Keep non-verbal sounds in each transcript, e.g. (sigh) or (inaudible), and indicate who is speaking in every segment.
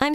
Speaker 1: I'm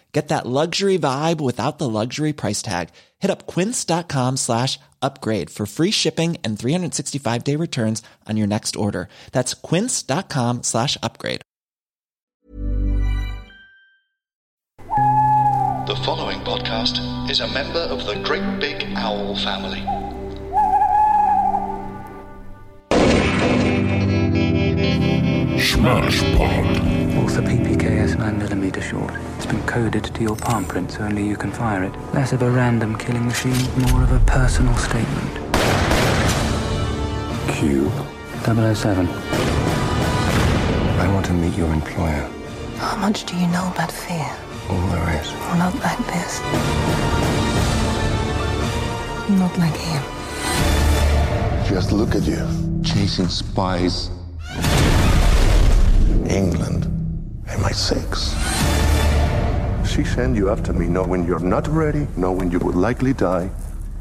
Speaker 2: Get that luxury vibe without the luxury price tag. Hit up quince.com slash upgrade for free shipping and 365 day returns on your next order. That's quince.com slash upgrade.
Speaker 3: The following podcast is a member of the Great Big Owl family.
Speaker 4: Smash Pod.
Speaker 5: Author PPKS 9mm short. It's been coded to your palm print so only you can fire it. Less of a random killing machine, more of a personal statement.
Speaker 6: Q.
Speaker 5: 007.
Speaker 6: I want to meet your employer.
Speaker 7: How much do you know about fear?
Speaker 6: All there is.
Speaker 7: Well, not like this. Not like him.
Speaker 6: Just look at you. Chasing spies. England. MI6. She sent you after me, know when you're not ready, know when you would likely die.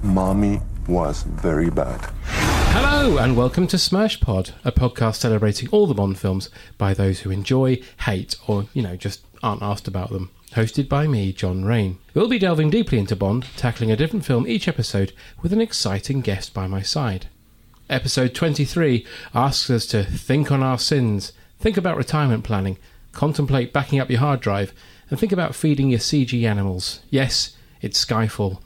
Speaker 6: Mommy was very bad.
Speaker 8: Hello and welcome to Smash Pod, a podcast celebrating all the Bond films by those who enjoy, hate, or you know just aren't asked about them. Hosted by me, John Rain. We'll be delving deeply into Bond, tackling a different film each episode with an exciting guest by my side. Episode 23 asks us to think on our sins, think about retirement planning, contemplate backing up your hard drive, and think about feeding your CG animals. Yes, it's Skyfall.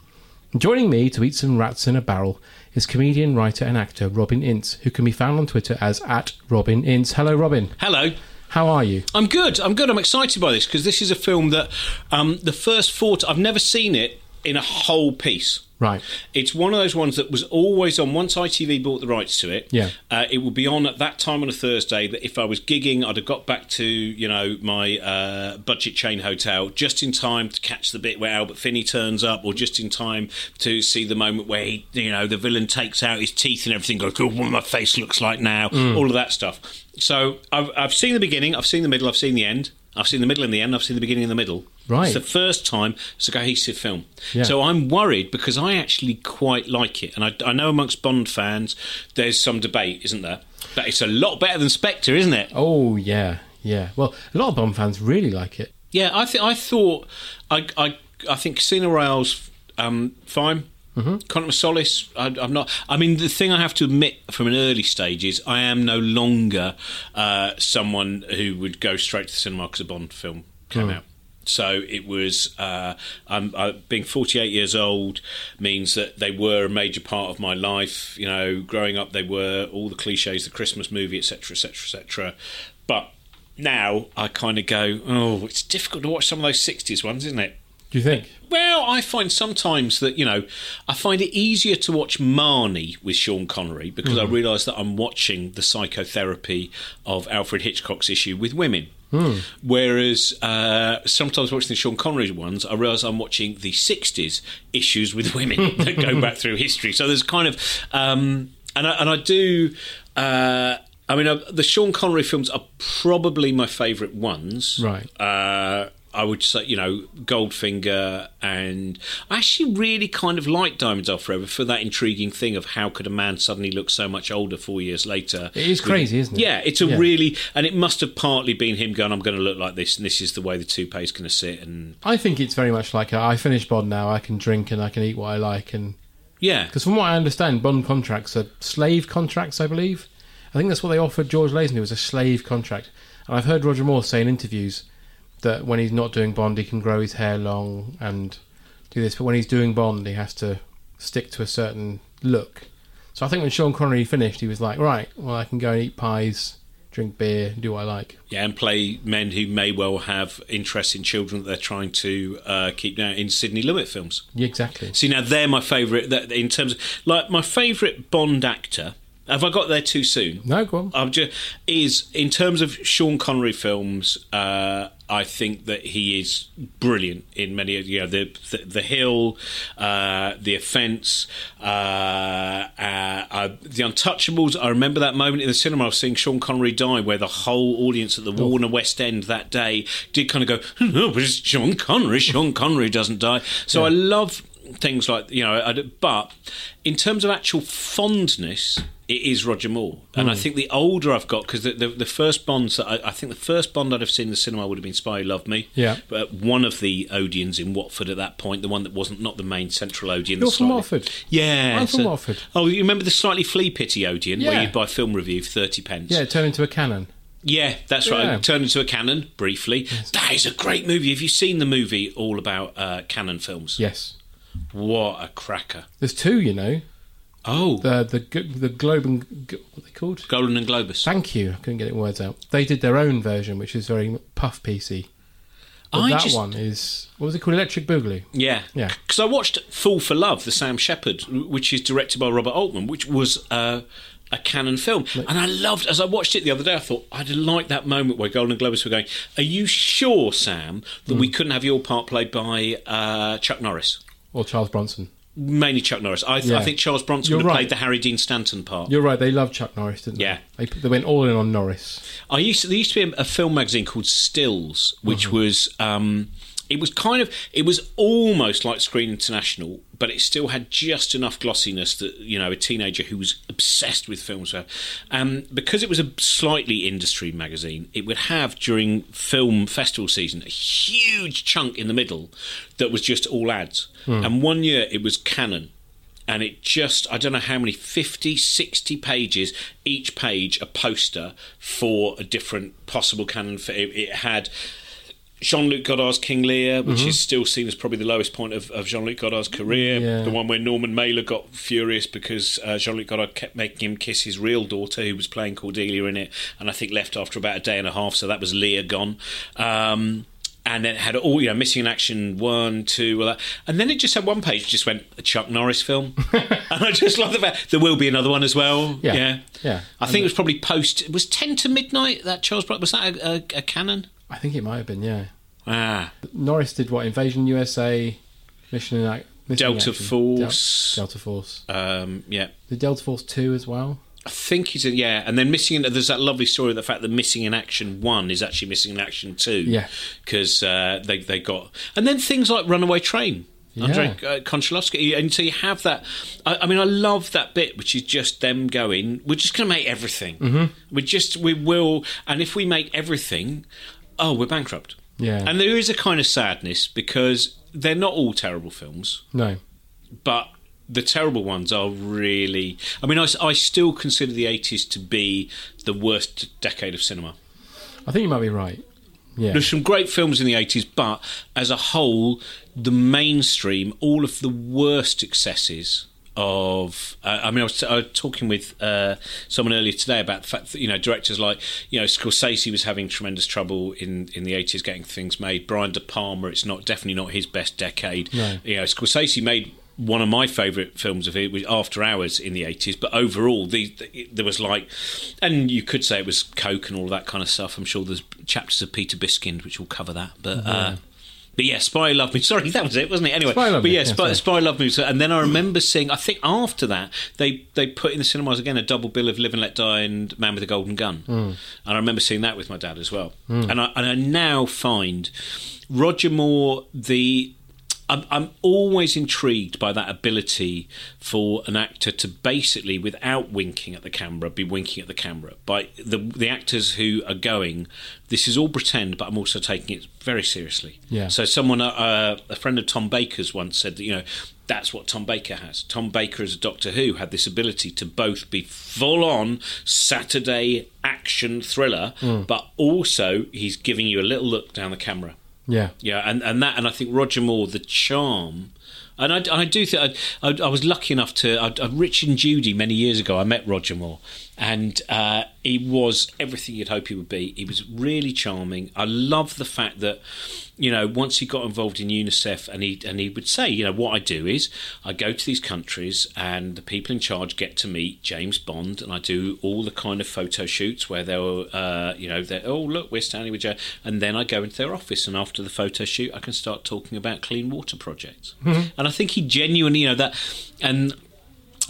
Speaker 8: Joining me to eat some rats in a barrel is comedian, writer, and actor Robin Ince, who can be found on Twitter as at Robin Ince. Hello, Robin.
Speaker 9: Hello.
Speaker 8: How are you?
Speaker 9: I'm good. I'm good. I'm excited by this because this is a film that um, the first four. T- I've never seen it in a whole piece.
Speaker 8: Right.
Speaker 9: It's one of those ones that was always on. Once ITV bought the rights to it,
Speaker 8: Yeah.
Speaker 9: uh, it would be on at that time on a Thursday. That if I was gigging, I'd have got back to you know my uh, budget chain hotel just in time to catch the bit where Albert Finney turns up, or just in time to see the moment where he, you know, the villain takes out his teeth and everything goes. Oh, what my face looks like now.
Speaker 8: Mm.
Speaker 9: All of that stuff. So I've, I've seen the beginning. I've seen the middle. I've seen the end. I've seen the middle and the end. I've seen the beginning and the middle.
Speaker 8: Right.
Speaker 9: It's the first time it's a cohesive film.
Speaker 8: Yeah.
Speaker 9: So I'm worried because I actually quite like it. And I, I know amongst Bond fans, there's some debate, isn't there? That it's a lot better than Spectre, isn't it?
Speaker 8: Oh, yeah, yeah. Well, a lot of Bond fans really like it.
Speaker 9: Yeah, I, th- I thought, I, I, I think Casino Royale's um, fine. Mm-hmm. Quantum of Solace, I, I'm not. I mean, the thing I have to admit from an early stage is I am no longer uh, someone who would go straight to the cinema because a Bond film came
Speaker 8: Mm.
Speaker 9: out. So it was. Uh, I'm, I, being 48 years old means that they were a major part of my life. You know, growing up, they were all the cliches, the Christmas movie, etc., etc., etc. But now I kind of go, oh, it's difficult to watch some of those 60s ones, isn't it?
Speaker 8: Do you think?
Speaker 9: Well, I find sometimes that, you know, I find it easier to watch Marnie with Sean Connery because I realise that I'm watching the psychotherapy of Alfred Hitchcock's issue with women. Whereas uh, sometimes watching the Sean Connery ones, I realise I'm watching the 60s issues with women that go back through history. So there's kind of. Um, and, I, and I do. Uh, I mean, uh, the Sean Connery films are probably my favourite ones
Speaker 8: Right.
Speaker 9: uh, I would say, you know, Goldfinger, and I actually really kind of like Diamonds Are Forever for that intriguing thing of how could a man suddenly look so much older four years later.
Speaker 8: It is crazy, isn't it?
Speaker 9: Yeah, it's a
Speaker 8: Yeah.
Speaker 9: really, and it must have partly been him going, I'm going to look like this, and this is the way the toupee's going to sit, and
Speaker 8: I think it's very much like a, I finish Bond now, I can drink and I can eat what I like. and
Speaker 9: yeah.
Speaker 8: Because from what I understand, Bond contracts are slave contracts, I believe. I think that's what they offered George Lazenby was a slave contract. And I've heard Roger Moore say in interviews that when he's not doing Bond, he can grow his hair long and do this. But when he's doing Bond, he has to stick to a certain look. So I think when Sean Connery finished, he was like, right, well, I can go and eat pies, drink beer, do what I like.
Speaker 9: Yeah, and play men who may well have interests in children that they're trying to uh, keep down in Sydney Lumet films.
Speaker 8: Yeah, exactly.
Speaker 9: See, now they're my favourite that- in terms of like my favourite Bond actor. Have I got there too soon?
Speaker 8: No, go on.
Speaker 9: I'm just is in terms of Sean Connery films. Uh, I think that he is brilliant in many of you know the the, the Hill, uh, the Offence, uh, uh, uh, the Untouchables. I remember that moment in the cinema of seeing Sean Connery die, where the whole audience at the Warner West End that day did kind of go, "Hmm, "No, but it's Sean Connery. Sean Connery doesn't die." So I love things like you know, I d but in terms of actual fondness, it is Roger Moore, and
Speaker 8: Hmm.
Speaker 9: I think the older I've got because the, the the first Bonds that I, I think the first Bond I'd have seen in the cinema would have been Spy Who Loved Me.
Speaker 8: Yeah.
Speaker 9: but one of the Odeons uh, in Watford at that point, the one that wasn't not the main central Odeon. the
Speaker 8: You're from
Speaker 9: slightly-
Speaker 8: Watford?
Speaker 9: Yeah,
Speaker 8: I'm from
Speaker 9: so-
Speaker 8: Watford.
Speaker 9: Oh, you remember the slightly flea pity Odeon
Speaker 8: Yeah.
Speaker 9: where you'd buy film review for thirty pence?
Speaker 8: Yeah, turn into a cannon.
Speaker 9: Yeah, that's
Speaker 8: Yeah.
Speaker 9: right. Turned into a canon briefly. That is a great movie. Have you seen the movie all about uh, canon films?
Speaker 8: Yes.
Speaker 9: What a cracker!
Speaker 8: There's two, you know.
Speaker 9: Oh,
Speaker 8: The the g- the Globe and g- what are they called?
Speaker 9: Golden and Globus.
Speaker 8: Thank you. I couldn't get it in words out. They did their own version, which is very puff piecey. But
Speaker 9: I
Speaker 8: that
Speaker 9: just-
Speaker 8: one is what was it called? Electric Boogaloo.
Speaker 9: Yeah,
Speaker 8: Yeah.
Speaker 9: Because I watched Fool for Love, the Sam Shepard, which is directed by Robert Altman, which was uh, a canon film, and I loved. As I watched it the other day, I thought I'd like that moment where Golden Globus were going, "Are you sure, Sam, that we couldn't have your part played by uh, Chuck Norris?"
Speaker 8: Or Charles Bronson.
Speaker 9: Mainly Chuck Norris. I, th-
Speaker 8: Yeah.
Speaker 9: I think Charles Bronson
Speaker 8: You're
Speaker 9: would have
Speaker 8: right.
Speaker 9: played the Harry Dean Stanton part.
Speaker 8: You're right. They love Chuck Norris, didn't
Speaker 9: Yeah.
Speaker 8: they? They they went all in on Norris.
Speaker 9: I used to, there used to be a, a film magazine called Stills, which was um, it was kind of it was almost like Screen International, but it still had just enough glossiness that you know a teenager who was obsessed with films would have. Um, because it was a slightly industry magazine, it would have during film festival season a huge chunk in the middle that was just all ads.
Speaker 8: Hmm.
Speaker 9: And one year it was Canon and it just i don't know how many 50 60 pages each page a poster for a different possible canon fi- it, it had Jean-Luc Godard's King Lear, which is still seen as probably the lowest point of, of Jean-Luc Godard's career,
Speaker 8: Yeah.
Speaker 9: the one where Norman Mailer got furious because uh, Jean-Luc Godard kept making him kiss his real daughter, who was playing Cordelia in it, and I think left after about a day and a half, so that was Lear gone. Um, and then it had all you know, missing in action one, two, all that. and then it just had one page, just went a Chuck Norris
Speaker 8: (laughs)
Speaker 9: film, and I just love the fact there will be another one as well.
Speaker 8: Yeah.
Speaker 9: Yeah,
Speaker 8: Yeah.
Speaker 9: I think it was probably post. It was ten to midnight. That Charles Bronson was that a, a, a canon?
Speaker 8: I think it might have been. Yeah.
Speaker 9: Ah,
Speaker 8: Norris did what? Invasion USA, Mission in Ac- Mission in
Speaker 9: Delta
Speaker 8: Action.
Speaker 9: Force.
Speaker 8: Del- Delta Force.
Speaker 9: um, yeah.
Speaker 8: Did Delta Force two as well?
Speaker 9: I think he's in, yeah, and then missing in, there's that lovely story of the fact that missing in action one is actually missing in action two,
Speaker 8: Yeah.
Speaker 9: because uh, they they got and then things like Runaway Train, Andrei
Speaker 8: Yeah.
Speaker 9: uh, Konchalovsky, and so you have that. I, I mean, I love that bit, which is just them going, we're just going to make everything,
Speaker 8: Mm-hmm.
Speaker 9: we just we will, and if we make everything, oh, we're bankrupt,
Speaker 8: Yeah.
Speaker 9: and there is a kind of sadness because they're not all terrible films
Speaker 8: No.
Speaker 9: but the terrible ones are really. I mean, I, I still consider the 80s to be the worst decade of cinema.
Speaker 8: I think you might be right. Yeah.
Speaker 9: There's some great films in the 80s, but as a whole, the mainstream, all of the worst excesses of. Uh, I mean, I was, I was talking with uh, someone earlier today about the fact that, you know, directors like, you know, Scorsese was having tremendous trouble in, in the 80s getting things made. Brian De Palma, it's not definitely not his best decade.
Speaker 8: No.
Speaker 9: You know, Scorsese made. One of my favourite films of it was After Hours in the eighties, but overall, the, the, there was like, and you could say it was coke and all that kind of stuff. I'm sure there's chapters of Peter Biskind which will cover that, but uh, but yeah, Spy Love Me. Sorry, (laughs) that was it, wasn't it? Anyway,
Speaker 8: Spy Love
Speaker 9: but
Speaker 8: Me,
Speaker 9: yeah,
Speaker 8: yeah,
Speaker 9: Spy,
Speaker 8: sorry.
Speaker 9: Spy Love Me. So- And then I remember seeing. I think after that, they they put in the cinemas again a double bill of Live and Let Die and Man with a Golden Gun, and I remember seeing that with my dad as well. And I and I now find Roger Moore the. I'm, I'm always intrigued by that ability for an actor to basically, without winking at the camera, be winking at the camera. By the the actors who are going, this is all pretend, but I'm also taking it very seriously.
Speaker 8: Yeah.
Speaker 9: So someone, uh, a friend of Tom Baker's, once said that you know that's what Tom Baker has. Tom Baker, as a Doctor Who, had this ability to both be full on Saturday action thriller,
Speaker 8: Mm.
Speaker 9: but also he's giving you a little look down the camera.
Speaker 8: Yeah.
Speaker 9: Yeah, and, and that, and I think Roger Moore, the charm, and I, I do think I, I, I was lucky enough to I, I, Rich and Judy many years ago. I met Roger Moore,
Speaker 8: and uh, he was everything you'd hope he would be. He was really charming. I love the fact that you know once he got involved in UNICEF, and he and he would say, you know, what I do is I go to these countries, and the people in charge get to meet James Bond, and I do all the kind of photo shoots where they'll, uh, you know, they're oh look, we're standing with Joe, and then I go into their office, and after the photo shoot, I can start talking about clean water projects, and I think he genuinely, you know, that and.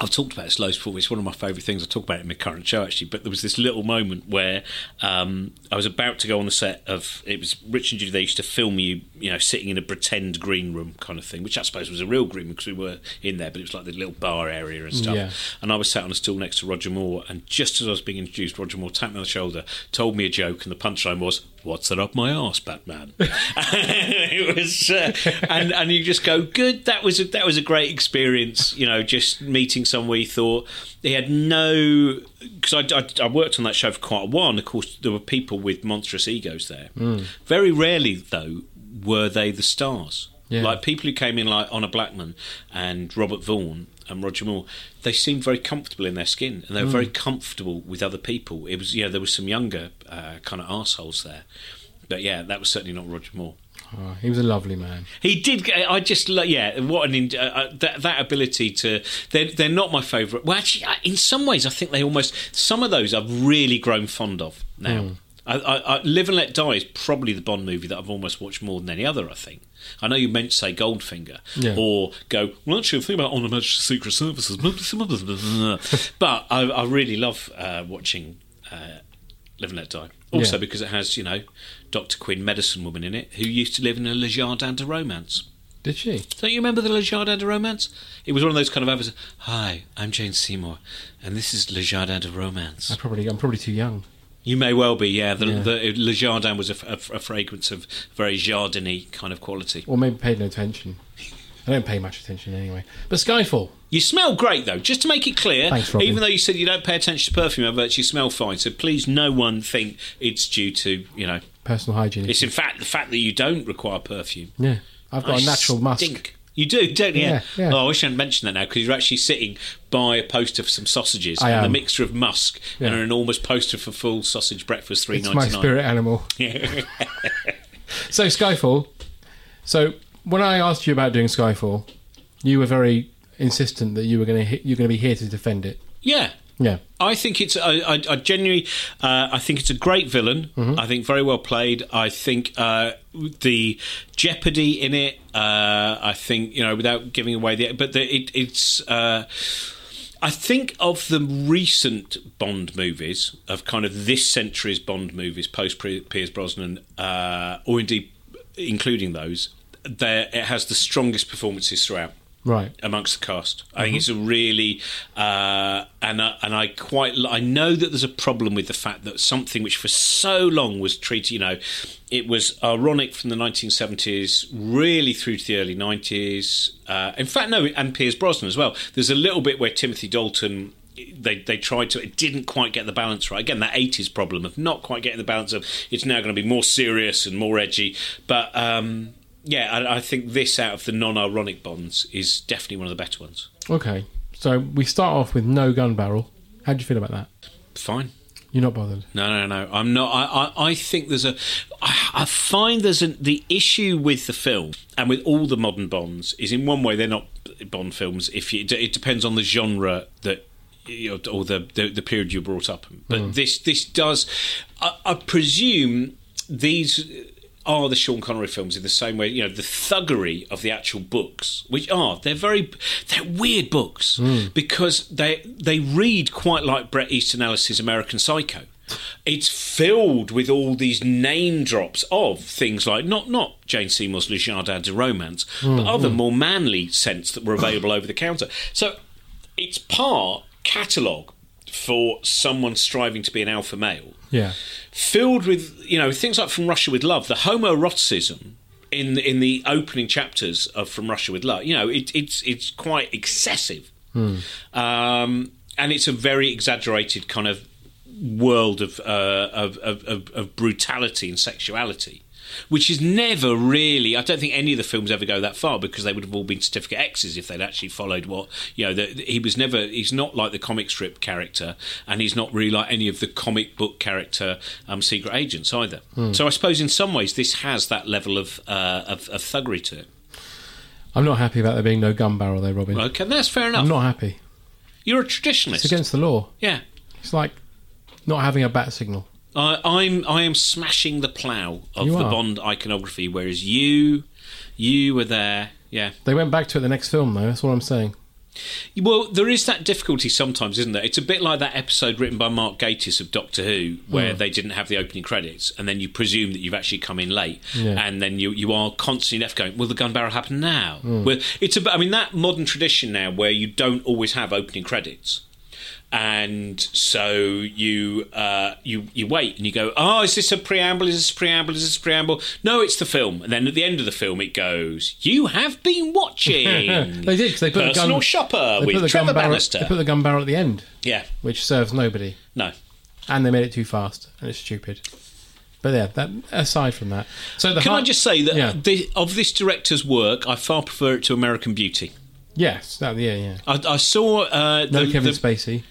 Speaker 8: I've talked about this (laughs) loads before. It's one of my favourite things I talk about in my current show, actually. But there was this little moment where um, I was about to go on the set of it was Richard Judy. They used to film you, you know, sitting in a pretend green room kind of thing, which I suppose was a real green room because we were in there, but it was like the little bar area and stuff.
Speaker 6: Yeah.
Speaker 8: And I was sat on a stool next to Roger Moore, and just as I was being introduced, Roger Moore tapped me on the shoulder, told me a joke, and the punchline was, "What's that up my arse, Batman?" it was, uh, and and you just go, "Good, that was a, that was a great experience." You know, just meeting someone you thought they had no. Because I, I, I worked on that show for quite a while, and of course there were people with monstrous egos there. Very rarely, though, were they the stars.
Speaker 6: Yeah.
Speaker 8: Like people who came in like Honor Blackman and Robert Vaughan and Roger Moore, they seemed very comfortable in their skin and they were very comfortable with other people. It was, you know, there was some younger uh, kind of arseholes there. But yeah, that was certainly not Roger Moore.
Speaker 6: Oh, he was a lovely man.
Speaker 8: He did. I just lo- yeah. What an in, uh, uh, that that ability to they're they're not my favourite. Well, actually, I- in some ways, I think they almost some of those I've really grown fond of now.
Speaker 6: Hmm.
Speaker 8: I, I, I, Live and Let Die is probably the Bond movie that I've almost watched more than any other. I think. I know you meant to say Goldfinger
Speaker 6: Yeah.
Speaker 8: or go. Well, actually, I'm thinking about On the Magic Secret Services, but I, I really love uh, watching uh, Live and Let Die. Also
Speaker 6: Yeah.
Speaker 8: because it has, you know, Dr. Quinn, medicine woman in it, who used to live in a Le Jardin de Romance.
Speaker 6: Did she?
Speaker 8: Don't you remember the Le Jardin de Romance? It was one of those kind of adverts. Hi, I'm Jane Seymour, and this is Le Jardin de
Speaker 6: I
Speaker 8: Romance.
Speaker 6: probably, I'm probably too young.
Speaker 8: You may well be, yeah. The,
Speaker 6: Yeah.
Speaker 8: the Le Jardin was a, f- a- a fragrance of very jardiny kind of quality.
Speaker 6: Or maybe paid no attention. I don't pay much attention anyway. But Skyfall.
Speaker 8: You smell great, though. Just to make it clear,
Speaker 6: Thanks, Robin.
Speaker 8: even though you said you don't pay attention to perfume adverts, you smell fine. So please, no one think it's due to you know.
Speaker 6: Personal hygiene.
Speaker 8: It's in fact the fact that you don't require perfume.
Speaker 6: yeah. I've got a
Speaker 8: I
Speaker 6: natural musk.
Speaker 8: stink. You do, don't you?
Speaker 6: Yeah, yeah.
Speaker 8: Oh, I wish I hadn't mentioned that now because you're actually sitting by a poster for some sausages
Speaker 6: I
Speaker 8: and a
Speaker 6: am.
Speaker 8: mixture of musk and
Speaker 6: Yeah.
Speaker 8: an enormous poster for full sausage breakfast three
Speaker 6: It's my
Speaker 8: ninety nine.
Speaker 6: spirit animal.
Speaker 8: (laughs)
Speaker 6: so Skyfall. So when I asked you about doing Skyfall, you were very insistent that you were going to you're going to be here to defend it.
Speaker 8: Yeah.
Speaker 6: Yeah.
Speaker 8: I think it's. I, I, I genuinely. Uh, I think it's a great villain. I think very well played. I think uh, the jeopardy in it. Uh, I think you know without giving away the. But the, it, it's. Uh, I think of the recent Bond movies, of kind of this century's Bond movies, post Pierce Brosnan, uh, or indeed including those, there it has the strongest performances throughout
Speaker 6: Right.
Speaker 8: amongst the cast. I think it's a really uh, and I, and I quite li- I know that there's a problem with the fact that something which for so long was treated, you know, it was ironic from the 1970s really through to the early 90s. Uh, in fact, no, and Piers Brosnan as well. There's a little bit where Timothy Dalton they they tried to it didn't quite get the balance right again that 80s problem of not quite getting the balance of it's now going to be more serious and more edgy but um yeah I, I think this out of the non-ironic bonds is definitely one of the better ones
Speaker 6: Okay. So we start off with no gun barrel. How do you feel about that?
Speaker 8: fine
Speaker 6: You're not bothered.
Speaker 8: No, no, no. I'm not. I, I, I think there's a. I, I find there's an, the issue with the film and with all the modern Bonds is in one way they're not Bond films. If you, it depends on the genre that you know, or the, the the period you were brought up. in. But this this does. I, I presume these are the Sean Connery films in the same way, you know, the thuggery of the actual books, which are they're very they're weird books because they they read quite like Brett Easton Ellis's American Psycho. It's filled with all these name drops of things like not not Jane Seymour's Le Jardin de Romance, but other more manly scents that were available over the counter. So it's part catalogue for someone striving to be an alpha male
Speaker 6: Yeah.
Speaker 8: filled with you know things like From Russia with Love, the homoeroticism in in the opening chapters of From Russia with Love. You know, it, it's it's quite excessive, um, and it's a very exaggerated kind of world of uh, of, of, of, of brutality and sexuality. which is never really. I don't think any of the films ever go that far because they would have all been certificate X's if they'd actually followed what you know. The, he was never. He's not like the comic strip character, and he's not really like any of the comic book character um, secret agents either.
Speaker 6: Hmm.
Speaker 8: So I suppose in some ways this has that level of uh, of, of thuggery to it.
Speaker 6: I'm not happy about there being no gun barrel there, Robin.
Speaker 8: Okay, that's fair enough.
Speaker 6: I'm not happy.
Speaker 8: You're a
Speaker 6: It's
Speaker 8: traditionalist.
Speaker 6: against the law.
Speaker 8: yeah.
Speaker 6: It's like not having a bat signal.
Speaker 8: I I'm I am smashing the plough of
Speaker 6: You
Speaker 8: the
Speaker 6: are.
Speaker 8: Bond iconography, whereas you, you were there. Yeah.
Speaker 6: They went back to it the next film, though. That's what I'm saying.
Speaker 8: Well, there is that difficulty sometimes, isn't there? It's a bit like that episode written by Mark Gatiss of Doctor Who, where they didn't have the opening credits, and then you presume that you've actually come in late,
Speaker 6: Yeah.
Speaker 8: and then you you are constantly left going, "Will the gun barrel happen now?" Well, it's about. I mean, that modern tradition now, where you don't always have opening credits. and so you uh, you you wait and you go, oh, is this a preamble? Is this a preamble? Is this a preamble? No, it's the film. And then at the end of the film, it goes, you have been watching.
Speaker 6: (laughs) They did because they put the
Speaker 8: Personal
Speaker 6: gun,
Speaker 8: shopper
Speaker 6: they put
Speaker 8: with
Speaker 6: the
Speaker 8: Trevor
Speaker 6: gun barrel,
Speaker 8: Bannister.
Speaker 6: They put the gun barrel at the end,
Speaker 8: yeah,
Speaker 6: which serves nobody,
Speaker 8: no.
Speaker 6: and they made it too fast, and it's stupid. But yeah, that aside from that, so the
Speaker 8: Can
Speaker 6: heart-
Speaker 8: I just say that
Speaker 6: Yeah.
Speaker 8: the, of this director's work, I far prefer it to American Beauty.
Speaker 6: yes, that, yeah, yeah.
Speaker 8: I, I saw uh,
Speaker 6: No
Speaker 8: the,
Speaker 6: Kevin
Speaker 8: the-
Speaker 6: Spacey.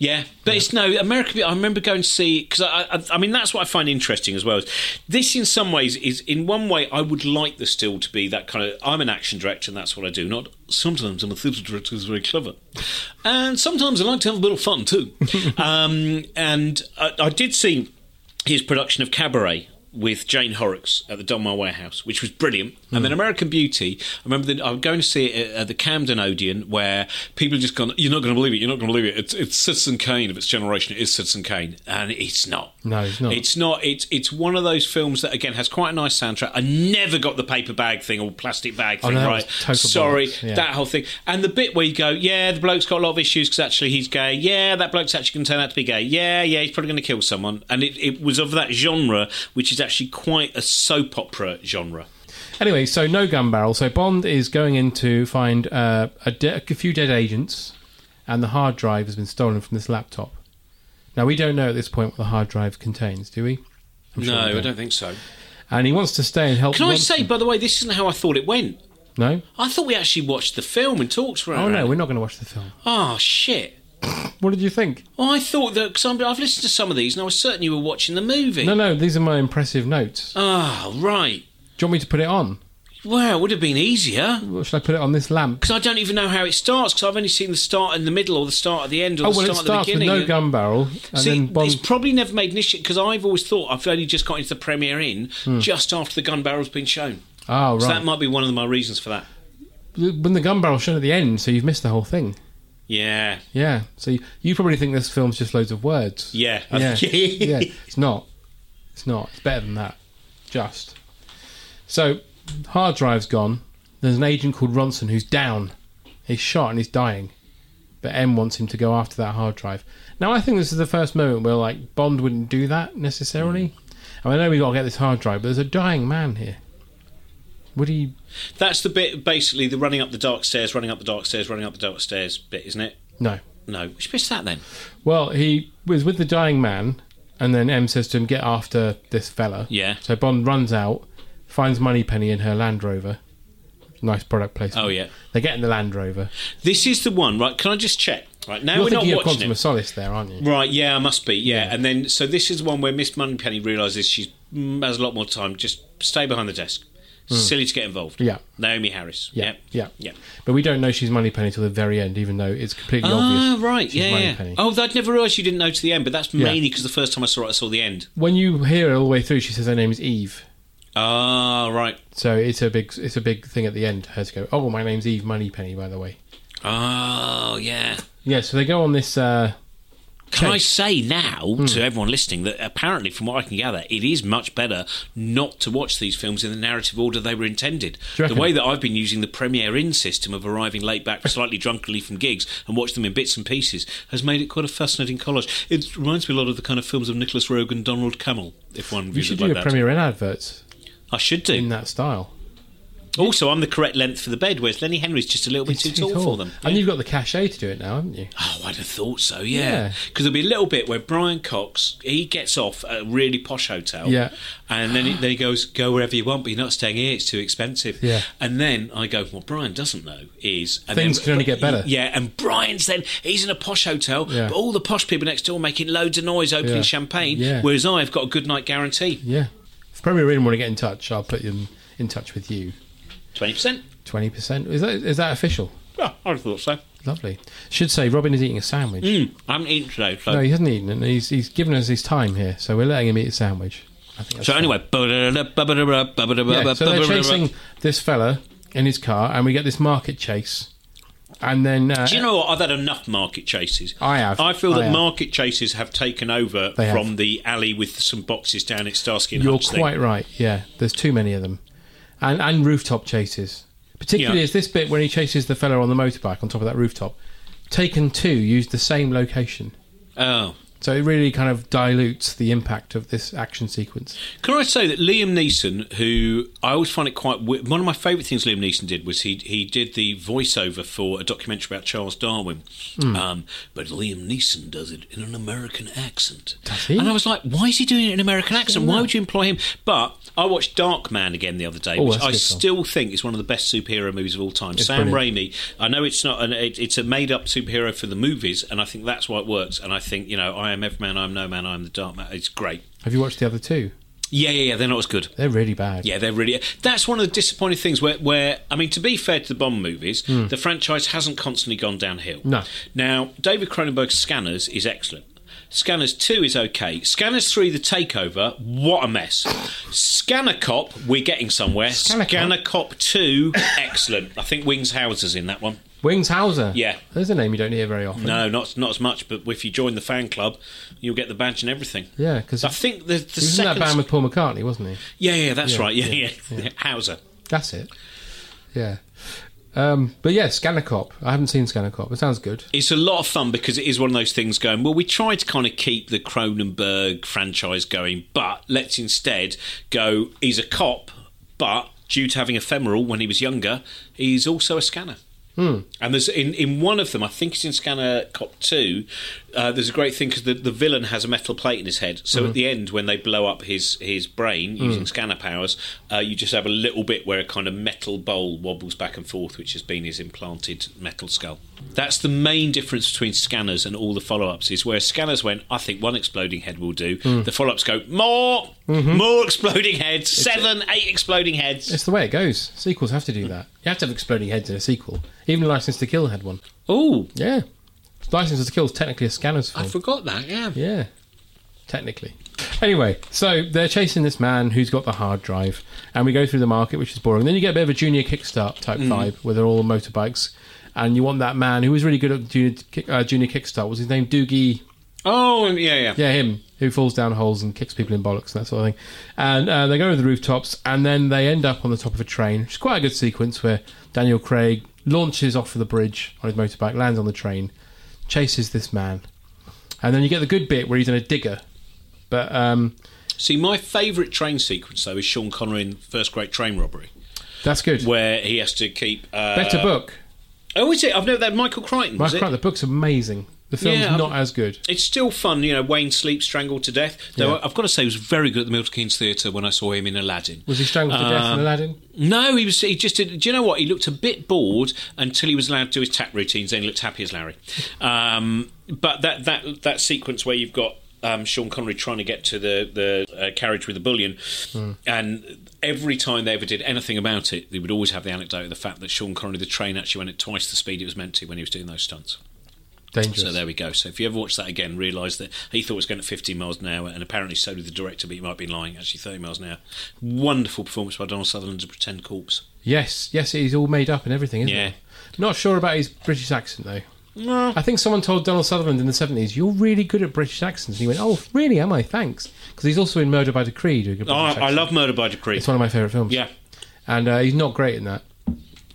Speaker 8: Yeah, but it's no American. Beauty- I remember going to see because I, I, I mean that's what I find interesting as well. Is this in some ways is in one way I would like the still to be that kind of. I'm an action director and that's what I do. Not sometimes I'm a theatre director who's very clever, and sometimes I like to have a bit of
Speaker 6: (laughs)
Speaker 8: fun too. um, and I, I did see his production of Cabaret with Jane Horrocks at the Donmar Warehouse, which was brilliant. And
Speaker 6: Hmm.
Speaker 8: then American Beauty, I remember that I was going to see it at, at the Camden Odeon, where people had just gone, "You're not going to believe it! You're not going to believe it! It's, it's Citizen Kane of its generation. It is Citizen Kane, and it's not.
Speaker 6: No, it's not.
Speaker 8: It's not. It's it's one of those films that again has quite a nice soundtrack. I never got the paper bag thing or plastic bag
Speaker 6: Oh,
Speaker 8: thing
Speaker 6: no, that was
Speaker 8: right.
Speaker 6: total
Speaker 8: Sorry,
Speaker 6: bollocks, yeah.
Speaker 8: that whole thing. And the bit where you go, yeah, the bloke's got a lot of issues because actually he's gay. Yeah, that bloke's actually going to turn out to be gay. Yeah, yeah, he's probably going to kill someone. And it, it was of that genre, which is actually quite a soap opera genre.
Speaker 6: Anyway, so no gun barrel. So Bond is going in to find uh, a, de- a few dead agents, and the hard drive has been stolen from this laptop. Now we don't know at this point what the hard drive contains, do we? I'm sure we
Speaker 8: no, I don't think so.
Speaker 6: And he wants to stay and help.
Speaker 8: Can I
Speaker 6: Ronson.
Speaker 8: say, by the way, this isn't how I thought it went.
Speaker 6: no?
Speaker 8: I thought we actually watched the film and talked for it.
Speaker 6: Oh no, we're not going to watch the film.
Speaker 8: Oh, shit.
Speaker 6: What did you think?
Speaker 8: Well, I thought that because I've listened to some of these and I was certain you were watching the movie.
Speaker 6: No, no, these are my impressive notes.
Speaker 8: Oh, right.
Speaker 6: Do you want me to put it on?
Speaker 8: Well, it would have been easier.
Speaker 6: Or should I put it on this lamp?
Speaker 8: Because I don't even know how it starts. Because I've only seen the start and the middle, or the start at the end, or
Speaker 6: Oh
Speaker 8: the
Speaker 6: well, it
Speaker 8: start at
Speaker 6: starts
Speaker 8: the
Speaker 6: with
Speaker 8: beginning.
Speaker 6: no gun barrel, and
Speaker 8: See,
Speaker 6: then
Speaker 8: it's
Speaker 6: Bond.
Speaker 8: probably never made an issue because I've always thought I've only just got into the premiere in just after the gun barrel's been shown.
Speaker 6: Hmm. Oh
Speaker 8: So that
Speaker 6: right,
Speaker 8: might be one of my reasons for that.
Speaker 6: when the gun barrel's shown at the end, so you've missed the whole thing.
Speaker 8: Yeah,
Speaker 6: Yeah, so you, you probably think this film's just loads of words.
Speaker 8: yeah, (laughs)
Speaker 6: yeah, yeah. It's not. It's not. It's better than that. Just. So, hard drive's gone. There's an agent called Ronson who's down. He's shot and he's dying. But M wants him to go after that hard drive. Now, I think this is the first moment where like Bond wouldn't do that necessarily. I, mean, I know we got to get this hard drive, but there's a dying man here. Would he?
Speaker 8: That's the bit, basically, the running up the dark stairs, running up the dark stairs, running up the dark stairs bit, isn't it?
Speaker 6: No.
Speaker 8: No, which bit's that then?
Speaker 6: Well, he was with the dying man, and then M says to him, "Get after this fella."
Speaker 8: Yeah.
Speaker 6: So Bond runs out, finds Moneypenny in her Land Rover. Nice product placement.
Speaker 8: Oh, yeah.
Speaker 6: They get in the Land Rover.
Speaker 8: This is the one, right? Can I just check? Right now,
Speaker 6: You're
Speaker 8: we're not
Speaker 6: thinking of
Speaker 8: watching
Speaker 6: Quantum
Speaker 8: it.
Speaker 6: of Solace, there, aren't you?
Speaker 8: Right, yeah, I must be, yeah. And then, so this is the one where Miss Moneypenny realises she has a lot more time. Just stay behind the desk. Silly to get involved.
Speaker 6: Hmm. Yeah.
Speaker 8: Naomi Harris.
Speaker 6: Yeah, yeah,
Speaker 8: Yeah.
Speaker 6: But we don't know she's Moneypenny till the very end, even though it's completely
Speaker 8: Ah,
Speaker 6: obvious.
Speaker 8: right,
Speaker 6: she's
Speaker 8: yeah, yeah.
Speaker 6: Moneypenny.
Speaker 8: Oh, I'd never realised you didn't know to the end, but that's
Speaker 6: Yeah.
Speaker 8: mainly because the first time I saw it, I saw the end.
Speaker 6: When you hear it all the way through, she says her name is Eve.
Speaker 8: Ah, right.
Speaker 6: So it's a big, it's a big thing at the end. Her to go, oh, my name's Eve Moneypenny, by the way.
Speaker 8: Oh, yeah.
Speaker 6: Yeah. So they go on this. Uh,
Speaker 8: Can
Speaker 6: Okay.
Speaker 8: I say now
Speaker 6: Hmm.
Speaker 8: to everyone listening that apparently, from what I can gather, it is much better not to watch these films in the narrative order they were intended.
Speaker 6: Do you
Speaker 8: The
Speaker 6: reckon?
Speaker 8: way that I've been using the premiere in system of arriving late
Speaker 6: (laughs)
Speaker 8: back, slightly drunkenly from gigs, and watch them in bits and pieces has made it quite a fascinating collage. It reminds me a lot of the kind of films of Nicholas Rogue and Donald Camel, if one
Speaker 6: you
Speaker 8: views
Speaker 6: should
Speaker 8: it
Speaker 6: do
Speaker 8: like
Speaker 6: a
Speaker 8: that.
Speaker 6: premiere in adverts
Speaker 8: I should do.
Speaker 6: in that style.
Speaker 8: Also, I'm the correct length for the bed, whereas Lenny Henry's just a little bit
Speaker 6: It's
Speaker 8: too, tall, for them.
Speaker 6: And you've got the cachet to do it now, haven't you?
Speaker 8: Oh, I'd have thought so,
Speaker 6: Yeah.
Speaker 8: yeah. Because there'll be a little bit where Brian Cox he gets off at a really posh hotel,
Speaker 6: Yeah.
Speaker 8: and then he, then he goes go wherever you want, but you're not staying here; it's too expensive,
Speaker 6: Yeah.
Speaker 8: And then I go, well, Brian doesn't know is and
Speaker 6: Things
Speaker 8: then-
Speaker 6: can only get better.
Speaker 8: yeah. And Brian's then he's in a posh hotel,
Speaker 6: Yeah.
Speaker 8: but all the posh people next door making loads of noise, opening
Speaker 6: Yeah.
Speaker 8: champagne,
Speaker 6: Yeah.
Speaker 8: whereas I've got a good night guarantee,
Speaker 6: Yeah. If Premier Reading want to get in touch, I'll put them in touch with you.
Speaker 8: twenty percent.
Speaker 6: 20%. Is that, is that official?
Speaker 8: Well, I'd have thought so.
Speaker 6: Lovely. Should say Robin is eating a sandwich.
Speaker 8: Mm, I haven't eaten today, so
Speaker 6: No, he hasn't eaten, and he's, he's given us his time here, so we're letting him eat a sandwich. I think that's
Speaker 8: so
Speaker 6: fine.
Speaker 8: anyway.
Speaker 6: yeah,
Speaker 8: Yeah,
Speaker 6: so they're chasing this fella in his car, and we get this market chase, and then uh,
Speaker 8: Do you know what? I've had enough market chases.
Speaker 6: I have.
Speaker 8: I feel
Speaker 6: I
Speaker 8: that
Speaker 6: have.
Speaker 8: market chases have taken over
Speaker 6: They have.
Speaker 8: from the alley with some boxes down at Starsky and
Speaker 6: you're
Speaker 8: Hutch thing.
Speaker 6: quite right. Yeah, there's too many of them, and and rooftop chases, particularly
Speaker 8: Yeah.
Speaker 6: is this bit when he chases the fella on the motorbike on top of that rooftop. Taken two used the same location,
Speaker 8: Oh.
Speaker 6: so it really kind of dilutes the impact of this action sequence.
Speaker 8: Can I say that Liam Neeson, who I always find it quite we- one of my favourite things Liam Neeson did was he he did the voiceover for a documentary about Charles Darwin, um, but Liam Neeson does it in an American accent.
Speaker 6: Does he?
Speaker 8: And I was like, why is he doing it in an American accent? Why would you employ him? But I watched Dark Man again the other day,
Speaker 6: Oh,
Speaker 8: which
Speaker 6: that's a
Speaker 8: I
Speaker 6: good film.
Speaker 8: still think is one of the best superhero movies of all time.
Speaker 6: It's
Speaker 8: Sam
Speaker 6: brilliant.
Speaker 8: Raimi. I know it's not an it, it's a made up superhero for the movies, and I think that's why it works. And I think you know, I am every man, I am no man, I am the Dark Man. It's great.
Speaker 6: Have you watched the other two?
Speaker 8: Yeah, yeah, yeah. They're not as good.
Speaker 6: They're really bad.
Speaker 8: Yeah, they're really. That's one of the disappointing things. Where, where I mean, to be fair to the Bond movies, the franchise hasn't constantly gone downhill.
Speaker 6: Hmm. No.
Speaker 8: Now, David Cronenberg's Scanners is excellent. Scanners Two is okay. Scanners Three, The Takeover, what a mess. Scanner Cop, we're getting somewhere.
Speaker 6: Scanner
Speaker 8: Scanner,
Speaker 6: Cop?
Speaker 8: Cop Two, excellent. I think Wings Hauser's in that one.
Speaker 6: Wings Hauser.
Speaker 8: Yeah.
Speaker 6: there's a name you don't hear very often.
Speaker 8: No, not not as much. But if you join the fan club, you'll get the badge and everything.
Speaker 6: Yeah, because
Speaker 8: I think the, the
Speaker 6: he was in that
Speaker 8: second.
Speaker 6: band with Paul McCartney, wasn't he?
Speaker 8: yeah, yeah, that's
Speaker 6: Yeah,
Speaker 8: right. Yeah,
Speaker 6: yeah,
Speaker 8: yeah, Hauser.
Speaker 6: That's it. Yeah. Um, but yeah, Scanner Cop. I haven't seen Scanner Cop. It sounds good.
Speaker 8: It's a lot of fun because it is one of those things going, well, we try to kind of keep the Cronenberg franchise going, but let's instead go, he's a cop, but due to having ephemeral when he was younger, he's also a scanner. And there's in, in one of them, I think it's in Scanner Cop 2, uh, there's a great thing because the, the villain has a metal plate in his head. So at the end, when they blow up his, his brain using scanner powers, uh, you just have a little bit where a kind of metal bowl wobbles back and forth, which has been his implanted metal skull. That's the main difference between scanners and all the follow ups, is where scanners went, I think one exploding head will do. The follow ups go, more, more exploding heads, seven, eight exploding heads.
Speaker 6: It's the way it goes. Sequels have to do that. You have to have exploding heads in a sequel. Even License to Kill had one.
Speaker 8: Oh,
Speaker 6: Yeah. License to Kill is technically a Scanner's film.
Speaker 8: I forgot that, yeah.
Speaker 6: yeah. Technically. Anyway, so they're chasing this man who's got the hard drive, and we go through the market, which is boring. Then you get a bit of a junior kickstart type vibe, where they're all on motorbikes, and you want that man who was really good at junior, kick- uh, junior kickstart. Was his name Doogie
Speaker 8: Oh, yeah, yeah.
Speaker 6: Yeah, him who falls down holes and kicks people in bollocks and that sort of thing. And uh, they go over the rooftops, and then they end up on the top of a train, which is quite a good sequence where Daniel Craig launches off of the bridge on his motorbike, lands on the train, chases this man, and then you get the good bit where he's in a digger. But um,
Speaker 8: See, my favourite train sequence though is Sean Connery in First Great Train Robbery,
Speaker 6: that's good.
Speaker 8: where he has to keep uh,
Speaker 6: Better book.
Speaker 8: Oh, is it? I've never that Michael Crichton. Was
Speaker 6: Mark Crump,
Speaker 8: it?
Speaker 6: the book's amazing. The film's
Speaker 8: Yeah,
Speaker 6: not
Speaker 8: I've-
Speaker 6: as good.
Speaker 8: It's still fun, you know. Wayne sleeps strangled to death. Though
Speaker 6: Yeah.
Speaker 8: I've got to say, he was very good at the Milton Keynes Theatre when I saw him in Aladdin.
Speaker 6: Was he strangled to death in
Speaker 8: Um,
Speaker 6: Aladdin?
Speaker 8: No, he was. He just did. Do you know what? He looked a bit bored until he was allowed to do his tap routines. Then he looked happy as
Speaker 6: (laughs)
Speaker 8: Larry. Um, but that that that sequence where you've got um, Sean Connery trying to get to the the uh, carriage with the bullion,
Speaker 6: Hmm.
Speaker 8: and every time they ever did anything about it, they would always have the anecdote of the fact that Sean Connery, the train, actually went at twice the speed it was meant to when he was doing those stunts.
Speaker 6: Dangerous.
Speaker 8: So there we go. So if you ever watch that again, realise that he thought it was going at 15 miles an hour, and apparently so did the director, but he might be lying. Actually, 30 miles an hour. Wonderful performance by Donald Sutherland to pretend corpse.
Speaker 6: Yes, yes, he's all made up and everything, isn't
Speaker 8: Yeah.
Speaker 6: he? Not sure about his British accent though. I think someone told Donald Sutherland in the seventies, "You're really good at British accents," and he went, "Oh, really? Am I? Thanks." Because he's also in Murder by Decree. doing a
Speaker 8: Oh,
Speaker 6: British
Speaker 8: I, I
Speaker 6: accent.
Speaker 8: love Murder by Decree.
Speaker 6: It's one of my favourite films.
Speaker 8: Yeah, Um,
Speaker 6: and uh, he's not great in that.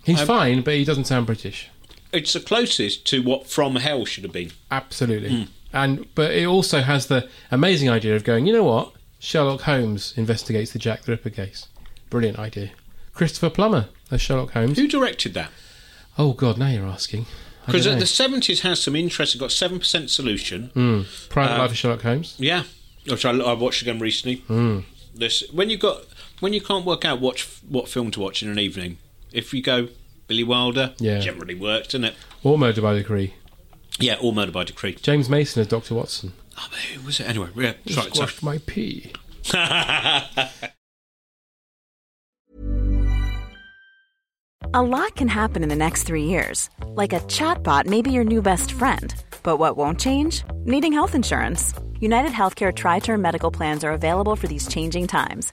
Speaker 6: He's fine, but he doesn't sound British.
Speaker 8: it's the closest to what From Hell should have been.
Speaker 6: Absolutely.
Speaker 8: Hmm.
Speaker 6: And but it also has the amazing idea of going, you know what? Sherlock Holmes investigates the Jack the Ripper case. Brilliant idea. Christopher Plummer as Sherlock Holmes.
Speaker 8: Who directed that?
Speaker 6: Oh God, now you're asking. I
Speaker 8: Because
Speaker 6: don't
Speaker 8: the
Speaker 6: know.
Speaker 8: seventies has some interest. It got seven percent solution.
Speaker 6: Mm. Private
Speaker 8: uh,
Speaker 6: Life of Sherlock Holmes. Hmm.
Speaker 8: Yeah, which I, I watched again recently. This when you got when you can't work out what what film to watch in an evening. If you go Billy Wilder,
Speaker 6: Yeah.
Speaker 8: generally works, doesn't it?
Speaker 6: Or Murder by Decree.
Speaker 8: Yeah, all murder by decree.
Speaker 6: James Mason as Doctor Watson.
Speaker 8: Oh, but who was it anyway? Yeah,
Speaker 6: You
Speaker 8: sorry, sorry.
Speaker 6: squashed my pea.
Speaker 4: A lot can happen in the next three years. Like a chatbot may be your new best friend. But what won't change? Needing health insurance. United Healthcare Tri Term Medical Plans are available for these changing times.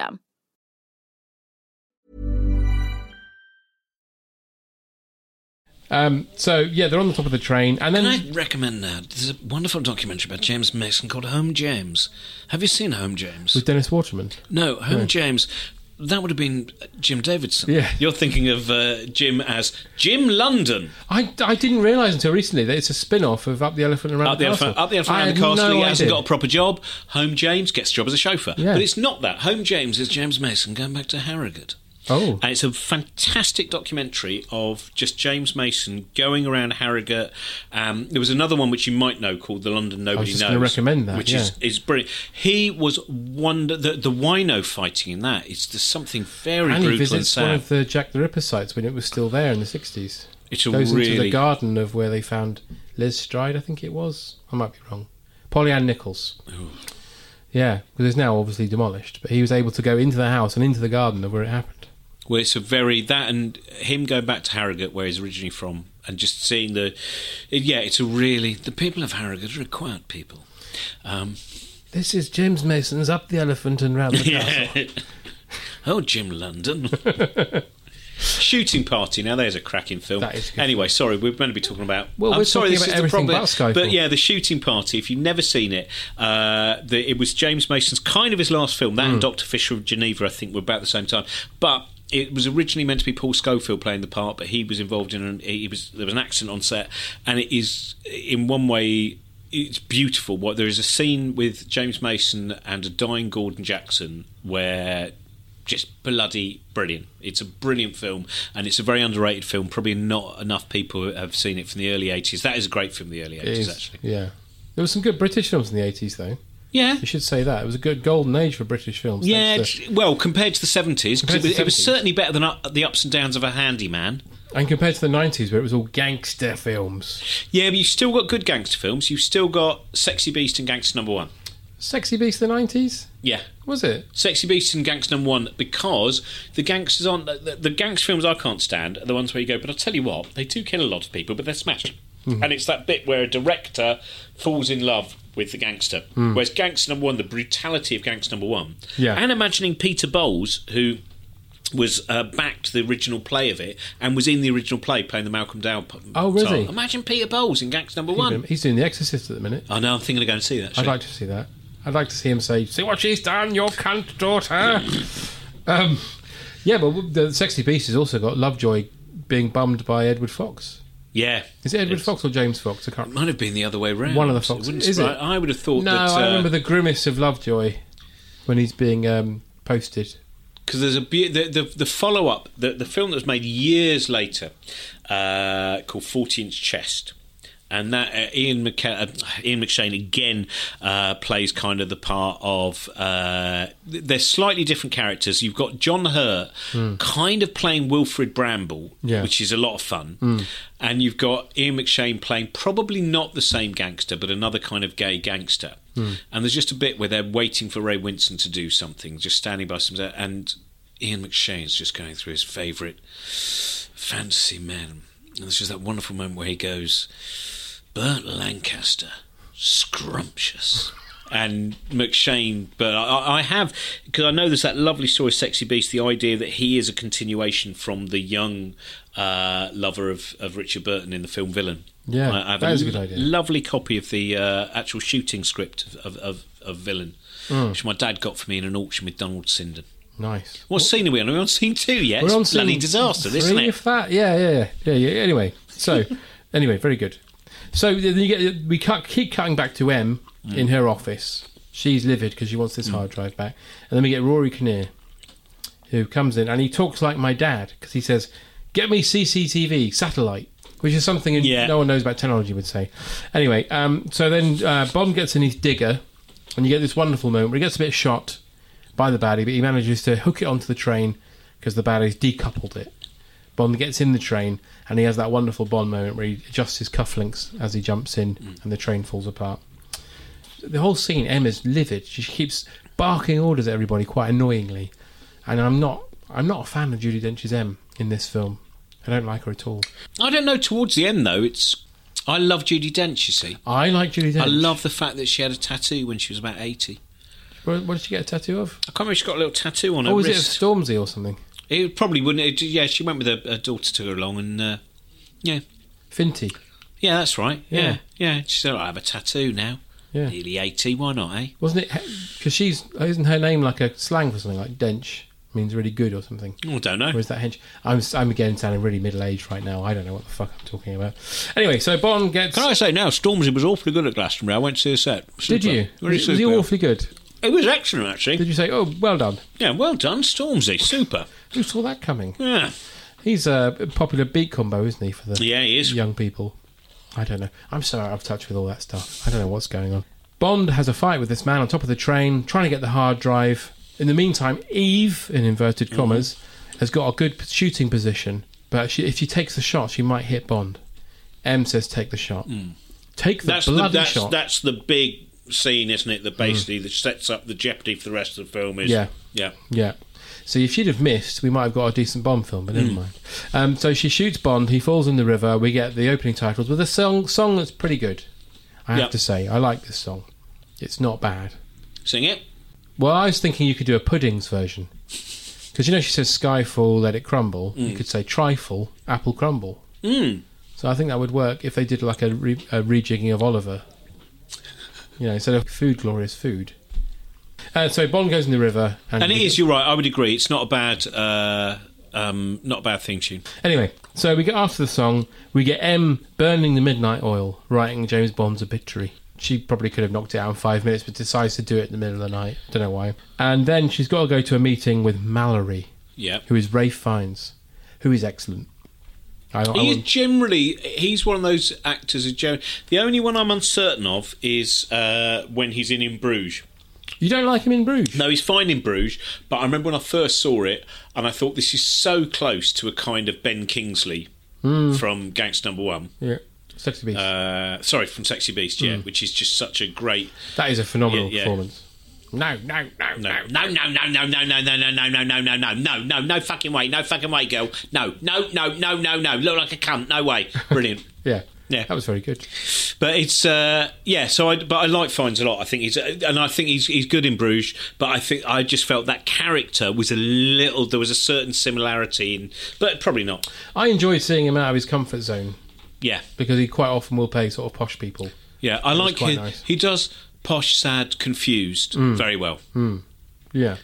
Speaker 6: Um, so yeah, they're on the top of the train, and then
Speaker 8: (laughs) Can I recommend that? There's a wonderful documentary about James Mason called Home James. Have you seen Home James?
Speaker 6: with Dennis Waterman.
Speaker 8: No, Home James. That would have been uh, Jim Davidson.
Speaker 6: Yeah.
Speaker 8: You're thinking of uh, Jim as Jim London.
Speaker 6: I, I didn't realise until recently that it's a spin off of Up the Elephant and Around
Speaker 8: Up the,
Speaker 6: the
Speaker 8: elephant,
Speaker 6: Castle.
Speaker 8: up the
Speaker 6: I
Speaker 8: elephant around the
Speaker 6: had
Speaker 8: castle.
Speaker 6: no
Speaker 8: he hasn't
Speaker 6: idea.
Speaker 8: got a proper job. Home James gets a job as a chauffeur.
Speaker 6: Yeah.
Speaker 8: But it's not that. Home James is James Mason going back to Harrogate.
Speaker 6: Oh,
Speaker 8: And Uh, it's a fantastic documentary of just James Mason going around Harrogate. Um, there was another one which you might know called The London Nobody
Speaker 6: just
Speaker 8: Knows.
Speaker 6: gonna recommend that,
Speaker 8: Which is,
Speaker 6: yeah.
Speaker 8: is brilliant. He was wonder the, the wino fighting in that. It's there's something
Speaker 6: and
Speaker 8: very
Speaker 6: he
Speaker 8: brutal and
Speaker 6: visits
Speaker 8: sad.
Speaker 6: one of the Jack the Ripper sites when it was still there in the sixties.
Speaker 8: It's a
Speaker 6: Goes into the
Speaker 8: really-
Speaker 6: garden of where they found Liz Stride, I think it was. I might be wrong. Polly Ann Nichols. Yeah, because it's now obviously demolished, but he was able to go into the house and into the garden of where it happened.
Speaker 8: Well, it's a very that and him going back to Harrogate, where he's originally from, and just seeing the yeah, it's a really the people of Harrogate are a quiet people. Um,
Speaker 6: This is James Mason's Up the Elephant and
Speaker 8: (laughs)
Speaker 6: Round the Castle.
Speaker 8: yeah. oh, Jim London.
Speaker 6: (laughs)
Speaker 8: Shooting Party. Now, there's a cracking film.
Speaker 6: That is a good
Speaker 8: Anyway, sorry, we're meant to be talking about.
Speaker 6: Well,
Speaker 8: I'm
Speaker 6: we're
Speaker 8: sorry,
Speaker 6: talking
Speaker 8: this
Speaker 6: about
Speaker 8: is the
Speaker 6: everything
Speaker 8: problem.
Speaker 6: but Skyfall.
Speaker 8: But yeah, the Shooting Party. If you've never seen it, uh, the, it was James Mason's kind of his last film. That
Speaker 6: Mm.
Speaker 8: and Doctor Fisher of Geneva, I think, were about the same time. But it was originally meant to be Paul Schofield playing the part, but he was involved in an, he was there was an accident on set, and it is in one way. It's beautiful. What there is a scene with James Mason and a dying Gordon Jackson where just bloody brilliant. It's a brilliant film, and it's a very underrated film. Probably not enough people have seen it from the early eighties. That is a great film, the early
Speaker 6: It
Speaker 8: eighties,
Speaker 6: is,
Speaker 8: actually.
Speaker 6: yeah. There were some good British films in the eighties, though.
Speaker 8: Yeah,
Speaker 6: You should say that it was a good golden age for British films.
Speaker 8: yeah.
Speaker 6: thanks to-
Speaker 8: it's- Well, compared to the seventies,
Speaker 6: uh, Compared
Speaker 8: it,
Speaker 6: to
Speaker 8: was-
Speaker 6: the
Speaker 8: it was
Speaker 6: 70s.
Speaker 8: certainly better than up, the ups and downs of a handyman.
Speaker 6: and compared to the nineties, where it was all gangster films.
Speaker 8: Yeah, but you've still got good gangster films. You've still got Sexy Beast and Gangster Number One.
Speaker 6: Sexy Beast, the nineties
Speaker 8: Yeah,
Speaker 6: was it?
Speaker 8: Sexy Beast and Gangster Number One because the gangsters aren't the, the, the gangster films I can't stand are the ones where you go. But I tell you what, they do kill a lot of people, but they're smashed.
Speaker 6: Mm-hmm.
Speaker 8: And it's that bit where a director falls in love with the gangster. Whereas Gangster Number One, the brutality of Gangster Number One,
Speaker 6: Mm. Yeah.
Speaker 8: and imagining Peter Bowles who. Was uh, backed the original play of it and was in the original play playing the Malcolm Dowell. p-
Speaker 6: Oh, really?
Speaker 8: style. Imagine Peter Bowles in Gangster Number One.
Speaker 6: He's doing The Exorcist at the minute.
Speaker 8: I know. I'm thinking of going to see that.
Speaker 6: I'd
Speaker 8: actually.
Speaker 6: like to see that. I'd like to see him say, "See what she's done, your cunt
Speaker 8: (laughs)
Speaker 6: daughter." um, yeah, but the sexy beast has also got Lovejoy being bummed by Edward Fox.
Speaker 8: Yeah.
Speaker 6: Is it Edward Fox or James Fox? I can't.
Speaker 8: Might have been the other way round.
Speaker 6: One of the
Speaker 8: It
Speaker 6: Foxes.
Speaker 8: wouldn't
Speaker 6: Is
Speaker 8: surprise-
Speaker 6: it?
Speaker 8: I would have thought
Speaker 6: No,
Speaker 8: that,
Speaker 6: I
Speaker 8: uh,
Speaker 6: remember the grimace of Lovejoy when he's being um, posted.
Speaker 8: because there's a be- the the, the follow up the the film that was made years later uh, called Forty Inch Chest. And that uh, Ian, McK- uh, Ian McShane again uh, plays kind of the part of. Uh, th- they're slightly different characters. You've got John Hurt
Speaker 6: Hmm.
Speaker 8: kind of playing Wilfred Bramble,
Speaker 6: Yeah.
Speaker 8: which is a lot of fun.
Speaker 6: Mm.
Speaker 8: And you've got Ian McShane playing probably not the same gangster, but another kind of gay gangster.
Speaker 6: Hmm.
Speaker 8: And there's just a bit where they're waiting for Ray Winston to do something, just standing by some, and Ian McShane's just going through his favourite fantasy men. And there's just that wonderful moment where he goes, Burt Lancaster, scrumptious. (laughs) And McShane, but I, I have, because I know there's that lovely story of Sexy Beast, the idea that he is a continuation from the young uh, lover of, of Richard Burton in the film Villain.
Speaker 6: Yeah,
Speaker 8: I, I have
Speaker 6: that is a
Speaker 8: l-
Speaker 6: good idea.
Speaker 8: Lovely copy of the uh, actual shooting script of, of, of Villain,
Speaker 6: Mm.
Speaker 8: which my dad got for me in an auction with Donald Sinden.
Speaker 6: Nice.
Speaker 8: What scene are we on? Are we on scene two yet? it's
Speaker 6: scene
Speaker 8: bloody disaster,
Speaker 6: three,
Speaker 8: is isn't it?
Speaker 6: If that, yeah, yeah, yeah, yeah, yeah. Anyway,
Speaker 8: (laughs)
Speaker 6: so anyway, very good. So then you get we cut, keep cutting back to M in
Speaker 8: Mm.
Speaker 6: her office. She's livid because she wants this hard drive back, and then we get Rory Kinnear, who comes in and he talks like my dad because he says, "Get me CCTV satellite." Which is something no one knows about technology would say. Anyway, um, so then uh, Bond gets in his digger, and you get this wonderful moment where he gets a bit shot by the baddie, but he manages to hook it onto the train because the baddie's decoupled it. Bond gets in the train, and he has that wonderful Bond moment where he adjusts his cufflinks as he jumps in, and the train falls apart. The whole scene, Emma's livid. She keeps barking orders at everybody quite annoyingly, and I'm not. I'm not a fan of Judy Dench's M in this film. I don't like her at all.
Speaker 8: I don't know. Towards the end, though, it's. I love Judy Dench. You see,
Speaker 6: I like Judy Dench.
Speaker 8: I love the fact that she had a tattoo when she was about eighty.
Speaker 6: Where- What, did she get a tattoo of?
Speaker 8: I can't remember. if She got a little tattoo on her
Speaker 6: Oh, was it of
Speaker 8: wrist.
Speaker 6: Stormzy or something?
Speaker 8: It, probably wouldn't. It, yeah, she went with her, her daughter to her along, and uh, yeah,
Speaker 6: Finty.
Speaker 8: yeah, that's right.
Speaker 6: Yeah.
Speaker 8: Yeah, yeah. She said, "I have a tattoo now.
Speaker 6: Yeah.
Speaker 8: Nearly eighty. Why not? Eh?
Speaker 6: Wasn't it? Because she's isn't her name like a slang for something like dench means really good or something?
Speaker 8: I don't know.
Speaker 6: Or is that hench? I'm I'm again sounding really middle aged right now. I don't know what the fuck I'm talking about. Anyway, so Bond gets.
Speaker 8: Can I say now? Stormzy was awfully good at Glastonbury. I went to see a set.
Speaker 6: Did
Speaker 8: Super.
Speaker 6: you?
Speaker 8: Really
Speaker 6: Was, was he
Speaker 8: super.
Speaker 6: awfully good?
Speaker 8: It was excellent, actually.
Speaker 6: Did you say, "Oh, well done"?
Speaker 8: Yeah, well done, Stormzy. Super.
Speaker 6: Who saw that coming?
Speaker 8: Yeah.
Speaker 6: He's a popular beat combo, isn't he? For the
Speaker 8: Yeah, he is.
Speaker 6: young people. I don't know. I'm so out of touch with all that stuff. I don't know what's going on. Bond has a fight with this man on top of the train, trying to get the hard drive. In the meantime, Eve, in
Speaker 8: Mm.
Speaker 6: inverted commas, has got a good shooting position, but she, if she takes the shot, she might hit Bond. M says, "Take the shot. Take the
Speaker 8: Mm. that's the,
Speaker 6: bloody
Speaker 8: that's,
Speaker 6: shot." Mm.
Speaker 8: that's the big scene, isn't it? That basically that sets up the jeopardy for the rest of the film. Is
Speaker 6: Yeah.
Speaker 8: yeah.
Speaker 6: Yeah. So if she'd have missed, we might have got a decent Bond film, but never
Speaker 8: Mm.
Speaker 6: mind. Um, so she shoots Bond. He falls in the river. We get the opening titles with a song song that's pretty good. I have
Speaker 8: Yep.
Speaker 6: to say, I like this song. It's not bad.
Speaker 8: Sing it.
Speaker 6: Well, I was thinking you could do a puddings version because you know she says skyfall, let it crumble. You
Speaker 8: Mm.
Speaker 6: could say trifle, apple crumble.
Speaker 8: Mm.
Speaker 6: So I think that would work if they did like a, re- a rejigging of Oliver. You know, instead of food, glorious food. Uh, so Bond goes in the river,
Speaker 8: And,
Speaker 6: and,
Speaker 8: it
Speaker 6: we-
Speaker 8: is. You're right. I would agree. It's not a bad. Uh, um, not a bad theme tune.
Speaker 6: Anyway, so we get after the song, we get M burning the midnight oil, writing James Bond's obituary. She probably could have knocked it out in five minutes, but decides to do it in the middle of the night. Don't know why. And then she's got to go to a meeting with Mallory,
Speaker 8: Yeah.
Speaker 6: who is Ray Fiennes, who is excellent. I, I
Speaker 8: He is
Speaker 6: want-
Speaker 8: generally he's one of those actors who gen- the only one I'm uncertain of is uh, when he's in in Bruges.
Speaker 6: you don't like him in Bruges?
Speaker 8: No, he's fine in Bruges, but I remember when I first saw it and I thought this is so close to a kind of Ben Kingsley
Speaker 6: Hmm.
Speaker 8: from Gangster Number One.
Speaker 6: Yeah, sexy beast.
Speaker 8: Uh, sorry, from Sexy Beast,
Speaker 6: Hmm.
Speaker 8: yeah, which is just such a great.
Speaker 6: that is a phenomenal
Speaker 8: Yeah, yeah.
Speaker 6: performance. No, no, no,
Speaker 8: No, no, no, no, no, no, no, no, no, no, no, no, no, no, no, no, no fucking way, no fucking way, girl. No, no, no, no, no, no. Look like a cunt. No way.
Speaker 6: (laughs)
Speaker 8: Brilliant.
Speaker 6: Yeah,
Speaker 8: Yeah.
Speaker 6: that was very good.
Speaker 8: But it's uh, yeah. So I but I like Fines a lot. I think he's and I think he's he's good in Bruges. But I think I just felt that character was a little. There was a certain similarity in, but probably not.
Speaker 6: I enjoyed seeing him out of his comfort zone
Speaker 8: Yeah,
Speaker 6: because he quite often will play sort of posh people.
Speaker 8: yeah. I
Speaker 6: It was
Speaker 8: like
Speaker 6: quite
Speaker 8: him.
Speaker 6: nice.
Speaker 8: He does posh, sad, confused
Speaker 6: Mm.
Speaker 8: very well.
Speaker 6: Hmm. Yeah.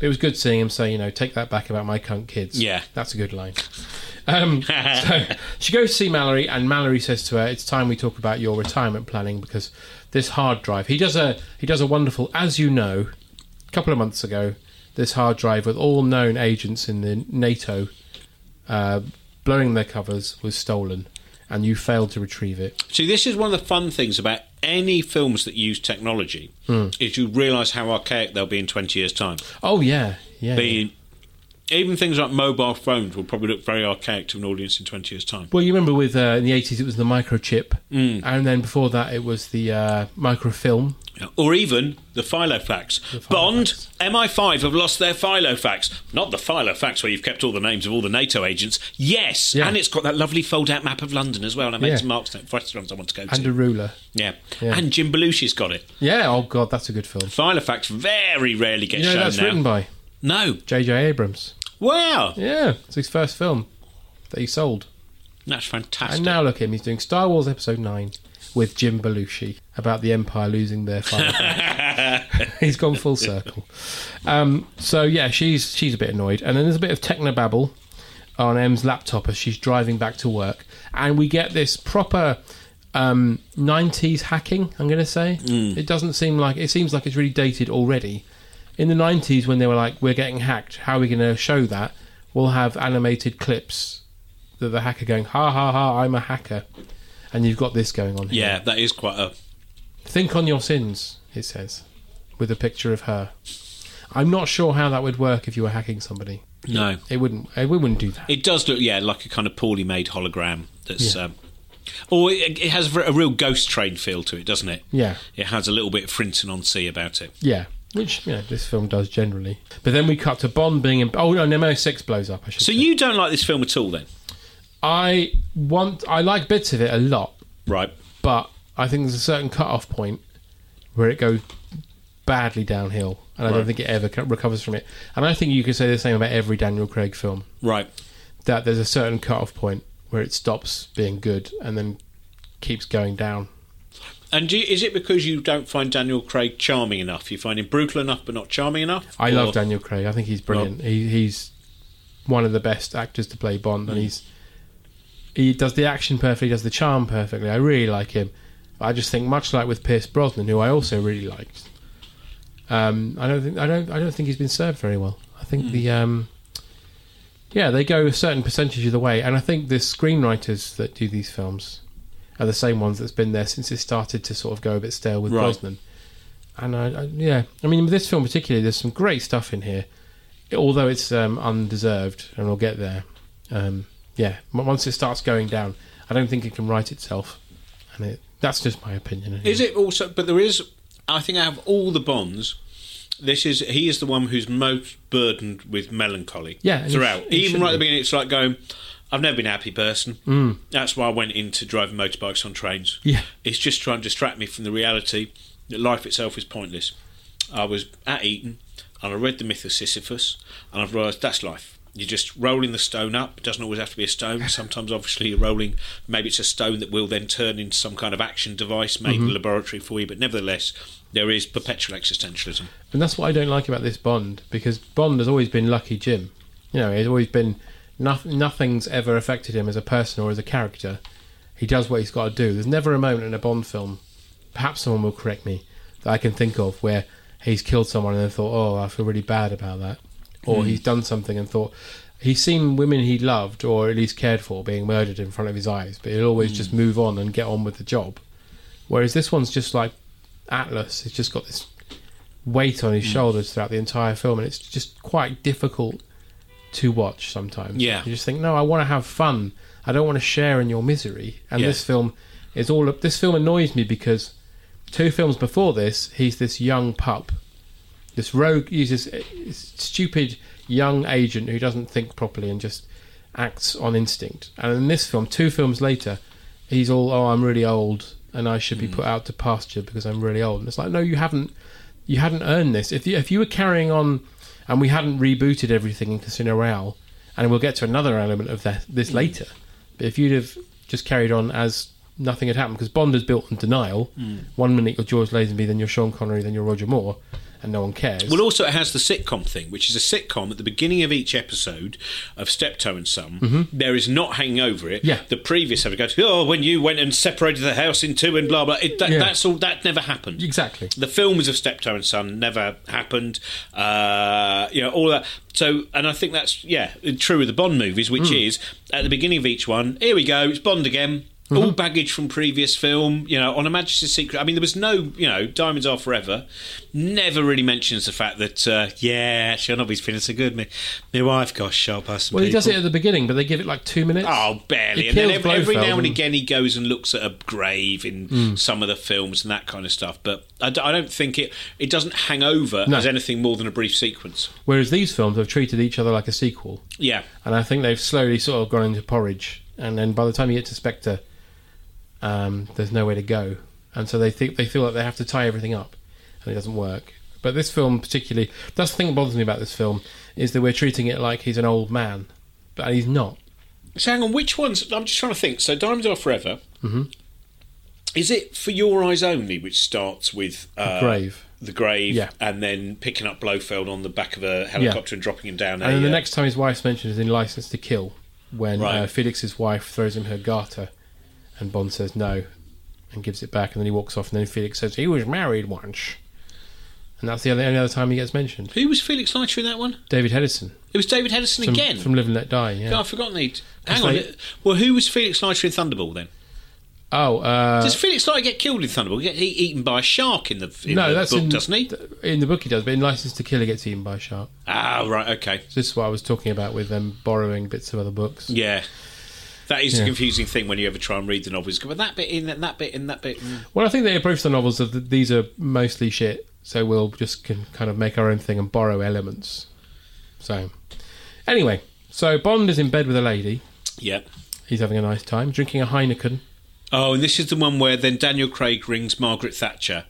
Speaker 6: It was good seeing him say, you know, take that back about my cunt kids.
Speaker 8: Yeah.
Speaker 6: That's a good line. Um, so she goes to see Mallory, and Mallory says to her, "It's time we talk about your retirement planning because this hard drive. He does a he does a wonderful, as you know, a couple of months ago, this hard drive with all known agents in the NATO uh, blowing their covers was stolen, and you failed to retrieve it.
Speaker 8: See, this is one of the fun things about any films that use technology
Speaker 6: Hmm.
Speaker 8: is you realise how archaic they'll be in twenty years' time.
Speaker 6: Oh yeah, yeah.
Speaker 8: Being even things like mobile phones will probably look very archaic to an audience in twenty years' time.
Speaker 6: Well, you remember with uh, in the eighties it was the microchip,
Speaker 8: Mm.
Speaker 6: and then before that it was the uh, microfilm.
Speaker 8: Or even the Filofax. Bond, MI5 have lost their Filofax. Not the Filofax where you've kept all the names of all the NATO agents. Yes, and it's got that lovely fold-out map of London as well. And I made
Speaker 6: Yeah.
Speaker 8: some marks that restaurants I want to go
Speaker 6: and
Speaker 8: to.
Speaker 6: a ruler.
Speaker 8: yeah.
Speaker 6: Yeah.
Speaker 8: and Jim Belushi's got it.
Speaker 6: Yeah. Oh God, that's a good film.
Speaker 8: Filofax very rarely gets
Speaker 6: you know
Speaker 8: shown
Speaker 6: that's
Speaker 8: now.
Speaker 6: written by
Speaker 8: No,
Speaker 6: J.J. Abrams.
Speaker 8: Wow.
Speaker 6: Yeah, it's his first film that he sold.
Speaker 8: That's fantastic.
Speaker 6: And now
Speaker 8: (laughs)
Speaker 6: look at him, he's doing Star Wars Episode 9 with Jim Belushi about the Empire losing
Speaker 8: (laughs)
Speaker 6: their firepower. (laughs) he's gone full circle. Um, so yeah, she's she's a bit annoyed. And then there's a bit of technobabble on M's laptop as she's driving back to work. And we get this proper um, 90s hacking, I'm going to say. It doesn't seem like, it seems like it's really dated already. In the 90s, when they were like, we're getting hacked, how are we going to show that? We'll have animated clips that the hacker going, ha ha ha, I'm a hacker. And you've got this going on here.
Speaker 8: Yeah, that is quite a.
Speaker 6: Think on your sins, it says, with a picture of her. I'm not sure how that would work if you were hacking somebody.
Speaker 8: No.
Speaker 6: It wouldn't. It wouldn't do that.
Speaker 8: It does look, yeah, like a kind of poorly made hologram. That's,
Speaker 6: Yeah.
Speaker 8: um, or it, it has a real ghost train feel to it, doesn't it?
Speaker 6: Yeah.
Speaker 8: It has a little bit of Frinton on sea about it.
Speaker 6: Yeah, which you know this film does generally. But then we cut to Bond being in. Oh no, MO6 blows up. I should.
Speaker 8: So you don't like this film at all, then?
Speaker 6: I want. I like bits of it a lot,
Speaker 8: Right.
Speaker 6: but I think there's a certain cut-off point where it goes badly downhill, and I don't
Speaker 8: Right.
Speaker 6: think it ever co- recovers from it. And I think you could say the same about every Daniel Craig film.
Speaker 8: Right.
Speaker 6: That there's a certain cut-off point where it stops being good and then keeps going down.
Speaker 8: And do you, is it because you don't find Daniel Craig charming enough? You find him brutal enough, but not charming enough?
Speaker 6: I
Speaker 8: Or-
Speaker 6: love Daniel Craig. I think he's brilliant. He, he's one of the best actors to play Bond, and he's he does the action perfectly, does the charm perfectly. I really like him. I just think much like with Pierce Brosnan, who I also really liked. Um, I don't think I don't I don't think he's been served very well. I
Speaker 8: Hmm.
Speaker 6: think the um, yeah they go a certain percentage of the way, and I think the screenwriters that do these films are the same ones that's been there since it started to sort of go a bit stale with
Speaker 8: Right.
Speaker 6: Brosnan. And I, I yeah, I mean with this film particularly, there's some great stuff in here, although it's um, undeserved, and we'll get there. Um, yeah, m- once it starts going down, I don't think it can write itself, and it, that's just my opinion.
Speaker 8: Is it also? But there is. I think out of all the Bonds, this is he is the one who's most burdened with melancholy.
Speaker 6: Yeah, and he
Speaker 8: throughout.
Speaker 6: sh- he
Speaker 8: Even
Speaker 6: shouldn't
Speaker 8: right at
Speaker 6: be.
Speaker 8: the beginning, it's like going. I've never been a happy person.
Speaker 6: Mm.
Speaker 8: That's why I went into driving motorbikes on trains.
Speaker 6: Yeah.
Speaker 8: it's just trying to distract me from the reality that life itself is pointless. I was at Eton and I read the myth of Sisyphus, and I've realised that's life. You're just rolling the stone up. It doesn't always have to be a stone. Sometimes, obviously, you're rolling. Maybe it's a stone that will then turn into some kind of action device made in
Speaker 6: Mhm.
Speaker 8: a laboratory for you. But nevertheless, there is perpetual existentialism.
Speaker 6: And that's what I don't like about this Bond because Bond has always been Lucky Jim. You know, he's always been noth- nothing's ever affected him as a person or as a character. He does what he's got to do. There's never a moment in a Bond film, perhaps someone will correct me, that I can think of where he's killed someone and then thought, "Oh, I feel really bad about that," or
Speaker 8: Hmm.
Speaker 6: he's done something and thought he's seen women he loved or at least cared for being murdered in front of his eyes, but he'll always
Speaker 8: Hmm.
Speaker 6: just move on and get on with the job. Whereas this one's just like Atlas. He's just got this weight on
Speaker 8: Hmm.
Speaker 6: his shoulders throughout the entire film, and it's just quite difficult to watch sometimes.
Speaker 8: Yeah.
Speaker 6: you just think, no, I want to have fun. I don't want to share in your misery. And
Speaker 8: Yeah.
Speaker 6: this film is all. This film annoys me because two films before this, he's this young pup, this rogue, he's this uh, stupid young agent who doesn't think properly and just acts on instinct. And in this film, two films later, he's all, oh, I'm really old and I
Speaker 8: Mm.
Speaker 6: should be put out to pasture because I'm really old. And it's like, no, you haven't, you hadn't earned this. If you, if you were carrying on, and we hadn't rebooted everything in Casino Royale,
Speaker 8: Mm.
Speaker 6: and we'll get to another element of that, this later. But if you'd have just carried on as nothing had happened because Bond is built on denial.
Speaker 8: Mm.
Speaker 6: One minute you're George Lazenby, then you're Sean Connery, then you're Roger Moore, and no one cares.
Speaker 8: Well, also it has the sitcom thing, which is a sitcom at the beginning of each episode of Steptoe and Son.
Speaker 6: Mhm.
Speaker 8: there is not hanging over it.
Speaker 6: Yeah.
Speaker 8: The previous episode goes, oh, when you went and separated the house in two and blah blah. It, that,
Speaker 6: Yeah.
Speaker 8: That's all. That never happened.
Speaker 6: Exactly.
Speaker 8: The films of Steptoe and Son never happened. Uh, you know all that. So, and I think that's yeah true with the Bond movies, which
Speaker 6: Mm.
Speaker 8: is at the beginning of each one. Here we go. It's Bond again.
Speaker 6: Mm-hmm.
Speaker 8: All baggage from previous film, you know, on A Majesty's Secret. I mean, there was no, you know, Diamonds Are Forever. Never really mentions the fact that, uh, yeah, she'll not be feeling so good. Me, my wife got sharp ass.
Speaker 6: Well, he does it at the beginning, but they give it like two minutes.
Speaker 8: Oh, barely.
Speaker 6: It
Speaker 8: And then
Speaker 6: kills
Speaker 8: every, every
Speaker 6: Blofeld
Speaker 8: now and
Speaker 6: and-
Speaker 8: again, he goes and looks at a grave in
Speaker 6: Mm.
Speaker 8: some of the films and that kind of stuff. But I, d- I don't think it it doesn't hang over
Speaker 6: No.
Speaker 8: as anything more than a brief sequence.
Speaker 6: Whereas these films have treated each other like a sequel.
Speaker 8: Yeah.
Speaker 6: And I think they've slowly sort of gone into porridge. And then by the time you get to Spectre, um, there's nowhere to go. And so they think they feel like they have to tie everything up, and it doesn't work. But this film, particularly, that's the thing that bothers me about this film is that we're treating it like he's an old man, but he's not.
Speaker 8: So hang on, which ones? I'm just trying to think. So Diamonds Are Forever.
Speaker 6: Mhm.
Speaker 8: Is it For Your Eyes Only, which starts with uh,
Speaker 6: grave.
Speaker 8: the grave,
Speaker 6: Yeah.
Speaker 8: and then picking up Blofeld on the back of a helicopter and dropping him
Speaker 6: And
Speaker 8: down? a,
Speaker 6: then the
Speaker 8: uh,
Speaker 6: next time his wife's mentioned is in License to Kill, when uh,
Speaker 8: Right.
Speaker 6: Felix's wife throws him her garter, and Bond says no, and gives it back, and then he walks off, and then Felix says he was married once, and that's the only, only other time he gets mentioned.
Speaker 8: Who was Felix Leiter in that one?
Speaker 6: David Hedison.
Speaker 8: It was David Hedison
Speaker 6: from,
Speaker 8: again.
Speaker 6: from Live and Let Die. Yeah.
Speaker 8: God, I've forgotten he'd.
Speaker 6: Because
Speaker 8: Hang on.
Speaker 6: they-
Speaker 8: Well, who was Felix Leiter in Thunderball then?
Speaker 6: Oh, uh,
Speaker 8: does Felix Leiter get killed in Thunderball? Get he eaten by a shark in the, in
Speaker 6: no,
Speaker 8: the
Speaker 6: that's
Speaker 8: book,
Speaker 6: in,
Speaker 8: doesn't he?
Speaker 6: In the book, he does, but in License to Kill, he gets eaten by a shark.
Speaker 8: Ah, right, okay.
Speaker 6: So this is what I was talking about with them borrowing bits of other books.
Speaker 8: Yeah. That is
Speaker 6: Yeah.
Speaker 8: the confusing thing when you ever try and read the novels. But that bit in, and that bit in, that bit in.
Speaker 6: Well, I think they approach the novels of that these are mostly shit, so we'll just can kind of make our own thing and borrow elements. So, anyway, so Bond is in bed with a lady.
Speaker 8: Yeah.
Speaker 6: He's having a nice time, drinking a Heineken.
Speaker 8: Oh, and this is the one where then Daniel Craig rings Margaret Thatcher.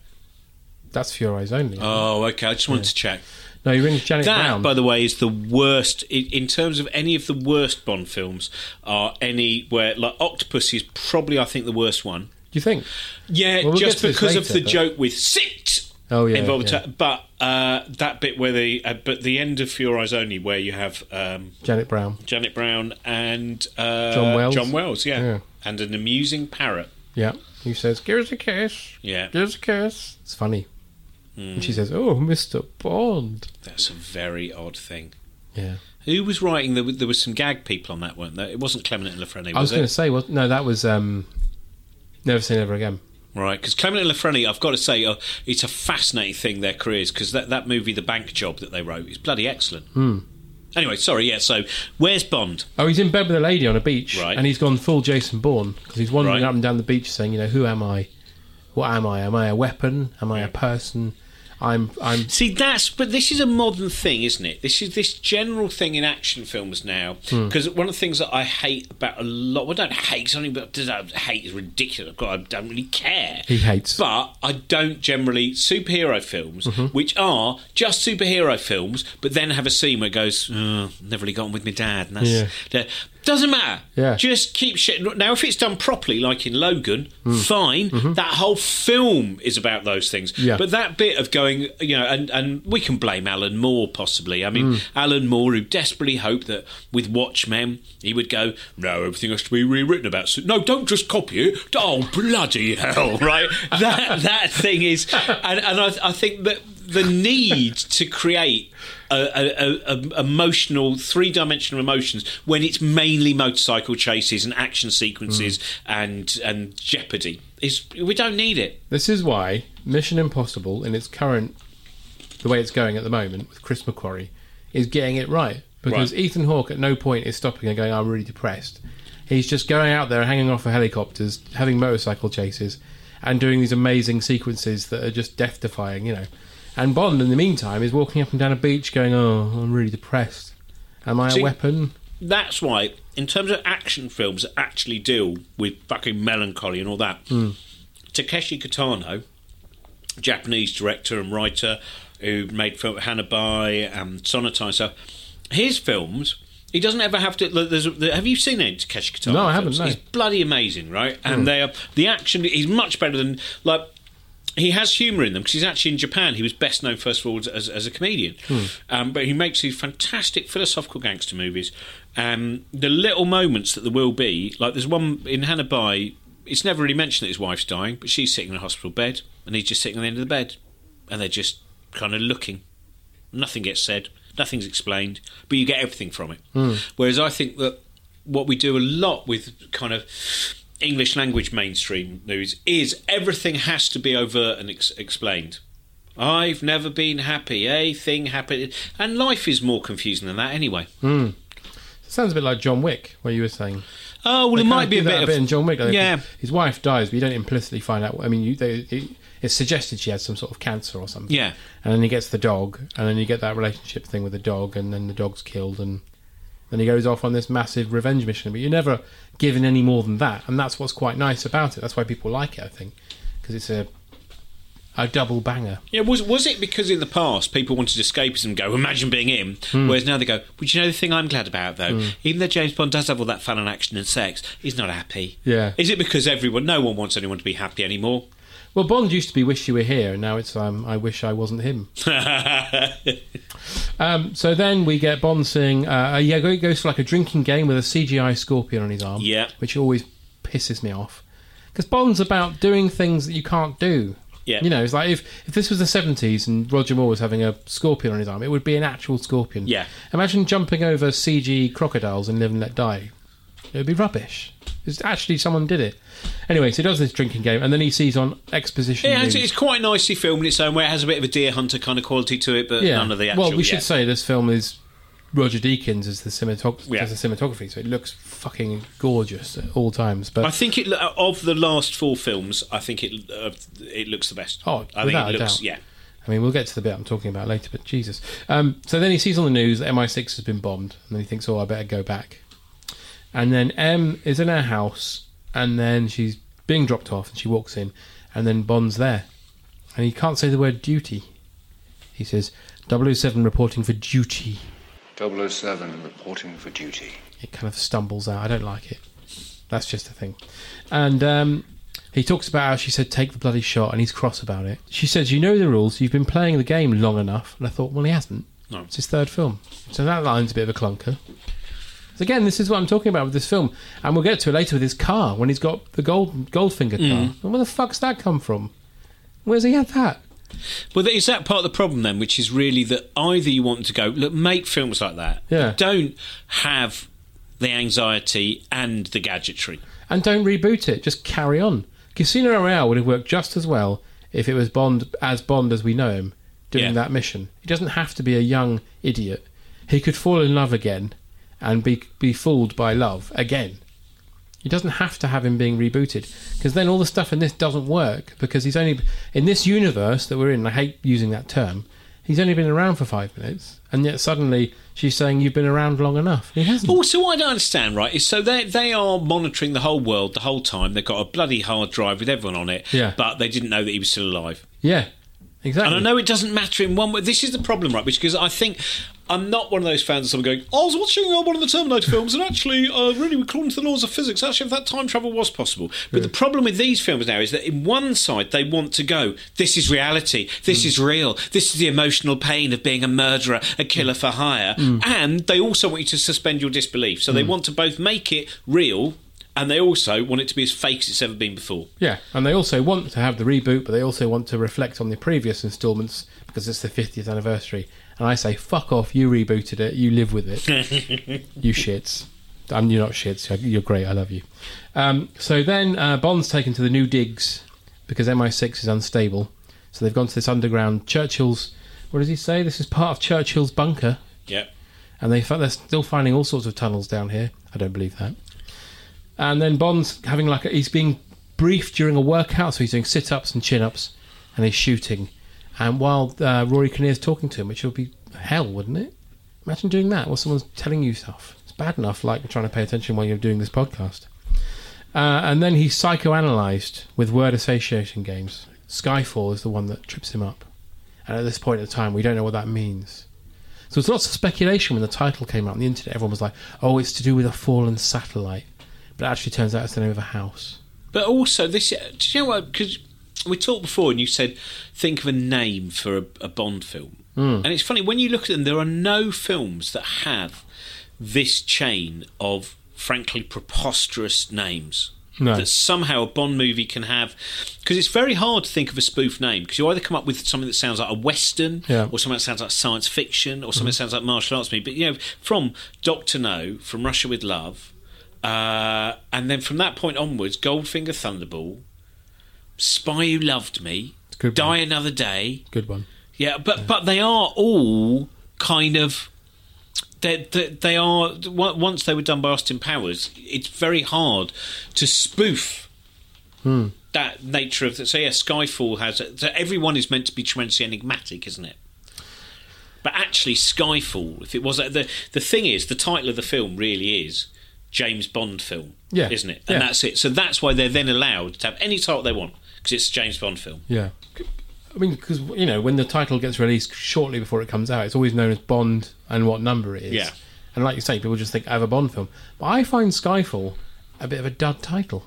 Speaker 6: That's for your eyes only.
Speaker 8: Oh, okay. I just wanted to check.
Speaker 6: no, he rings Janet
Speaker 8: that,
Speaker 6: Brown.
Speaker 8: by the way, is the worst in, in terms of any of the worst Bond films. Are any where like Octopus is probably I think the worst one.
Speaker 6: Do you think?
Speaker 8: Yeah,
Speaker 6: Well, we'll get
Speaker 8: just
Speaker 6: to this
Speaker 8: because of
Speaker 6: later,
Speaker 8: the
Speaker 6: but-
Speaker 8: joke with sit.
Speaker 6: Oh, yeah,
Speaker 8: involved.
Speaker 6: yeah.
Speaker 8: But uh, that bit where the uh, but the end of For Your Eyes Only, where you have um,
Speaker 6: Janet Brown.
Speaker 8: Janet Brown and uh,
Speaker 6: John Wells.
Speaker 8: John Wells, yeah.
Speaker 6: Yeah.
Speaker 8: and an amusing parrot.
Speaker 6: Yeah, he says, "Give us a kiss."
Speaker 8: Yeah.
Speaker 6: give us a kiss. It's funny.
Speaker 8: Mm.
Speaker 6: And she says, "Oh, Mr. Bond."
Speaker 8: That's a very odd thing.
Speaker 6: Yeah.
Speaker 8: Who was writing? There, were- there was some gag people on that, weren't there? It wasn't Clement and Lafreni. Was
Speaker 6: I was going
Speaker 8: it?
Speaker 6: to say, well, no, that was um, Never Say Never Again.
Speaker 8: Right, because Clement and Lafreni, I've got to say, uh, it's a fascinating thing their careers because that, that movie, The Bank Job, that they wrote, is bloody excellent.
Speaker 6: Hmm.
Speaker 8: Anyway, sorry, yeah. So, where's Bond?
Speaker 6: Oh, he's in bed with a lady on a beach,
Speaker 8: Right.
Speaker 6: and he's gone full Jason Bourne because he's wandering
Speaker 8: Right.
Speaker 6: up and down the beach, saying, "You know, who am I? What am I? Am I a weapon? Am I a person? I'm, I'm."
Speaker 8: See, that's but this is a modern thing, isn't it? This is this general thing in action films now.
Speaker 6: Hmm.
Speaker 8: Because one of the things that I hate about a lot, well, I don't hate something, but I hate is ridiculous. I've got- I don't really care.
Speaker 6: He hates.
Speaker 8: But I don't generally superhero films,
Speaker 6: Mhm.
Speaker 8: which are just superhero films, but then have a scene where it goes, "Ugh, never really got on with my dad, and that's
Speaker 6: Yeah.
Speaker 8: that- doesn't matter.
Speaker 6: Yeah.
Speaker 8: Just keep shit. Now, if it's done properly, like in Logan,
Speaker 6: Mm.
Speaker 8: fine.
Speaker 6: Mm-hmm.
Speaker 8: That whole film is about those things.
Speaker 6: Yeah.
Speaker 8: But that bit of going, you know, and, and we can blame Alan Moore possibly. I mean,
Speaker 6: Mm.
Speaker 8: Alan Moore, who desperately hoped that with Watchmen, he would go, no, everything has to be rewritten about. Su- No, don't just copy it. Oh, bloody hell, (laughs) right? that, that thing is. And, and I, I think that the need to create a, a, a, a emotional, three dimensional emotions when it's mainly motorcycle chases and action sequences
Speaker 6: Mm.
Speaker 8: and, and jeopardy is we don't need it.
Speaker 6: This is why Mission Impossible, in its current, the way it's going at the moment with Chris McQuarrie, is getting it right because
Speaker 8: Right.
Speaker 6: Ethan Hawke at no point is stopping and going, "I'm really depressed." He's just going out there, hanging off of helicopters, having motorcycle chases, and doing these amazing sequences that are just death-defying, you know. And Bond, in the meantime, is walking up and down a beach, going, "Oh, I'm really depressed. Am I
Speaker 8: See-
Speaker 6: a weapon?"
Speaker 8: That's why, in terms of action films that actually deal with fucking melancholy and all that,
Speaker 6: Mm.
Speaker 8: Takeshi Kitano, Japanese director and writer who made film Hanabai and Sonata and stuff, his films He doesn't ever have to. look, There's, a- there, have you seen any Takeshi Kitano?
Speaker 6: No, I haven't,
Speaker 8: films?
Speaker 6: no.
Speaker 8: He's bloody amazing, right? And
Speaker 6: Hmm.
Speaker 8: they are the action. He's much better than like. He has humour in them because he's actually in Japan. He was best known, first of all, as, as, as a comedian.
Speaker 6: Hmm.
Speaker 8: Um, but he makes these fantastic philosophical gangster movies. Um, the little moments that there will be, like there's one in Hanabai, it's never really mentioned that his wife's dying, but she's sitting in a hospital bed and he's just sitting on the end of the bed and they're just kind of looking. Nothing gets said, nothing's explained, but you get everything from it.
Speaker 6: Hmm.
Speaker 8: Whereas I think that what we do a lot with kind of English language mainstream news is everything has to be overt and ex- explained. I've never been happy. A thing happened, and life is more confusing than that anyway.
Speaker 6: Hmm. Sounds a bit like John Wick, where you were saying.
Speaker 8: Oh well,
Speaker 6: They
Speaker 8: it
Speaker 6: kind
Speaker 8: might
Speaker 6: of
Speaker 8: be a
Speaker 6: do that
Speaker 8: bit of
Speaker 6: in John Wick. I think.
Speaker 8: Yeah,
Speaker 6: his wife dies, but you don't implicitly find out. I mean, you, they, it, it's suggested she had some sort of cancer or something.
Speaker 8: Yeah.
Speaker 6: and then he gets the dog, and then you get that relationship thing with the dog, and then the dog's killed, and then he goes off on this massive revenge mission. But you're never given any more than that, and that's what's quite nice about it. That's why people like it, I think, because it's a a double banger.
Speaker 8: yeah. Was was it because in the past people wanted escapism? and Go, imagine being him.
Speaker 6: Hmm.
Speaker 8: Whereas now they go, would you know the thing I'm glad about though?
Speaker 6: Hmm.
Speaker 8: Even though James Bond does have all that fun and action and sex, he's not happy.
Speaker 6: Yeah.
Speaker 8: Is it because everyone, no one wants anyone to be happy anymore? (laughs)
Speaker 6: Well, Bond used to be "Wish You Were Here," and now it's um, "I Wish I Wasn't Him." Um, so then we get Bond seeing uh, yeah, he goes for like a drinking game with a CGI scorpion on his arm,
Speaker 8: Yeah.
Speaker 6: which always pisses me off because Bond's about doing things that you can't do.
Speaker 8: Yeah.
Speaker 6: you know, it's like if, if this was the seventies and Roger Moore was having a scorpion on his arm, it would be an actual scorpion.
Speaker 8: Yeah.
Speaker 6: imagine jumping over CG crocodiles in Live and Let Die. It would be rubbish. It's actually someone did it. Anyway, so he does this drinking game, and then he sees on exposition.
Speaker 8: Yeah, it's,
Speaker 6: news-
Speaker 8: it's quite nicely filmed in its own way. It has a bit of a deer hunter kind of quality to it, but none of the actual.
Speaker 6: Well, we
Speaker 8: yeah.
Speaker 6: should say this film is Roger Deakins is the cinematog-
Speaker 8: Yeah.
Speaker 6: does the cinematography, so it looks fucking gorgeous at all times. But
Speaker 8: I think it uh, of the last four films. I think it uh, it looks the best.
Speaker 6: Oh,
Speaker 8: I think
Speaker 6: without
Speaker 8: it
Speaker 6: a
Speaker 8: looks
Speaker 6: doubt.
Speaker 8: yeah.
Speaker 6: I mean, we'll get to the bit I'm talking about later. But Jesus. Um, so then he sees on the news that MI6 has been bombed, and then he thinks, "Oh, I better go back." And then M is in her house, and then she's being dropped off, and she walks in, and then Bond's there, and he can't say the word duty. He says, "007 reporting for duty."
Speaker 10: 007 reporting for duty.
Speaker 6: it kind of stumbles out. I don't like it. That's just a thing. And um, he talks about how she said, take the bloody shot, and he's cross about it. She says, You know the rules. You've been playing the game long enough. And I thought, Well, he hasn't.
Speaker 8: No.
Speaker 6: It's his third film. So that line's a bit of a clunker. So again, this is what I'm talking about with this film. And we'll get to it later with his car when he's got the gold Goldfinger car.
Speaker 8: Mm.
Speaker 6: And where the fuck's that come from? Where's he had that?
Speaker 8: Well, is that part of the problem then? Which is really that either you want to go look make films like that.
Speaker 6: Yeah.
Speaker 8: but Don't have the anxiety and the gadgetry.
Speaker 6: and don't reboot it. Just carry on. Casino Royale would have worked just as well if it was Bond as Bond as we know him doing
Speaker 8: Yeah.
Speaker 6: that mission. He doesn't have to be a young idiot. He could fall in love again and be be fooled by love again. He doesn't have to have him being rebooted because then all the stuff in this doesn't work because he's only in this universe that we're in. I hate using that term. He's only been around for five minutes, and yet suddenly she's saying you've been around long enough. He hasn't.
Speaker 8: Also, what I don't understand, right, is so they they are monitoring the whole world the whole time. They've got a bloody hard drive with everyone on it.
Speaker 6: Yeah.
Speaker 8: But they didn't know that he was still alive.
Speaker 6: Yeah, exactly.
Speaker 8: And I know it doesn't matter in one way. This is the problem, right? Which because I think I'm not one of those fans of someone going, I was watching uh, one of the Terminator films, and actually, uh, really, according to the laws of physics, actually, if that time travel was possible. But the problem with these films now is that in one side, they want to go, this is reality, this
Speaker 6: Mm.
Speaker 8: is real, this is the emotional pain of being a murderer, a killer for hire.
Speaker 6: Mm.
Speaker 8: And they also want you to suspend your disbelief. So they
Speaker 6: Mm.
Speaker 8: want to both make it real. And they also want it to be as fake as it's ever been before.
Speaker 6: Yeah, and they also want to have the reboot, but they also want to reflect on the previous instalments because it's the 50th anniversary. And I say, fuck off, you rebooted it, you live with it. you shits. Um, you're not shits, you're great, I love you. Um, so then uh, Bond's taken to the new digs because MI6 is unstable. So they've gone to this underground Churchill's. What does he say? This is part of Churchill's bunker.
Speaker 8: Yeah.
Speaker 6: And they, fi- they're still finding all sorts of tunnels down here. I don't believe that. And then Bond's having like a, he's being briefed during a workout, so he's doing sit ups and chin ups, and he's shooting. And while uh, Rory Kinnear's talking to him, which would be hell, wouldn't it? Imagine doing that while someone's telling you stuff. It's bad enough, like trying to pay attention while you're doing this podcast. Uh, and then he's psychoanalyzed with word association games. Skyfall is the one that trips him up. And at this point in time, we don't know what that means. So there's lots of speculation when the title came out on the internet. Everyone was like, "Oh, it's to do with a fallen satellite," but it actually turns out it's the name of a house.
Speaker 8: But also, this. Do you know what? Because we talked before, and you said think of a name for a, a Bond film.
Speaker 6: Mm.
Speaker 8: And it's funny when you look at them. There are no films that have this chain of frankly preposterous names.
Speaker 6: No.
Speaker 8: That somehow a Bond movie can have, because it's very hard to think of a spoof name. Because you either come up with something that sounds like a western,
Speaker 6: Yeah.
Speaker 8: or something that sounds like science fiction, or something
Speaker 6: Mhm.
Speaker 8: that sounds like martial arts movie. But you know, from Doctor No, from Russia with Love, uh, and then from that point onwards, Goldfinger, Thunderball, Spy Who Loved Me,
Speaker 6: good
Speaker 8: Die Another Day.
Speaker 6: Good one.
Speaker 8: Yeah, but but they are all kind of they they, they are on- once they were done by Austin Powers, it's very hard to spoof
Speaker 6: Hmm.
Speaker 8: that nature of so yeah, Skyfall has so everyone is meant to be tremendously enigmatic, isn't it? But actually, Skyfall, if it was the the thing is, the title of the film really is James Bond film,
Speaker 6: Yeah.
Speaker 8: isn't it? And
Speaker 6: Yeah.
Speaker 8: that's it. So that's why they're then allowed to have any title they want because it's a James Bond film.
Speaker 6: Yeah. I mean, because, you know, when the title gets released shortly before it comes out, it's always known as Bond and what number it is.
Speaker 8: Yeah.
Speaker 6: And like you say, people just think, I have a Bond film. But I find Skyfall a bit of a dud title.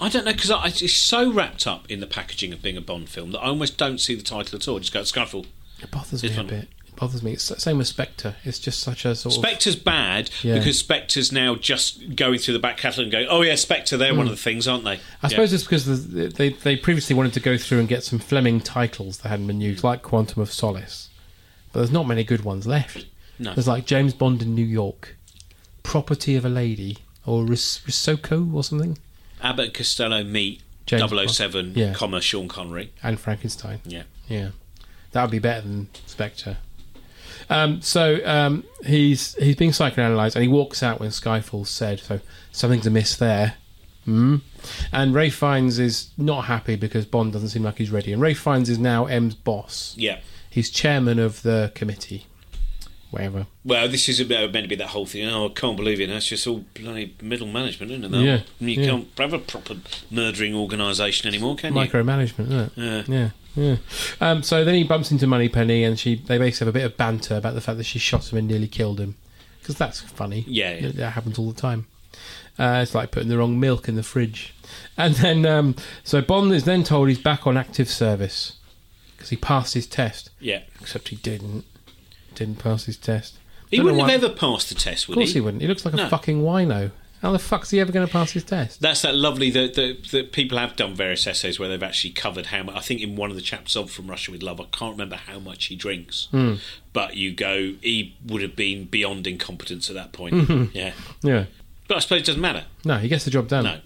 Speaker 8: I don't know because it's so wrapped up in the packaging of being a Bond film that I almost don't see the title at all. Just go Skyfall.
Speaker 6: It bothers me
Speaker 8: It's
Speaker 6: a
Speaker 8: fun.
Speaker 6: bit. It bothers me. It's the same with Spectre. It's just such a sort of.
Speaker 8: Spectre's bad
Speaker 6: Yeah.
Speaker 8: because Spectre's now just going through the back catalogue and going, oh yeah, Spectre, they're one
Speaker 6: Mm.
Speaker 8: of the things, aren't they?
Speaker 6: I suppose it's because the, they, they previously wanted to go through and get some Fleming titles that hadn't been used, like Quantum of Solace. But there's not many good ones left.
Speaker 8: No.
Speaker 6: There's like James Bond in New York, Property of a Lady, or Ris- Risoko or something.
Speaker 8: yeah. Abbott and Costello meet
Speaker 6: James
Speaker 8: 007,
Speaker 6: Bond. Yeah.
Speaker 8: comma Sean Connery.
Speaker 6: and Frankenstein.
Speaker 8: Yeah.
Speaker 6: yeah, that would be better than Spectre. Um, so um, he's he's being psychoanalyzed, and he walks out when Skyfall's said. So something's amiss there. Mm. And Ray Fiennes is not happy because Bond doesn't seem like he's ready. And Ray Fiennes is now M's boss.
Speaker 8: Yeah.
Speaker 6: he's chairman of the committee, whatever.
Speaker 8: Well, this is about, meant to be that whole thing. Oh, I can't believe it. That's just all bloody middle management, isn't it? that?
Speaker 6: Yeah,
Speaker 8: You
Speaker 6: yeah.
Speaker 8: can't have a proper murdering organisation anymore, can you? Uh,
Speaker 6: Micromanagement, isn't it?
Speaker 8: Yeah.
Speaker 6: yeah. yeah. Um, so then he bumps into Moneypenny, and she they basically have a bit of banter about the fact that she shot him and nearly killed him, because that's funny.
Speaker 8: Yeah, yeah.
Speaker 6: That- that happens all the time. Uh, it's like putting the wrong milk in the fridge, and (laughs) then um, so Bond is then told he's back on active service because he passed his test.
Speaker 8: Yeah.
Speaker 6: except he didn't. Didn't pass his test.
Speaker 8: He
Speaker 6: Don't know
Speaker 8: wouldn't
Speaker 6: why-
Speaker 8: have ever passed the test,
Speaker 6: Of
Speaker 8: would
Speaker 6: course
Speaker 8: he?
Speaker 6: he? wouldn't. He looks like
Speaker 8: No.
Speaker 6: a fucking wino. How the fuck's he ever going to pass his test?
Speaker 8: That's that lovely that, that that people have done various essays where they've actually covered how much. I think in one of the chapters of From Russia with Love, I can't remember how much he drinks,
Speaker 6: Hmm.
Speaker 8: but you go, he would have been beyond incompetence at that point.
Speaker 6: Mhm.
Speaker 8: Yeah,
Speaker 6: Yeah.
Speaker 8: but I suppose it doesn't matter. (laughs)
Speaker 6: No, he gets the job done.
Speaker 8: No.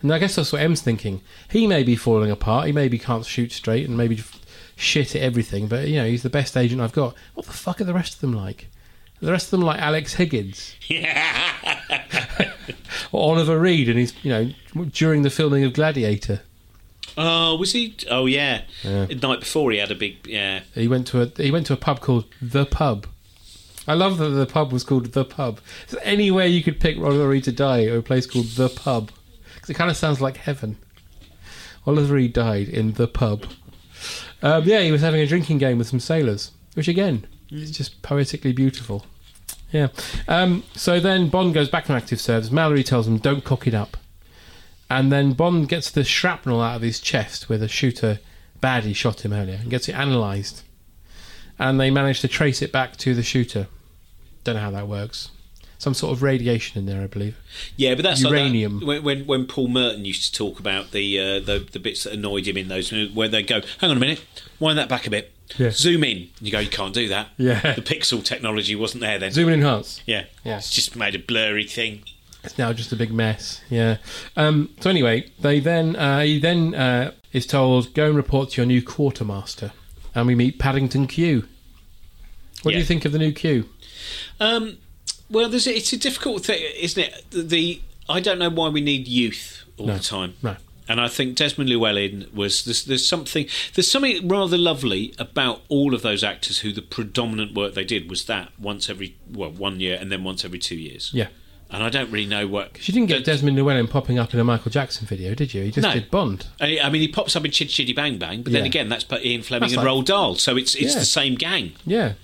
Speaker 6: And I guess that's what M's thinking. He may be falling apart. He maybe can't shoot straight and maybe f- shit at everything. But you know, he's the best agent I've got. What the fuck are the rest of them like? Are the rest of them like Alex Higgins or Oliver Reed, and he's you know during the filming of Gladiator,
Speaker 8: Oh, was he? Oh, yeah. The night before he had a big yeah.
Speaker 6: he went to a he went to a pub called the Pub. I love that the pub was called the Pub. So anywhere you could pick Oliver Reed to die, or a place called the Pub, 'Cause it kind of sounds like heaven. Oliver Reed died in the pub. Um, yeah, he was having a drinking game with some sailors, which again is just poetically beautiful. Yeah. Um, so then Bond goes back on active service. Mallory tells him, "Don't cock it up." And then Bond gets the shrapnel out of his chest where the shooter baddie shot him earlier, and gets it analysed. And they manage to trace it back to the shooter. Don't know how that works. Some sort of radiation in there, I believe.
Speaker 8: Yeah, but that's
Speaker 6: Uranium.
Speaker 8: Like that, when, when when Paul Merton used to talk about the, uh, the the bits that annoyed him in those where they go, hang on a minute, wind that back a bit,
Speaker 6: Yeah.
Speaker 8: zoom in. You go, you can't do that.
Speaker 6: Yeah.
Speaker 8: the pixel technology wasn't there then.
Speaker 6: Zoom and enhance.
Speaker 8: Yeah, yeah. It's just made a blurry thing.
Speaker 6: It's now just a big mess. Yeah. Um, so anyway, they then uh, he then uh, is told go and report to your new quartermaster, and we meet Paddington Q. What do you think of the new Q?
Speaker 8: Um, well, there's it's a difficult thing, isn't it? The, the I don't know why we need youth all
Speaker 6: No,
Speaker 8: the time.
Speaker 6: no.
Speaker 8: And I think Desmond Llewellyn was there's, there's something there's something rather lovely about all of those actors who the predominant work they did was that once every well one year and then once every two years.
Speaker 6: Yeah.
Speaker 8: And I don't really know what.
Speaker 6: Because you didn't get Desmond Llewellyn popping up in a Michael Jackson video, did you? He just
Speaker 8: No.
Speaker 6: did Bond.
Speaker 8: I I mean, he pops up in Chitty Chitty Bang Bang, but then
Speaker 6: Yeah.
Speaker 8: again, that's Ian Fleming
Speaker 6: That's
Speaker 8: and
Speaker 6: like-
Speaker 8: Roald Dahl, so it's it's
Speaker 6: Yeah.
Speaker 8: the same gang.
Speaker 6: Yeah.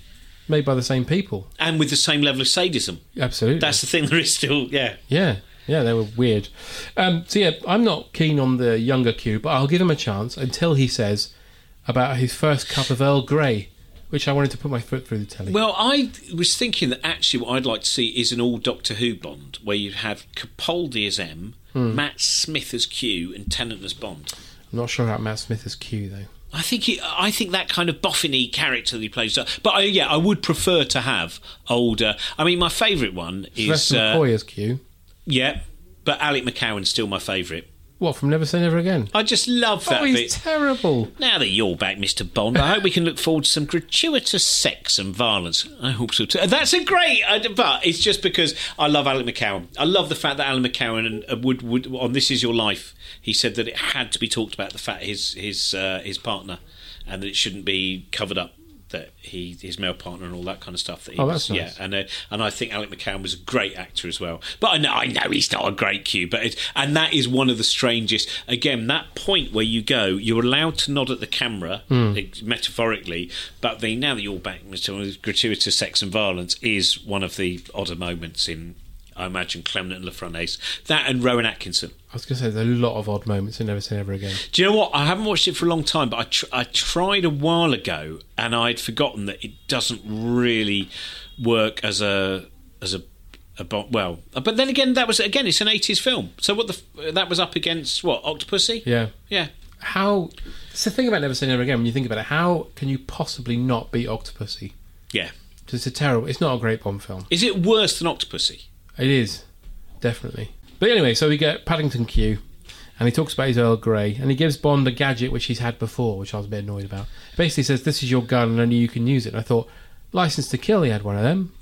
Speaker 6: made by the same people.
Speaker 8: and with the same level of sadism.
Speaker 6: Absolutely.
Speaker 8: That's the thing. (laughs) There is still, yeah.
Speaker 6: Yeah, yeah, they were weird. Um, so yeah, I'm not keen on the younger Q, but I'll give him a chance until he says about his first cup of Earl Grey, which I wanted to put my foot through the telly.
Speaker 8: Well, I was thinking that actually what I'd like to see is an all Doctor Who Bond, where you have Capaldi as M,
Speaker 6: Hmm.
Speaker 8: Matt Smith as Q, and Tennant as Bond.
Speaker 6: I'm not sure about Matt Smith as Q though.
Speaker 8: I think he, I think that kind of boffiny character that he plays. uh, But I, yeah, I would prefer to have older. I mean, my favourite one is
Speaker 6: Sylvester
Speaker 8: uh,
Speaker 6: McCoy as Q.
Speaker 8: yeah, but Alec McCowan's still my favourite.
Speaker 6: What from Never Say Never Again?
Speaker 8: I just love that
Speaker 6: oh, he's
Speaker 8: bit.
Speaker 6: terrible.
Speaker 8: Now that you're back, Mr. Bond, I hope we can look forward to some gratuitous sex and violence. I hope so too. Uh, That's a great, I- but it's just because I love Alan McCowan. I love the fact that Alan McCowan and uh, would, would on This Is Your Life, he said that it had to be talked about the fact his his uh, his partner, and that it shouldn't be covered up that he his male partner and all that kind of stuff. That he
Speaker 6: Oh,
Speaker 8: was,
Speaker 6: that's nice.
Speaker 8: yeah, and uh, and I think Alec McCown was a great actor as well. But I know I know he's not a great cue, but it, and that is one of the strangest. Again, that point where you go, you're allowed to nod at the camera
Speaker 6: Hmm.
Speaker 8: eh, metaphorically, but the now that you're back, Mr. Williams, gratuitous sex and violence is one of the odder moments in. I imagine Clement and Lafranaise. That and Rowan Atkinson.
Speaker 6: I was going to say there's a lot of odd moments in Never Say Never Again.
Speaker 8: Do you know what? I haven't watched it for a long time, but I, tr- I tried a while ago, and I'd forgotten that it doesn't really work as a as a, a bo- well. uh, But then again, that was again, it's an eighties film. So what the f- that was up against what Octopussy?
Speaker 6: Yeah.
Speaker 8: yeah.
Speaker 6: How? It's the thing about Never Say Never Again. When you think about it, how can you possibly not beat Octopussy?
Speaker 8: Yeah.
Speaker 6: It's a terrible. It's not a great Bond film.
Speaker 8: Is it worse than Octopussy?
Speaker 6: It is, definitely. But anyway, so we get Paddington Q, and he talks about his Earl Grey, and he gives Bond a gadget which he's had before, which I was a bit annoyed about. Basically says, "This is your gun, and only you can use it." And I thought, "License to Kill," he had one of them.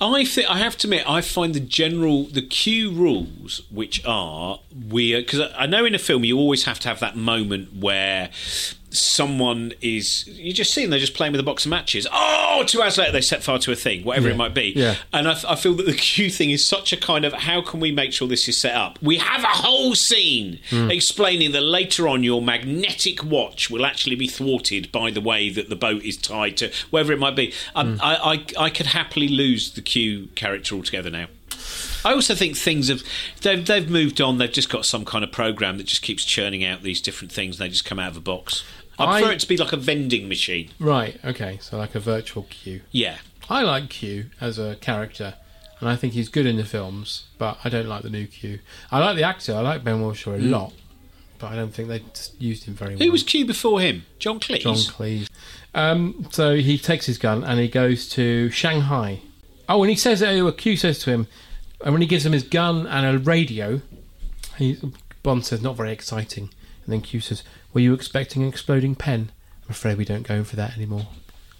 Speaker 8: I think I have to admit I find the general the cue rules, which are weird, because I I know in a film you always have to have that moment where someone is you just see them they're just playing with a box of matches. Oh, two hours later they set fire to a thing, whatever
Speaker 6: Yeah.
Speaker 8: it might be.
Speaker 6: Yeah.
Speaker 8: And I, f- I feel that the cue thing is such a kind of how can we make sure this is set up? We have a whole scene
Speaker 6: Mm.
Speaker 8: explaining that later on your magnetic watch will actually be thwarted by the way that the boat is tied to wherever it might be.
Speaker 6: Hmm.
Speaker 8: Um, I, I I could happily lose the Q character altogether now. I also think things have they've, they've moved on. They've just got some kind of program that just keeps churning out these different things. and They just come out of a box. I,
Speaker 6: I-
Speaker 8: prefer it to be like a vending machine.
Speaker 6: Right. Okay. So like a virtual Q.
Speaker 8: Yeah.
Speaker 6: I like Q as a character, and I think he's good in the films, but I don't like the new Q. I like the actor. I like Ben Whishaw a
Speaker 8: Mm.
Speaker 6: lot, but I don't think they just used him very well.
Speaker 8: Who was Q before him? John Cleese.
Speaker 6: Hmm. John Cleese. Um, so he takes his gun and he goes to Shanghai. Oh, and he says, oh, Q says to him, and when he gives him his gun and a radio, he, Bond says, not very exciting. And then Q says, were you expecting an exploding pen? I'm afraid we don't go in for that anymore.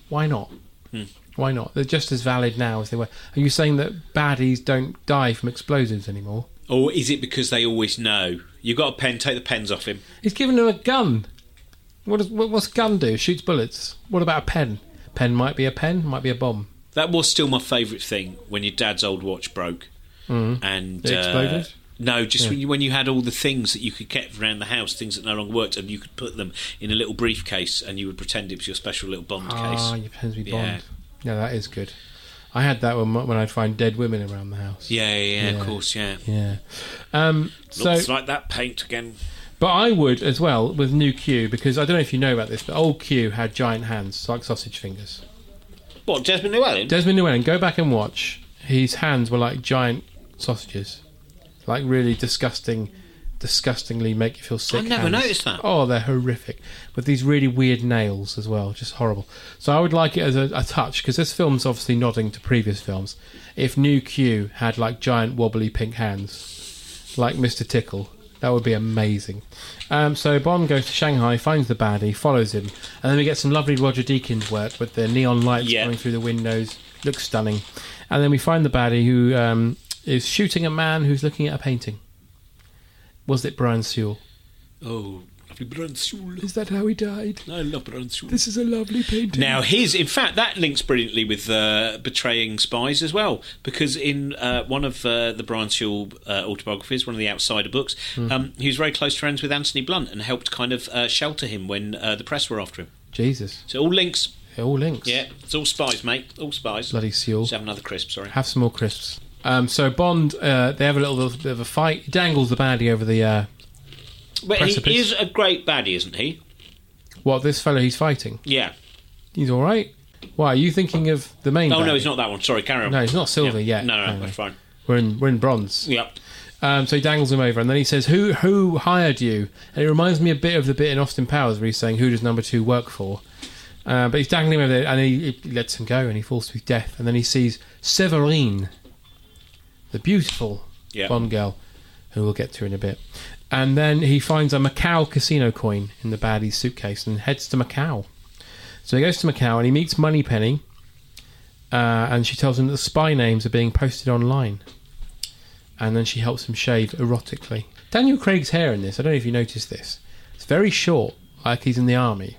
Speaker 6: Why not?
Speaker 8: Hmm.
Speaker 6: Why not? They're just as valid now as they were. Are you saying that baddies don't die from explosives anymore?
Speaker 8: Or is it because they always know? You've got a pen, take the pens off him.
Speaker 6: He's given him a gun. What does what, what's a gun do? Shoots bullets. What about a pen? Pen might be a pen, might be a bomb.
Speaker 8: That was still my favourite thing when your dad's old watch broke.
Speaker 6: Mm.
Speaker 8: And
Speaker 6: It exploded?
Speaker 8: Uh, no, just
Speaker 6: Yeah.
Speaker 8: when you when you had all the things that you could get around the house, things that no longer worked, and you could put them in a little briefcase, and you would pretend it was your special little Bond
Speaker 6: Ah,
Speaker 8: case.
Speaker 6: your pens be
Speaker 8: Yeah.
Speaker 6: bombed. Yeah, that is good. I had that when when I'd find dead women around the house.
Speaker 8: Yeah, yeah, yeah, of course, yeah.
Speaker 6: Yeah. Um, so,
Speaker 8: Looks like that paint again.
Speaker 6: but I would as well with new Q because I don't know if you know about this, but old Q had giant hands like sausage fingers.
Speaker 8: What Desmond Llewellyn?
Speaker 6: Desmond Llewellyn, go back and watch. His hands were like giant sausages, like really disgusting, disgustingly make you feel sick.
Speaker 8: I never
Speaker 6: hands.
Speaker 8: noticed that.
Speaker 6: Oh, they're horrific, with these really weird nails as well, just horrible. So I would like it as a, a touch because this film's obviously nodding to previous films. If New Q had like giant wobbly pink hands, like Mister Tickle. That would be amazing. Um, so Bond goes to Shanghai, finds the baddie, follows him, and then we get some lovely Roger Deakins work with the neon lights coming through the windows. Looks stunning. And then we find the baddie who um, is shooting a man who's looking at a painting. Was it Brian Sewell?
Speaker 8: Oh, lovely Bransoul.
Speaker 6: Is that how he died?
Speaker 8: I love Bransoul.
Speaker 6: This is a lovely painting.
Speaker 8: Now, his, in fact, that links brilliantly with uh, Betraying Spies as well, because in uh, one of uh, the Brian Sewell uh, autobiographies, one of the Outsider books,
Speaker 6: Mhm.
Speaker 8: um, he was very close friends with Anthony Blunt and helped kind of uh, shelter him when uh, the press were after him.
Speaker 6: Jesus.
Speaker 8: So, all links.
Speaker 6: It all links.
Speaker 8: Yeah, it's all spies, mate. All spies.
Speaker 6: Bloody seal.
Speaker 8: Let's have another crisp, sorry.
Speaker 6: Have some more crisps. Um, so Bond, uh, they have a little bit of a fight. He dangles the baddie over the uh,
Speaker 8: But
Speaker 6: precipice.
Speaker 8: he is a great baddie, isn't he?
Speaker 6: What this fellow he's fighting?
Speaker 8: Yeah.
Speaker 6: He's all right. Why are you thinking of the main?
Speaker 8: oh, no,
Speaker 6: baddie?
Speaker 8: he's not that one. Sorry, carry on.
Speaker 6: No, he's not silver
Speaker 8: yeah.
Speaker 6: yet.
Speaker 8: No, no,
Speaker 6: No, no.
Speaker 8: that's fine.
Speaker 6: We're in we're in bronze.
Speaker 8: Yep.
Speaker 6: Um, so he dangles him over, and then he says, "Who who hired you?" And it reminds me a bit of the bit in Austin Powers where he's saying, "Who does Number Two work for?" Uh, but he's dangling him over there, and he, he lets him go, and he falls to his death. And then he sees Severine, the beautiful
Speaker 8: Yeah.
Speaker 6: Bond girl, who we'll get to in a bit. And then he finds a Macau casino coin in the baddie's suitcase and heads to Macau. So he goes to Macau and he meets Moneypenny, uh, and she tells him that the spy names are being posted online. And then she helps him shave erotically. Daniel Craig's hair in this, I don't know if you noticed this, it's very short, like he's in the army.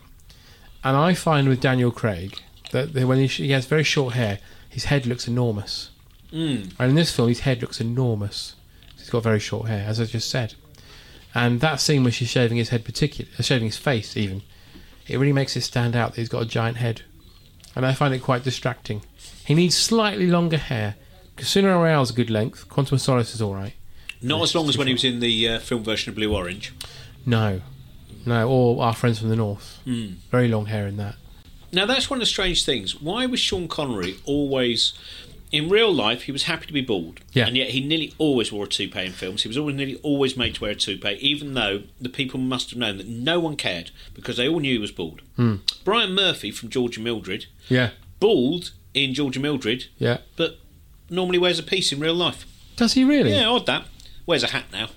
Speaker 6: And I find with Daniel Craig that that when he, he has very short hair, his head looks enormous.
Speaker 8: Mm.
Speaker 6: And in this film, his head looks enormous. He's got very short hair, as I just said. And that scene where she's shaving his head, particular, uh, shaving his face, even, it really makes it stand out that he's got a giant head. And I find it quite distracting. He needs slightly longer hair. Casino Royale's a good length. Quantum of Solace is all right.
Speaker 8: Not as long as when he was in the uh, film version of Blue Orange.
Speaker 6: No, no, or our friends from the north.
Speaker 8: Mm.
Speaker 6: Very long hair in that.
Speaker 8: Now that's one of the strange things. Why was Sean Connery always in real life he was happy to be bald.
Speaker 6: Yeah.
Speaker 8: And yet he nearly always wore a toupee in films. He was always nearly always made to wear a toupee, even though the people must have known that no one cared because they all knew he was bald.
Speaker 6: Hmm.
Speaker 8: Brian Murphy from Georgia Mildred,
Speaker 6: Yeah,
Speaker 8: bald in Georgia Mildred,
Speaker 6: yeah.
Speaker 8: but normally wears a piece in real life.
Speaker 6: Does he really?
Speaker 8: Yeah, odd that. Wears a hat now.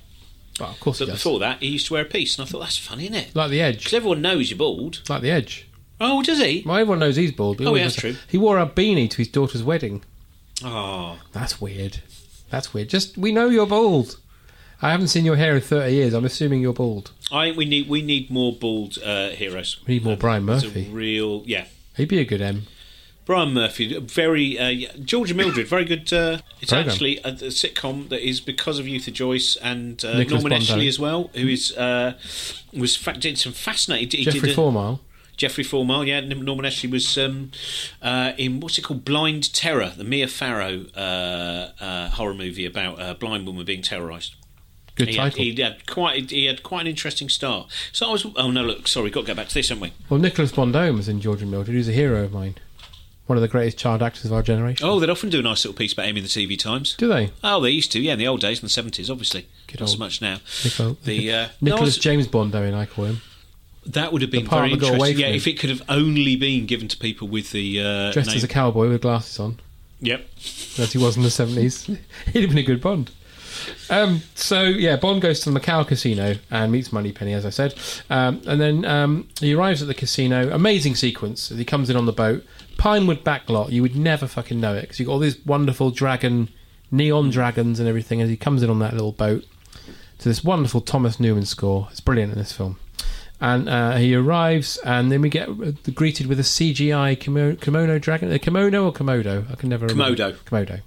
Speaker 6: Well, of course
Speaker 8: But
Speaker 6: he does.
Speaker 8: before that he used to wear a piece and I thought that's funny, isn't it?
Speaker 6: Like the edge.
Speaker 8: Because everyone knows you're bald.
Speaker 6: Like the edge.
Speaker 8: Oh, does he?
Speaker 6: Well, everyone knows he's bald. but he
Speaker 8: Oh, yeah,
Speaker 6: always
Speaker 8: that's
Speaker 6: does-
Speaker 8: true.
Speaker 6: He wore a beanie to his daughter's wedding.
Speaker 8: Oh.
Speaker 6: That's weird. That's weird. Just we know you're bald. I haven't seen your hair in thirty years. I'm assuming you're bald.
Speaker 8: I think we need we need more bald uh, heroes.
Speaker 6: We need more Brian
Speaker 8: It's a
Speaker 6: Murphy.
Speaker 8: real yeah.
Speaker 6: He'd be a good M.
Speaker 8: Brian Murphy, very uh, yeah, Georgia Mildred, very good. Uh, it's
Speaker 6: Program.
Speaker 8: actually a, a sitcom that is because of Uther Joyce and uh,
Speaker 6: Nicholas
Speaker 8: Norman
Speaker 6: Bondo.
Speaker 8: Eshley as well, who is uh, was fact did some fascinating. he
Speaker 6: Jeffrey
Speaker 8: did a-
Speaker 6: Four Mile.
Speaker 8: Jeffrey Four Mile, yeah. N- Norman Eshley was um, uh, in what's it called, Blind Terror, the Mia Farrow uh, uh, horror movie about a blind woman being terrorised.
Speaker 6: Good
Speaker 8: he
Speaker 6: title.
Speaker 8: Had, he had quite he had quite an interesting start. So I was oh no look sorry got to go back to this haven't we?
Speaker 6: Well, Nicholas Bondome was in Georgian Mildred. He's a hero of mine. One of the greatest child actors of our generation.
Speaker 8: Oh, they'd often do a nice little piece about him in the TV Times.
Speaker 6: Do they?
Speaker 8: Oh, they used to, yeah, in the old days, in the seventies, obviously.
Speaker 6: Good
Speaker 8: Not
Speaker 6: old
Speaker 8: so much now.
Speaker 6: Nichol-
Speaker 8: The
Speaker 6: (laughs)
Speaker 8: uh, no, I
Speaker 6: Nicholas
Speaker 8: was-
Speaker 6: James Bondome, I call him.
Speaker 8: that would have been
Speaker 6: the part that
Speaker 8: very
Speaker 6: got away
Speaker 8: interesting.
Speaker 6: from
Speaker 8: Yeah,
Speaker 6: him.
Speaker 8: if it could have only been given to people with the uh,
Speaker 6: Dressed
Speaker 8: name.
Speaker 6: as a cowboy with glasses on,
Speaker 8: Yep.
Speaker 6: as he was in the 70s. (laughs) He'd have been a good Bond. Um, so, yeah, Bond goes to the Macau casino and meets Moneypenny, as I said. Um, and then um, he arrives at the casino. Amazing sequence. He comes in on the boat. Pinewood backlot. You would never fucking know it because you've got all these wonderful dragon, neon dragons and everything as he comes in on that little boat to this wonderful Thomas Newman score. It's brilliant in this film. And uh, he arrives, and then we get uh, greeted with a CGI kimo- kimono dragon. Uh, kimono or Komodo? I can never remember.
Speaker 8: Komodo.
Speaker 6: Komodo.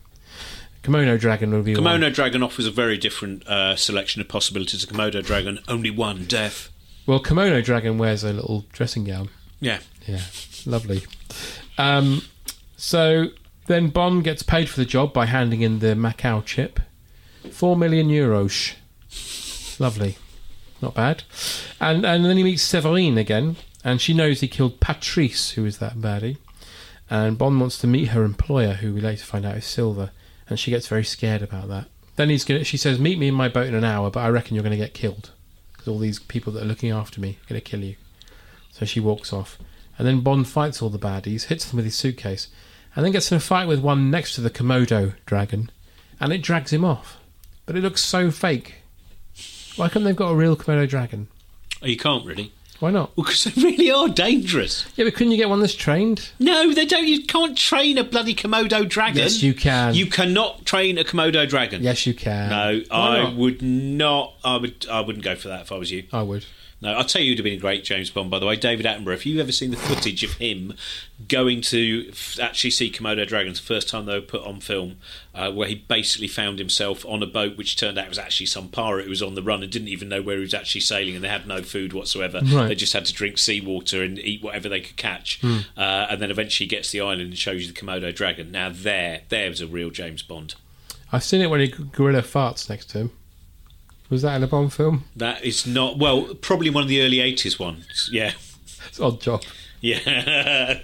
Speaker 6: Kimono dragon would be one.
Speaker 8: Kimono Dragon offers a very different uh, selection of possibilities. A Komodo Dragon, only one death.
Speaker 6: Well, Kimono Dragon wears a little dressing gown.
Speaker 8: Yeah.
Speaker 6: Yeah, lovely. Um, so then Bond gets paid for the job by handing in the Macau chip. Four million euros. Lovely. Not bad. And, and then he meets Severine again, and she knows he killed Patrice, who is that baddie. And Bond wants to meet her employer, who we later find out is Silver, and she gets very scared about that. Then he's gonna, she says, Meet me in my boat in an hour, but I reckon you're going to get killed. Because all these people that are looking after me are going to kill you. So she walks off. And then Bond fights all the baddies, hits them with his suitcase, and then gets in a fight with one next to the Komodo dragon, and it drags him off. But it looks so fake. Why couldn't they've got a real Komodo dragon?
Speaker 8: Oh, you can't really.
Speaker 6: Why not?
Speaker 8: Well, because they really are dangerous.
Speaker 6: Yeah, but couldn't you get one that's trained?
Speaker 8: No, they don't. You can't train a bloody Komodo dragon.
Speaker 6: Yes, you can.
Speaker 8: You cannot train a Komodo dragon.
Speaker 6: Yes, you can.
Speaker 8: No,
Speaker 6: Why
Speaker 8: I
Speaker 6: not?
Speaker 8: would not. I would. I wouldn't go for that if I was you.
Speaker 6: I would.
Speaker 8: No, I'll tell you who'd have been a great James Bond, by the way, David Attenborough. If you've ever seen the footage of him going to f- actually see Komodo Dragons, the first time they were put on film, uh, where he basically found himself on a boat which turned out was actually some pirate who was on the run and didn't even know where he was actually sailing, and they had no food whatsoever.
Speaker 6: Right.
Speaker 8: They just had to drink seawater and eat whatever they could catch.
Speaker 6: Hmm.
Speaker 8: Uh, and then eventually gets to the island and shows you the Komodo Dragon. Now, there, there was a real James Bond.
Speaker 6: I've seen it when a g- gorilla farts next to him. Was that in a Bond film? (laughs)
Speaker 8: That is not well, probably one of the early '80s ones. Yeah,
Speaker 6: It's an odd job.
Speaker 8: (laughs) yeah.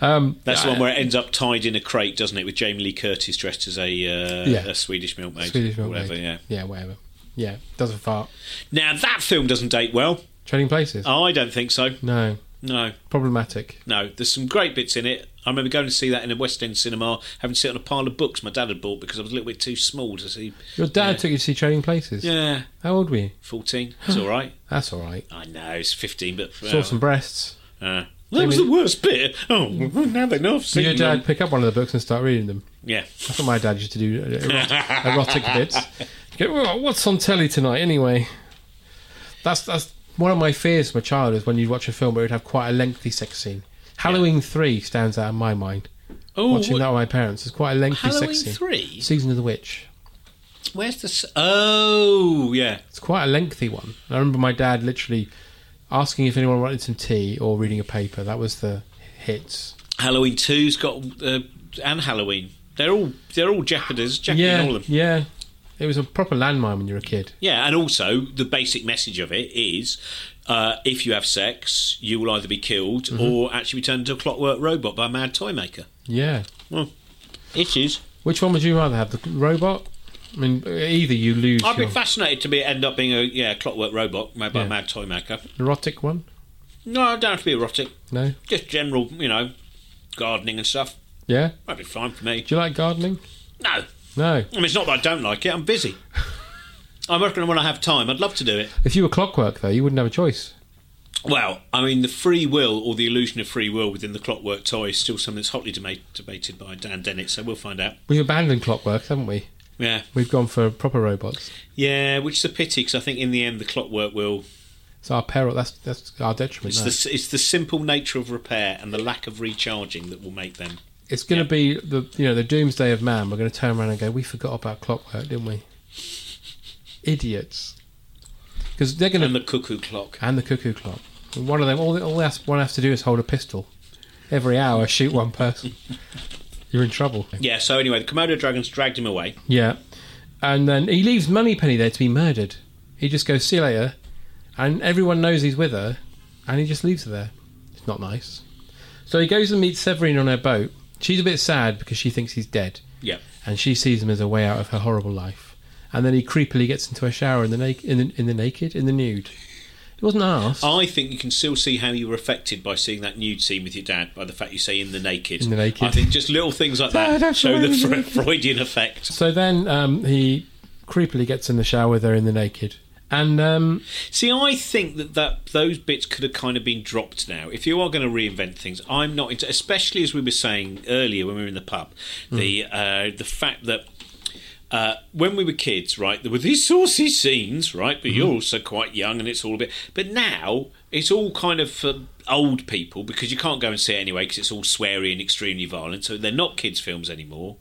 Speaker 6: Um,
Speaker 8: That's the one
Speaker 6: I-
Speaker 8: where it ends up tied in a crate, doesn't it? With Jamie Lee Curtis dressed as a uh,
Speaker 6: Yeah.
Speaker 8: a Swedish milkmaid,
Speaker 6: Swedish
Speaker 8: or
Speaker 6: milkmaid.
Speaker 8: whatever. Yeah.
Speaker 6: Yeah, whatever. Yeah, doesn't fart.
Speaker 8: Now that film doesn't date well.
Speaker 6: Trading places.
Speaker 8: I don't think so.
Speaker 6: No,
Speaker 8: No,
Speaker 6: problematic.
Speaker 8: no. There's some great bits in it. I remember going to see that in a West End cinema, having to sit on a pile of books my dad had bought because I was a little bit too small to see.
Speaker 6: Your dad
Speaker 8: Yeah.
Speaker 6: took you to see Trading Places.
Speaker 8: Yeah,
Speaker 6: How old were you?
Speaker 8: fourteen. It's all right. (sighs)
Speaker 6: That's all right.
Speaker 8: I know it's fifteen, but
Speaker 6: Saw some breasts.
Speaker 8: Uh, that was the worst bit. Oh, (laughs) now they know I've
Speaker 6: Did
Speaker 8: seen
Speaker 6: your dad
Speaker 8: them.
Speaker 6: pick up one of the books and start reading them?
Speaker 8: Yeah.
Speaker 6: That's what my dad used to do. uh,
Speaker 8: (laughs)
Speaker 6: Erotic, erotic bits. Go, "Oh, what's on telly tonight, anyway? That's that's one of my fears from a child is when you'd watch a film where it'd have quite a lengthy sex scene. Halloween three stands out in my mind.
Speaker 8: Oh,
Speaker 6: watching
Speaker 8: what-
Speaker 6: that with my parents is quite a lengthy
Speaker 8: Halloween
Speaker 6: sex scene.
Speaker 8: 3?
Speaker 6: season of the witch.
Speaker 8: Where's the? s- Oh, yeah.
Speaker 6: It's quite a lengthy one. I remember my dad literally asking if anyone wanted some tea or reading a paper. That was the hits.
Speaker 8: Halloween Two's got uh, and Halloween. They're all they're all Jeoparders, Jeopardy,
Speaker 6: yeah,
Speaker 8: all of them.
Speaker 6: yeah. It was a proper landmine when you were a kid.
Speaker 8: Yeah, and also the basic message of it is. Uh, if you have sex, you will either be killed
Speaker 6: Mm-hmm.
Speaker 8: or actually be turned into a clockwork robot by a mad toy maker.
Speaker 6: Yeah.
Speaker 8: Well, issues.
Speaker 6: Which one would you rather have, the robot? I mean, either you lose
Speaker 8: I'd be
Speaker 6: your
Speaker 8: fascinated to be end up being a yeah clockwork robot made by
Speaker 6: Yeah.
Speaker 8: a mad toy maker.
Speaker 6: erotic one.
Speaker 8: No, I don't have to be erotic.
Speaker 6: No.
Speaker 8: Just general, you know, gardening and stuff.
Speaker 6: Yeah.
Speaker 8: That'd be fine for me.
Speaker 6: Do you like gardening?
Speaker 8: No,
Speaker 6: No.
Speaker 8: I mean it's not that I don't like it. I'm (laughs) busy. I'm working when I have time. I'd love to do it.
Speaker 6: If you were clockwork, though, you wouldn't have a choice.
Speaker 8: Well, I mean, the free will or the illusion of free will within the clockwork toy is still something that's hotly dema- debated by Dan Dennett, so we'll find out.
Speaker 6: We've abandoned clockwork, haven't we?
Speaker 8: Yeah.
Speaker 6: We've gone for proper robots.
Speaker 8: Yeah, which is a pity because I think in the end the clockwork will.
Speaker 6: It's our peril. That's that's our detriment.
Speaker 8: It's
Speaker 6: there.
Speaker 8: the, it's the simple nature of repair and the lack of recharging that will make them.
Speaker 6: It's going to be the you know the doomsday of man. We're going to turn around and go, we forgot about clockwork, didn't we? Idiots. Because they're going to
Speaker 8: And the cuckoo clock. (laughs)
Speaker 6: and the cuckoo clock. And One of them. All, all that's, one has to do is hold a pistol. Every hour, shoot one person. (laughs) You're in trouble.
Speaker 8: Yeah, so anyway, the Komodo dragons dragged him away.
Speaker 6: Yeah. And then he leaves Moneypenny there to be murdered. He just goes, see you later. And everyone knows he's with her. And he just leaves her there. It's not nice. So he goes and meets Severine on her boat. She's a bit sad because she thinks he's dead.
Speaker 8: Yeah.
Speaker 6: And she sees him as a way out of her horrible life. And then he creepily gets into a shower in the, na- in the, in the naked, in the nude. It wasn't asked.
Speaker 8: I think you can still see how you were affected by seeing that nude scene with your dad by the fact you say in the naked.
Speaker 6: In the naked.
Speaker 8: I think just little things like
Speaker 6: Dad, I'm
Speaker 8: that show the
Speaker 6: sorry.
Speaker 8: Fre- Freudian effect.
Speaker 6: So then um, he creepily gets in the shower with her in the naked. And um,
Speaker 8: See, I think that, that those bits could have kind of been dropped now. If you are going to reinvent things, I'm not into, especially as we were saying earlier when we were in the pub, the uh, the fact that. Uh, when we were kids, right, there were these saucy scenes, right, but you're also quite young and it's all a bit. But now it's all kind of for old people because you can't go and see it anyway because it's all sweary and extremely violent. So they're not kids' films anymore.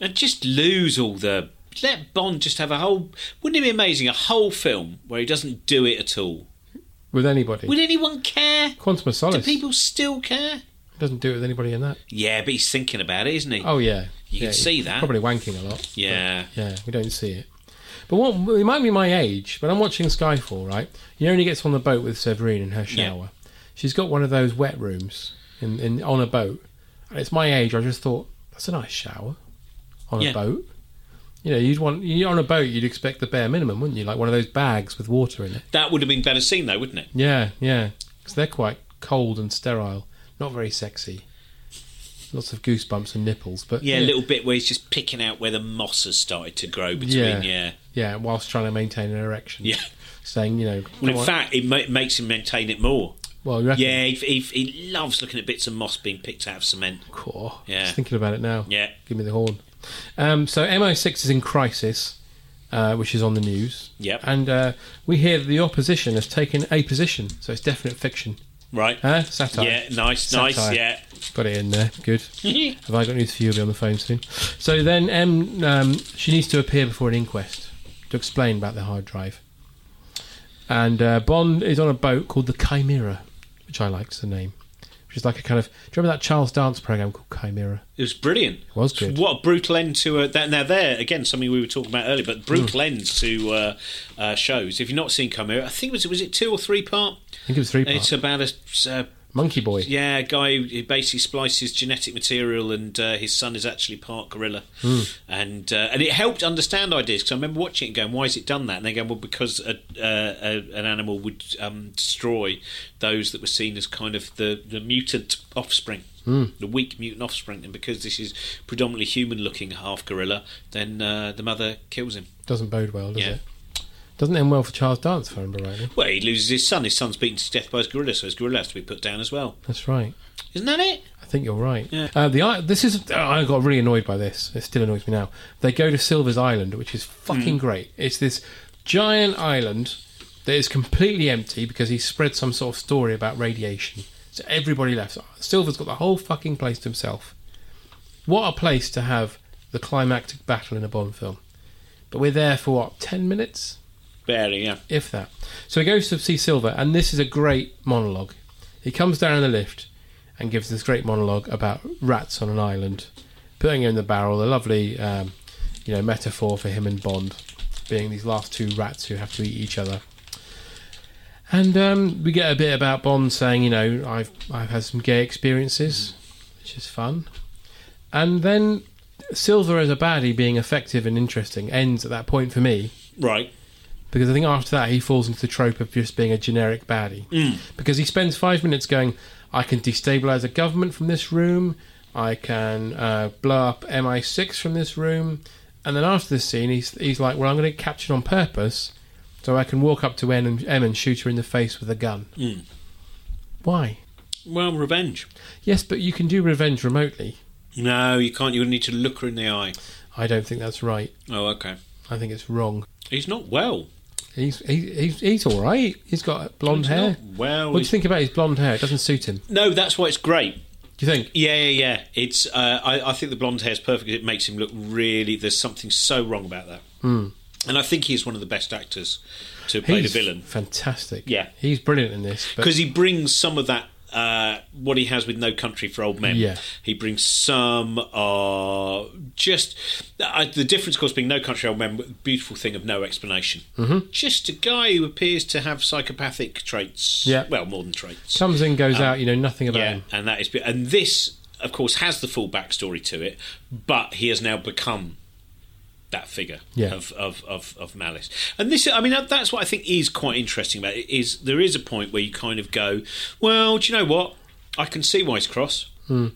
Speaker 8: And just lose all the. Let Bond just have a whole. Wouldn't it be amazing? A whole film where he doesn't do it at all.
Speaker 6: with anybody.
Speaker 8: Would anyone care?
Speaker 6: Quantum of Solace.
Speaker 8: Do people still care?
Speaker 6: doesn't do it with anybody in that.
Speaker 8: Yeah, but he's thinking about it, isn't he?
Speaker 6: Oh yeah,
Speaker 8: You
Speaker 6: yeah,
Speaker 8: can see
Speaker 6: he's
Speaker 8: that.
Speaker 6: Probably wanking a lot.
Speaker 8: Yeah.
Speaker 6: Yeah, we don't see it. But what it might be my age, but I'm watching Skyfall, right? You know when he gets on the boat with Severine in her
Speaker 8: Yeah.
Speaker 6: shower. She's got one of those wet rooms in, in on a boat. And it's my age. I just thought that's a nice shower on
Speaker 8: Yeah.
Speaker 6: a boat. You know, you'd want you on a boat. You'd expect the bare minimum, wouldn't you? Like one of those bags with water in it.
Speaker 8: That would have been better seen, though, wouldn't it?
Speaker 6: Yeah, yeah. Because they're quite cold and sterile. Not very sexy. Lots of goosebumps and nipples, but
Speaker 8: Yeah, a little bit where he's just picking out where the moss has started to grow between.
Speaker 6: Yeah.
Speaker 8: Yeah.
Speaker 6: Yeah, whilst trying to maintain an erection.
Speaker 8: Yeah.
Speaker 6: Saying, you know,
Speaker 8: Well,
Speaker 6: come
Speaker 8: in
Speaker 6: on-
Speaker 8: fact, it ma- makes him maintain it more.
Speaker 6: well, you reckon,
Speaker 8: Yeah, he, he, he loves looking at bits of moss being picked out of cement.
Speaker 6: Cool.
Speaker 8: Yeah.
Speaker 6: Just thinking about it now.
Speaker 8: Yeah.
Speaker 6: Give me the horn. Um, so MI6 is in crisis, uh, which is on the news.
Speaker 8: Yep.
Speaker 6: And uh, we hear that the opposition has taken a position, so it's definite fiction.
Speaker 8: Right.
Speaker 6: Huh? Satire.
Speaker 8: Yeah, nice, nice,
Speaker 6: Satire.
Speaker 8: yeah.
Speaker 6: Got it in there. Good. Have I got news for you? You'll be on the phone soon. So then, M, um, she needs to appear before an inquest to explain about the hard drive. And uh, Bond is on a boat called the Chimera, which I liked the name, which is like a kind of. Do you remember that Charles Dance program called Chimera?
Speaker 8: (laughs) It was brilliant.
Speaker 6: It was good.
Speaker 8: What a brutal end to a, that. Now there again, something we were talking about earlier, but
Speaker 6: Mm.
Speaker 8: brutal ends to uh, uh, shows. If you've not seen Chimera, I think it was was it two or three part?
Speaker 6: I think it was three
Speaker 8: It's
Speaker 6: parts.
Speaker 8: about a uh,
Speaker 6: Monkey Boy.
Speaker 8: yeah a guy who basically splices genetic material, and uh, his son is actually part gorilla.
Speaker 6: Hmm.
Speaker 8: And uh, and it helped understand ideas because I remember watching it and going, "Why has it done that?" And they go, "Well, because a, uh, a, an animal would um, destroy those that were seen as kind of the, the mutant offspring."
Speaker 6: Hmm.
Speaker 8: the weak mutant offspring, and because this is predominantly human-looking half gorilla, then uh, the mother kills him.
Speaker 6: Doesn't bode well, does
Speaker 8: Yeah.
Speaker 6: it? Doesn't end well for Charles Dance, if I remember rightly.
Speaker 8: Well, he loses his son. His son's beaten to death by his gorilla, so his gorilla has to be put down as well.
Speaker 6: That's right.
Speaker 8: Isn't that it?
Speaker 6: I think you're right. Uh, the i- this is I got really annoyed by this. It still annoys me now. They go to Silver's Island, which is fucking
Speaker 8: Mm.
Speaker 6: great. It's this giant island that is completely empty because he spread some sort of story about radiation. So everybody left. Silver's got the whole fucking place to himself. What a place to have the climactic battle in a Bond film. But we're there for what ten minutes?
Speaker 8: Barely, yeah.
Speaker 6: if that. So he goes to see Silver, and this is a great monologue. He comes down in the lift and gives this great monologue about rats on an island, putting him in the barrel. A lovely, um, you know, metaphor for him and Bond being these last two rats who have to eat each other. And um, we get a bit about Bond saying, you know, I've I've had some gay experiences, which is fun. And then Silver as a baddie being effective and interesting ends at that point for me
Speaker 8: Right.
Speaker 6: because I think after that he falls into the trope of just being a generic baddie.
Speaker 8: Mm.
Speaker 6: Because he spends five minutes going, I can destabilize a government from this room, I can uh, blow up MI6 from this room, and then after this scene, he's, he's like, Well, I'm going to get captured on purpose so I can walk up to N and, M and shoot her in the face with a gun.
Speaker 8: Mm.
Speaker 6: Why?
Speaker 8: Well, revenge.
Speaker 6: Yes, but you can do revenge remotely.
Speaker 8: No, you can't. You need to look her in the eye.
Speaker 6: I don't think that's right.
Speaker 8: Oh, okay.
Speaker 6: I think it's wrong.
Speaker 8: He's not well.
Speaker 6: He's, he, he's, he's all right. He's got blonde
Speaker 8: He's
Speaker 6: hair.
Speaker 8: not well.
Speaker 6: what do you
Speaker 8: He's-
Speaker 6: think about his blonde hair? It doesn't suit him.
Speaker 8: No, that's why it's great.
Speaker 6: Do you think?
Speaker 8: Yeah, yeah, yeah. It's. Uh, I, I think the blonde hair's perfect. It makes him look really. There's something so wrong about that.
Speaker 6: Hmm.
Speaker 8: And I think he's one of the best actors to play
Speaker 6: He's
Speaker 8: the villain.
Speaker 6: Fantastic.
Speaker 8: Yeah.
Speaker 6: He's brilliant in this. but-
Speaker 8: because he brings some of that uh, what he has with No Country for Old Men.
Speaker 6: Yeah.
Speaker 8: he brings some uh, just uh, the difference, of course, being No Country for Old Men. but the Beautiful thing of no explanation.
Speaker 6: Mhm.
Speaker 8: Just a guy who appears to have psychopathic traits.
Speaker 6: Yeah.
Speaker 8: well, more than traits.
Speaker 6: comes in, goes
Speaker 8: Um,
Speaker 6: out. You know nothing about
Speaker 8: yeah,
Speaker 6: him.
Speaker 8: and that is be- and this, of course, has the full backstory to it, but he has now become that figure
Speaker 6: Yeah.
Speaker 8: of, of, of, of malice. And this, I mean, that, that's what I think is quite interesting about it is there is a point where you kind of go, well, do you know what? I can see why he's cross.
Speaker 6: Hmm.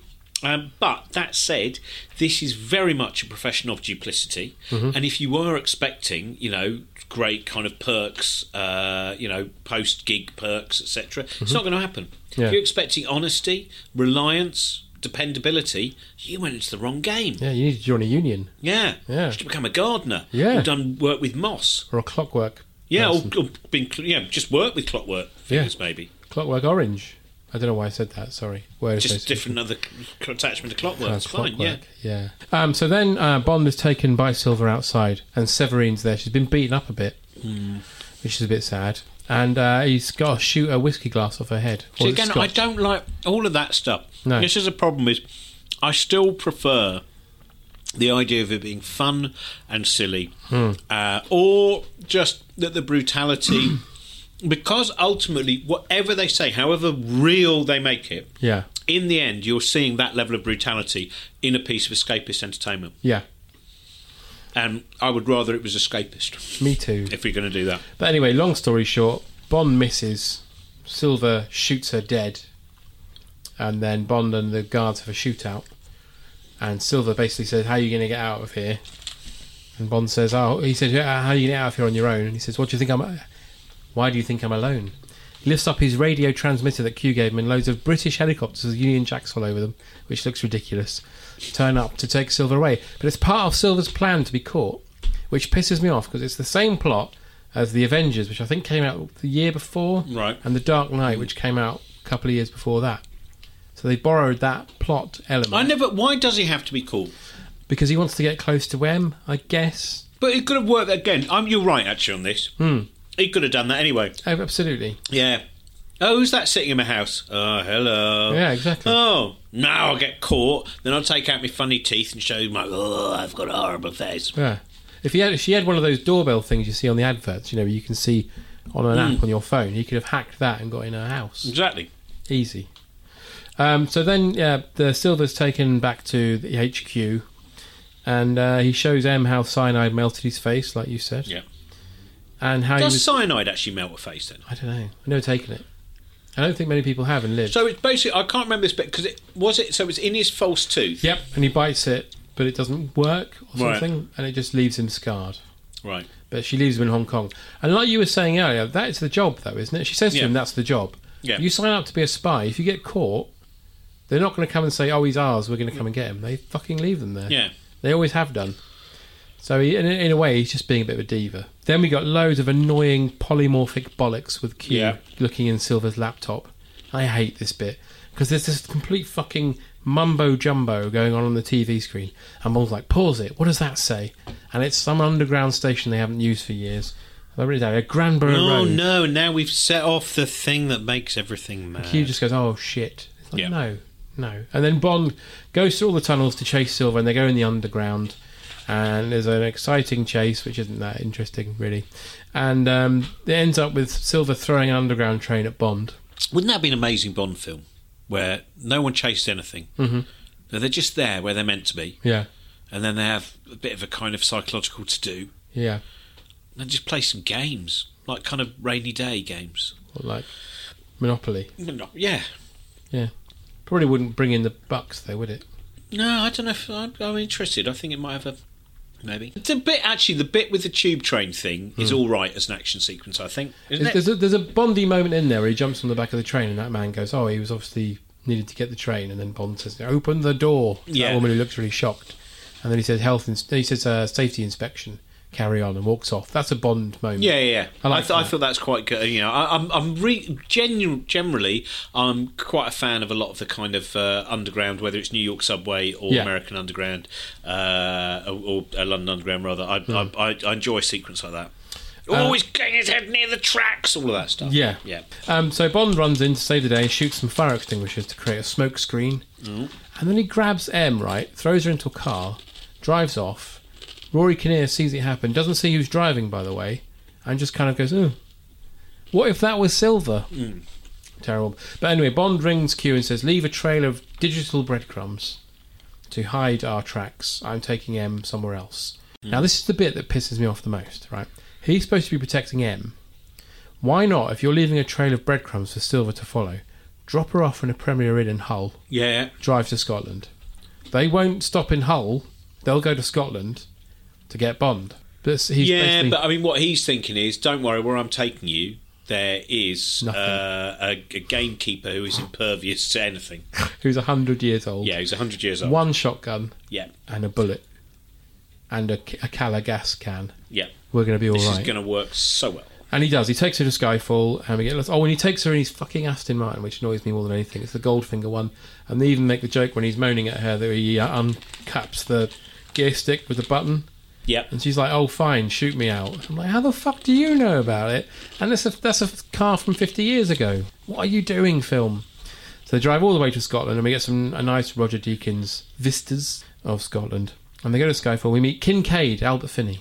Speaker 8: Um, but that said, this is very much a profession of duplicity,
Speaker 6: Mhm.
Speaker 8: and if you are expecting, you know, great kind of perks, uh, you know, post gig perks, etc., it's not going to happen.
Speaker 6: Mm-hmm. Yeah.
Speaker 8: If you're expecting honesty, reliance, dependability, you went into the wrong game.
Speaker 6: Yeah, you need to join a union
Speaker 8: Yeah,
Speaker 6: Yeah.
Speaker 8: Just to become a gardener.
Speaker 6: Yeah.
Speaker 8: or done work with moss.
Speaker 6: or a clockwork.
Speaker 8: Yeah, or,
Speaker 6: person.
Speaker 8: or been, cl- yeah, just work with clockwork figures maybe.
Speaker 6: clockwork orange. I don't know why I said that. Sorry. Word
Speaker 8: Just
Speaker 6: association.
Speaker 8: different other c- attachment to clockwork.
Speaker 6: Uh,
Speaker 8: it's fine. Yeah.
Speaker 6: clockwork, yeah. Um, so then uh, Bond is taken by Silver outside, and Severine's there. She's been beaten up a bit,
Speaker 8: Hmm.
Speaker 6: which is a bit sad. And uh, he's got to shoot a whiskey glass off her head.
Speaker 8: So
Speaker 6: Or
Speaker 8: again, I
Speaker 6: scotch.
Speaker 8: don't like all of that stuff.
Speaker 6: No.
Speaker 8: This is a problem. Is I still prefer the idea of it being fun and silly,
Speaker 6: Hmm.
Speaker 8: uh, or just that the brutality, (clears throat) because ultimately, whatever they say, however real they make it,
Speaker 6: Yeah,
Speaker 8: in the end, you're seeing that level of brutality in a piece of escapist entertainment.
Speaker 6: yeah.
Speaker 8: And I would rather it was escapist
Speaker 6: Me too.
Speaker 8: if we're going to do that.
Speaker 6: But anyway, long story short, Bond misses. Silver shoots her dead, and then Bond and the guards have a shootout. And Silver basically says, "How are you going to get out of here?" And Bond says, "Oh," he said, "Yeah, "How are you going to get out of here on your own?" And he says, "What do you think I'm? Why do you think I'm alone?" He lifts up his radio transmitter that Q gave him, and loads of British helicopters with Union Jacks all over them, which looks ridiculous, turn up to take Silver away. But it's part of Silver's plan to be caught, which pisses me off because it's the same plot as the Avengers, which I think came out the year before,
Speaker 8: Right.
Speaker 6: and the Dark Knight, which came out a couple of years before that. So they borrowed that plot element
Speaker 8: I never. Why does he have to be cool?
Speaker 6: because he wants to get close to M, I guess.
Speaker 8: But it could have worked again. I'm, you're right, actually, on this.
Speaker 6: Hmm.
Speaker 8: He could have done that anyway.
Speaker 6: Oh, absolutely.
Speaker 8: Yeah. Oh, who's that sitting in my house? Oh, hello.
Speaker 6: Yeah, exactly.
Speaker 8: Oh, now I'll get caught. Then I'll take out my funny teeth and show you my, oh, I've got a horrible face.
Speaker 6: Yeah. If he had, if she had one of those doorbell things you see on the adverts, you know, you can see on an
Speaker 8: Mm.
Speaker 6: app on your phone, he could have hacked that and got in her house.
Speaker 8: Exactly.
Speaker 6: Easy. Um, so then, yeah, the Silver's taken back to the HQ, and uh, he shows M how cyanide melted his face, like you said.
Speaker 8: Yeah.
Speaker 6: And how he
Speaker 8: Does
Speaker 6: was,
Speaker 8: cyanide actually melt a face then?
Speaker 6: I don't know. I've never taken it. I don't think many people have and lived.
Speaker 8: So it's basically, I can't remember this bit because it was it. So it's in his false tooth.
Speaker 6: yep. And he bites it, but it doesn't work or
Speaker 8: Right.
Speaker 6: something, and it just leaves him scarred.
Speaker 8: Right.
Speaker 6: But she leaves him in Hong Kong. And like you were saying earlier, that is the job, though, isn't it? She says
Speaker 8: Yeah.
Speaker 6: to him, that's the job.
Speaker 8: Yeah.
Speaker 6: You sign up to be a spy. If you get caught, they're not going to come and say, oh, he's ours. We're going to come and get him. They fucking leave them there.
Speaker 8: Yeah.
Speaker 6: They always have done. So, he, in, in a way, he's just being a bit of a diva. Then we got loads of annoying polymorphic bollocks with Q
Speaker 8: Yeah.
Speaker 6: looking in Silver's laptop. I hate this bit because there's this complete fucking mumbo jumbo going on on the TV screen. And Mul's like, pause it. What does that say? And it's some underground station they haven't used for years. I read it down. here, Granborough
Speaker 8: oh
Speaker 6: Road.
Speaker 8: no! Now we've set off the thing that makes everything mad.
Speaker 6: Q just goes, "Oh shit!" It's like,
Speaker 8: Yeah.
Speaker 6: No, no. And then Bond goes through all the tunnels to chase Silver, and they go in the underground. And there's an exciting chase, which isn't that interesting, really. And um, it ends up with Silver throwing an underground train at Bond.
Speaker 8: Wouldn't that be an amazing Bond film where no one chases anything?
Speaker 6: Mhm.
Speaker 8: No, They're just there where they're meant to be,
Speaker 6: Yeah,
Speaker 8: and then they have a bit of a kind of psychological to do,
Speaker 6: yeah.
Speaker 8: and just play some games, like kind of rainy day games.
Speaker 6: Like Monopoly.
Speaker 8: No, no, yeah.
Speaker 6: Yeah. Probably wouldn't bring in the bucks, though, would it?
Speaker 8: No, I don't know if I'm, I'm interested. I think it might have a maybe. The bit actually, the bit with the tube train thing is all right as an action sequence. I think, isn't it?
Speaker 6: Mm. There's a, there's a Bondy moment in there where he jumps on the back of the train, and that man goes, "Oh, he was obviously needed to get the train." And then Bond says, "Open the door." to
Speaker 8: Yeah.
Speaker 6: That woman who looks really shocked, and then he says, "Health." Ins- he says, uh, "Safety inspection." Carry on and walks off. That's a Bond moment.
Speaker 8: Yeah, yeah. yeah.
Speaker 6: I
Speaker 8: I,
Speaker 6: like
Speaker 8: th- I
Speaker 6: that.
Speaker 8: thought that's quite good. You know, I, I'm, I'm re- genu- generally, I'm quite a fan of a lot of the kind of uh, underground, whether it's New York subway or
Speaker 6: Yeah.
Speaker 8: American underground, uh, or, or London underground rather. I,
Speaker 6: Hmm.
Speaker 8: I, I, I enjoy a sequence like that. Always getting his head near the tracks, all of that stuff.
Speaker 6: Uh, Yeah.
Speaker 8: yeah.
Speaker 6: Um, so Bond runs in to save the day and shoots some fire extinguishers to create a smoke screen. And then he grabs M, right? Throws her into a car, drives off. Rory Kinnear sees it happen, doesn't see who's driving, by the way, and just kind of goes, oh, what if that was Silver? Terrible. But anyway, Bond rings Q and says, leave a trail of digital breadcrumbs to hide our tracks. I'm taking M somewhere else. Now, this is the bit that pisses me off the most, right? He's supposed to be protecting M. Why not, if you're leaving a trail of breadcrumbs for Silver to follow, drop her off in a Premier Inn in Hull,
Speaker 8: Yeah,
Speaker 6: drive to Scotland? They won't stop in Hull, they'll go to Scotland to get Bond. But he's
Speaker 8: yeah,
Speaker 6: basically-
Speaker 8: but I mean, what he's thinking is, don't worry, where I'm taking you, there is
Speaker 6: Nothing.
Speaker 8: uh, a, a gamekeeper who is impervious to anything.
Speaker 6: who's 100 years old,
Speaker 8: Yeah, he's hundred years old.
Speaker 6: one shotgun,
Speaker 8: Yeah,
Speaker 6: and a bullet, and a, a Cala gas can.
Speaker 8: yeah.
Speaker 6: We're going to be all right.
Speaker 8: this is going to work so well.
Speaker 6: And he does. He takes her to Skyfall, and we get lots. Oh, and he takes her in his fucking Aston Martin, which annoys me more than anything. It's the Goldfinger one, and they even make the joke when he's moaning at her that he uh, uncaps the gear stick with the button,
Speaker 8: Yep.
Speaker 6: and she's like, "Oh, fine, shoot me out." I'm like, "How the fuck do you know about it?" And that's a that's a car from 50 years ago. What are you doing, film? So they drive all the way to Scotland, and we get some a nice Roger Deakins vistas of Scotland. And they go to Skyfall. We meet Kincaid, Albert Finney,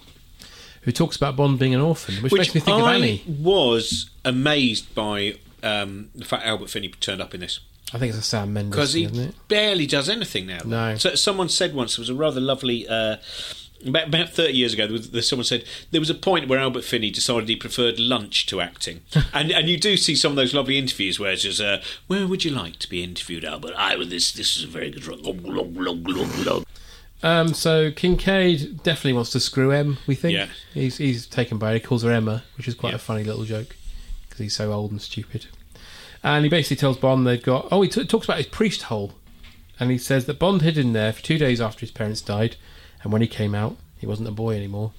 Speaker 6: who talks about Bond being an orphan, which, makes me think
Speaker 8: I
Speaker 6: of Annie.
Speaker 8: was amazed by um, the fact Albert Finney turned up in this
Speaker 6: I think it's a Sam Mendes,
Speaker 8: because he
Speaker 6: isn't it?
Speaker 8: barely does anything now.
Speaker 6: No.
Speaker 8: So, someone said once there was a rather lovely. Uh, about, about 30 years ago, there was, there, someone said there was a point where Albert Finney decided he preferred lunch to acting.
Speaker 6: (laughs)
Speaker 8: and and you do see some of those lovely interviews where it's just, uh, where would you like to be interviewed, Albert? I would, this, this is a very good. Log, log, log, log, log.
Speaker 6: Um, so Kincaid definitely wants to screw M. We think
Speaker 8: Yeah.
Speaker 6: he's he's taken by. It. He calls her Emma, which is quite
Speaker 8: Yeah.
Speaker 6: a funny little joke because he's so old and stupid. And he basically tells Bond they've got. Oh, he t- talks about his priest hole, and he says that Bond hid in there for two days after his parents died, and when he came out, he wasn't a boy anymore.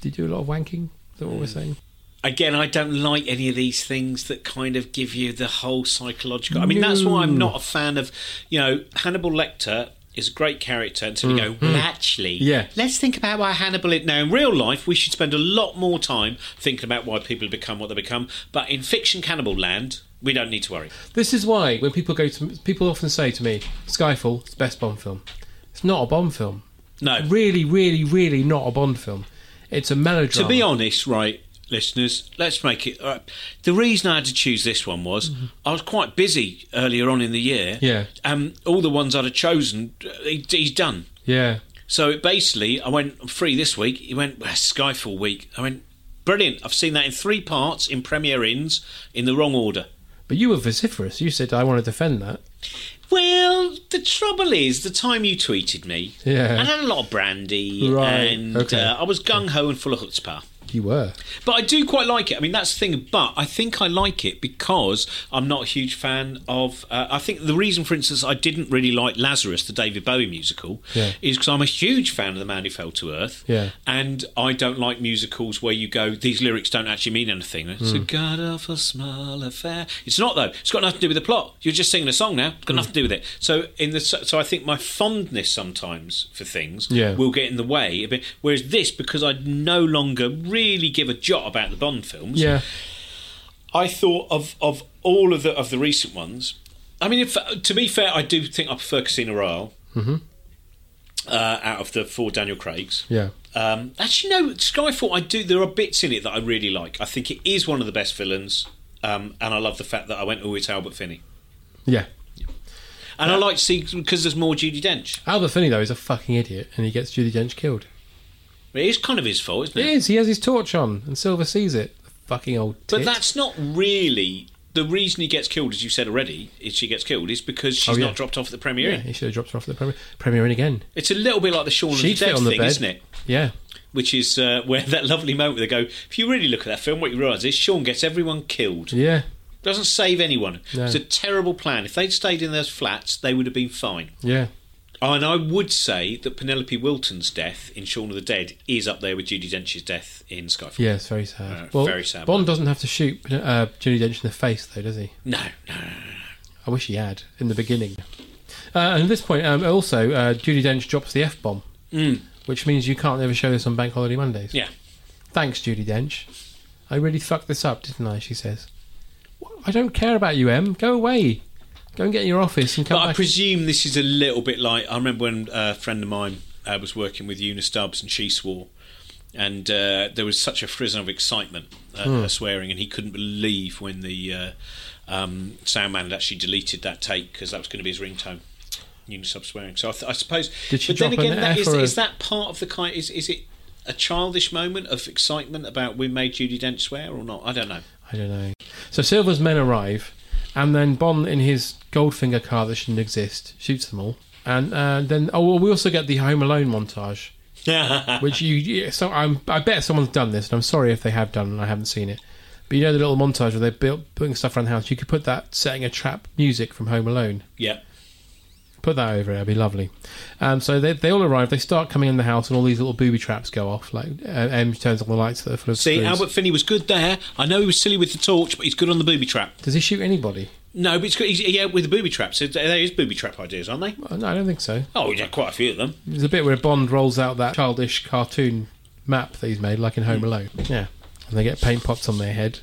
Speaker 6: Did you do a lot of wanking? Is that what we're saying?
Speaker 8: Again, I don't like any of these things that kind of give you the whole psychological. I mean, that's why I'm not a fan of, you know, Hannibal Lecter is a great character until you go, well, actually,
Speaker 6: Mm. Yeah.
Speaker 8: let's think about why Hannibal. Is. Now, in real life, we should spend a lot more time thinking about why people become what they become. But in fiction, Cannibal Land, we don't need to worry.
Speaker 6: This is why when people go to people often say to me, "Skyfall, it's the best Bond film." It's not a Bond film.
Speaker 8: No,
Speaker 6: really, really, really not a Bond film. It's a melodrama.
Speaker 8: To be honest, right, listeners, let's make it. Uh, the reason I had to choose this one was I was quite busy earlier on in the year.
Speaker 6: Mm-hmm. Yeah.
Speaker 8: Um, all the ones I'd have chosen, uh, he, he's done.
Speaker 6: yeah,
Speaker 8: So it basically, I went I'm free this week. He went well, it's Skyfall week. I went brilliant. I've seen that in three parts in Premier Inns in the wrong order.
Speaker 6: but you were vociferous. You said I want to defend that.
Speaker 8: Well, the trouble is, the time you tweeted me,
Speaker 6: Yeah.
Speaker 8: I had a lot of brandy,
Speaker 6: Right,
Speaker 8: and
Speaker 6: okay.
Speaker 8: uh, I was gung ho and full of chutzpah.
Speaker 6: You were.
Speaker 8: But I do quite like it. I mean, that's the thing. But I think I like it because I'm not a huge fan of. Uh, I think the reason, for instance, I didn't really like Lazarus, the David Bowie musical,
Speaker 6: Yeah.
Speaker 8: is because I'm a huge fan of The Man Who Fell to Earth.
Speaker 6: Yeah.
Speaker 8: And I don't like musicals where you go, these lyrics don't actually mean anything. It's
Speaker 6: Hmm.
Speaker 8: a god awful small affair. It's not, though. It's got nothing to do with the plot. You're just singing a song now.
Speaker 6: Hmm.
Speaker 8: It's got nothing to do with it. So, in the, so I think my fondness sometimes for things
Speaker 6: Yeah.
Speaker 8: will get in the way. a bit. Whereas this, because I no longer really give a jot about the Bond films,
Speaker 6: Yeah,
Speaker 8: I thought of of all of the of the recent ones. I mean, if, to be fair, I do think I prefer Casino Royale
Speaker 6: Mhm.
Speaker 8: uh, out of the four Daniel Craig's.
Speaker 6: yeah.
Speaker 8: Um, actually, no, Skyfall. I do. There are bits in it that I really like. I think it is one of the best villains, um, and I love the fact that I went, "Oh, it's Albert Finney,"
Speaker 6: Yeah.
Speaker 8: and I like to see because there's more Judy Dench.
Speaker 6: Albert Finney though is a fucking idiot, and he gets Judy Dench killed.
Speaker 8: It is kind of his fault, isn't it?
Speaker 6: It is. He has his torch on, and Silver sees it. The fucking old. Tit.
Speaker 8: But that's not really the reason he gets killed, as you said already. Is she gets killed is because she's
Speaker 6: Oh, yeah.
Speaker 8: not dropped off at the premiere.
Speaker 6: Yeah, he should have dropped her off at the premier. Premier in again.
Speaker 8: It's a little bit like the Shaun of the
Speaker 6: She'd fit
Speaker 8: Dead
Speaker 6: on the
Speaker 8: thing,
Speaker 6: bed.
Speaker 8: isn't it?
Speaker 6: Yeah.
Speaker 8: Which is uh, (laughs) where that lovely moment where they go, if you really look at that film, what you realise is Sean gets everyone killed.
Speaker 6: Yeah.
Speaker 8: Doesn't save anyone.
Speaker 6: No.
Speaker 8: It's a terrible plan. If they'd stayed in those flats, they would have been fine.
Speaker 6: Yeah.
Speaker 8: And I would say that Penelope Wilton's death in Shaun of the Dead is up there with Judy Dench's death in Skyfall.
Speaker 6: Yeah, it's very sad.
Speaker 8: Uh,
Speaker 6: well,
Speaker 8: very sad.
Speaker 6: Bond doesn't have to shoot uh, Judy Dench in the face, though, does he?
Speaker 8: No, no, no, no.
Speaker 6: I wish he had in the beginning. Uh, and at this point, um, also, uh, Judy Dench drops the F bomb,
Speaker 8: Mm.
Speaker 6: which means you can't ever show this on Bank Holiday Mondays.
Speaker 8: Yeah.
Speaker 6: Thanks, Judy Dench. I really fucked this up, didn't I? She says. I don't care about you, Em. Go away. Go and get in your office and come
Speaker 8: But I
Speaker 6: back.
Speaker 8: presume this is a little bit like I remember when a friend of mine uh, was working with Una Stubbs and she swore, and uh, there was such a frisson of excitement at
Speaker 6: Hmm.
Speaker 8: her swearing, and he couldn't believe when the uh, um, soundman had actually deleted that tape because that was going to be his ringtone. Una Stubbs swearing. So I, th- I suppose.
Speaker 6: Did she
Speaker 8: but then
Speaker 6: drop an
Speaker 8: again, that
Speaker 6: F
Speaker 8: is,
Speaker 6: or a-
Speaker 8: is that part of the kind? Is is it? A childish moment of excitement about we made Judy Dench swear or not? I don't know.
Speaker 6: I don't know. So Silver's men arrive, and then Bond, in his Goldfinger car that shouldn't exist, shoots them all. And uh, then, oh, well, we also get the Home Alone montage, (laughs) which you. yeah, So I'm, I bet someone's done this, and I'm sorry if they have done, and I haven't seen it. But you know the little montage where they're built, putting stuff around the house. You could put that setting a trap music from Home Alone.
Speaker 8: Yeah.
Speaker 6: Put that over it. It'd be lovely. Um, so they, they all arrive. They start coming in the house, and all these little booby traps go off. Like uh, M turns on the lights that are full of.
Speaker 8: See,
Speaker 6: screws.
Speaker 8: Albert Finney was good there. I know he was silly with the torch, but he's good on the booby trap.
Speaker 6: Does he shoot anybody?
Speaker 8: No, but it's got, he's- yeah, with the booby traps. So There is booby trap ideas, aren't they?
Speaker 6: Uh, No, I don't think so.
Speaker 8: Oh, yeah, quite a few of them.
Speaker 6: There's a bit where Bond rolls out that childish cartoon map that he's made, like in Home Alone. Yeah. And they get paint pots on their head.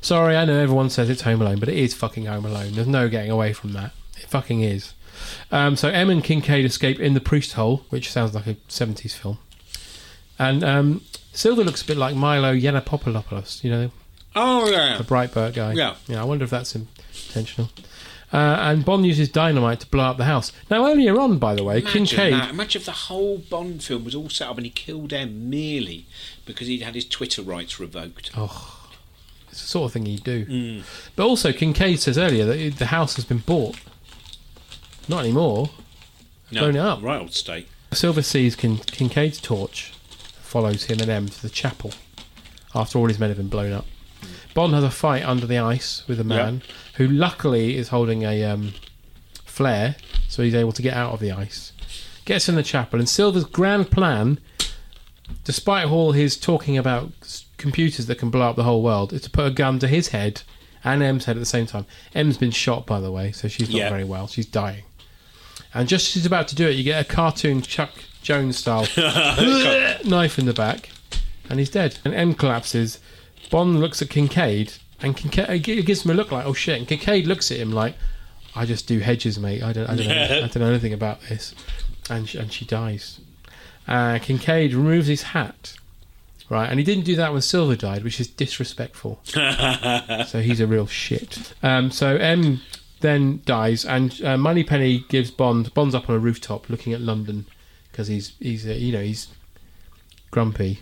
Speaker 6: Sorry, I know everyone says it's Home Alone, but it is fucking Home Alone. There's no getting away from that. It fucking is. Um, so Em and Kincaid escape in the priest hole, which sounds like a 70s film. And um, Silver looks a bit like Milo Yiannopoulos, you know,
Speaker 8: Oh yeah,
Speaker 6: the Breitbart guy.
Speaker 8: Yeah.
Speaker 6: Yeah, I wonder if that's intentional. Uh, and Bond uses dynamite to blow up the house. Now, earlier on, by the way,
Speaker 8: Imagine
Speaker 6: Kincaid.
Speaker 8: that. Imagine if the whole Bond film was all set up and he killed M merely because he'd had his Twitter rights revoked.
Speaker 6: Oh, it's the sort of thing you do. But also, Kincaid says earlier that the house has been bought. Not anymore. Blown it up.
Speaker 8: right old
Speaker 6: (laughs)
Speaker 8: state.
Speaker 6: Silver sees Kin- Kincaid's torch, follows him and M to the chapel after all his men have been blown up. Bond has a fight under the ice with a man who luckily is holding a um, flare, so he's able to get out of the ice. Gets in the chapel, and Silver's grand plan despite all his talking about s- computers that can blow up the whole world, is to put a gun to his head and Em's head at the same time. Em's been shot, by the way, so she's not
Speaker 8: Yeah.
Speaker 6: very well. She's dying. And just as she's about to do it, you get a cartoon Chuck Jones style
Speaker 8: Oh,
Speaker 6: knife in the back, and he's dead. And M collapses. Bond looks at Kincaid, and Kincaid it gives him a look like, "Oh shit!" And Kincaid looks at him like, "I just do hedges, mate. I don't, I don't, know, I don't know anything about this." And she, and she dies. Uh, Kincaid removes his hat, right? And he didn't do that when Silver died, which is disrespectful. so he's a real shit. Um, so M then dies, and uh, Moneypenny gives Bond. Bond's up on a rooftop looking at London because he's he's uh, you know he's grumpy.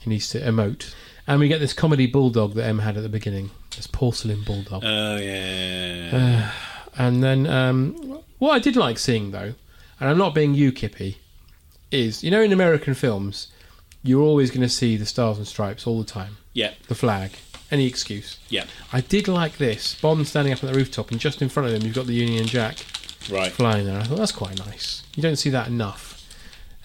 Speaker 6: He needs to emote, and we get this comedy bulldog that M had at the beginning. This porcelain bulldog.
Speaker 8: Oh yeah.
Speaker 6: Uh, and then um, what I did like seeing though, and I'm not being you kippy, is you know in American films, you're always going to see the stars and stripes all the time.
Speaker 8: Yeah.
Speaker 6: The flag, any excuse.
Speaker 8: Yeah.
Speaker 6: I did like this. Bond standing up at the rooftop, and just in front of him, you've got the Union Jack
Speaker 8: Right.
Speaker 6: flying there. I thought that's quite nice. You don't see that enough.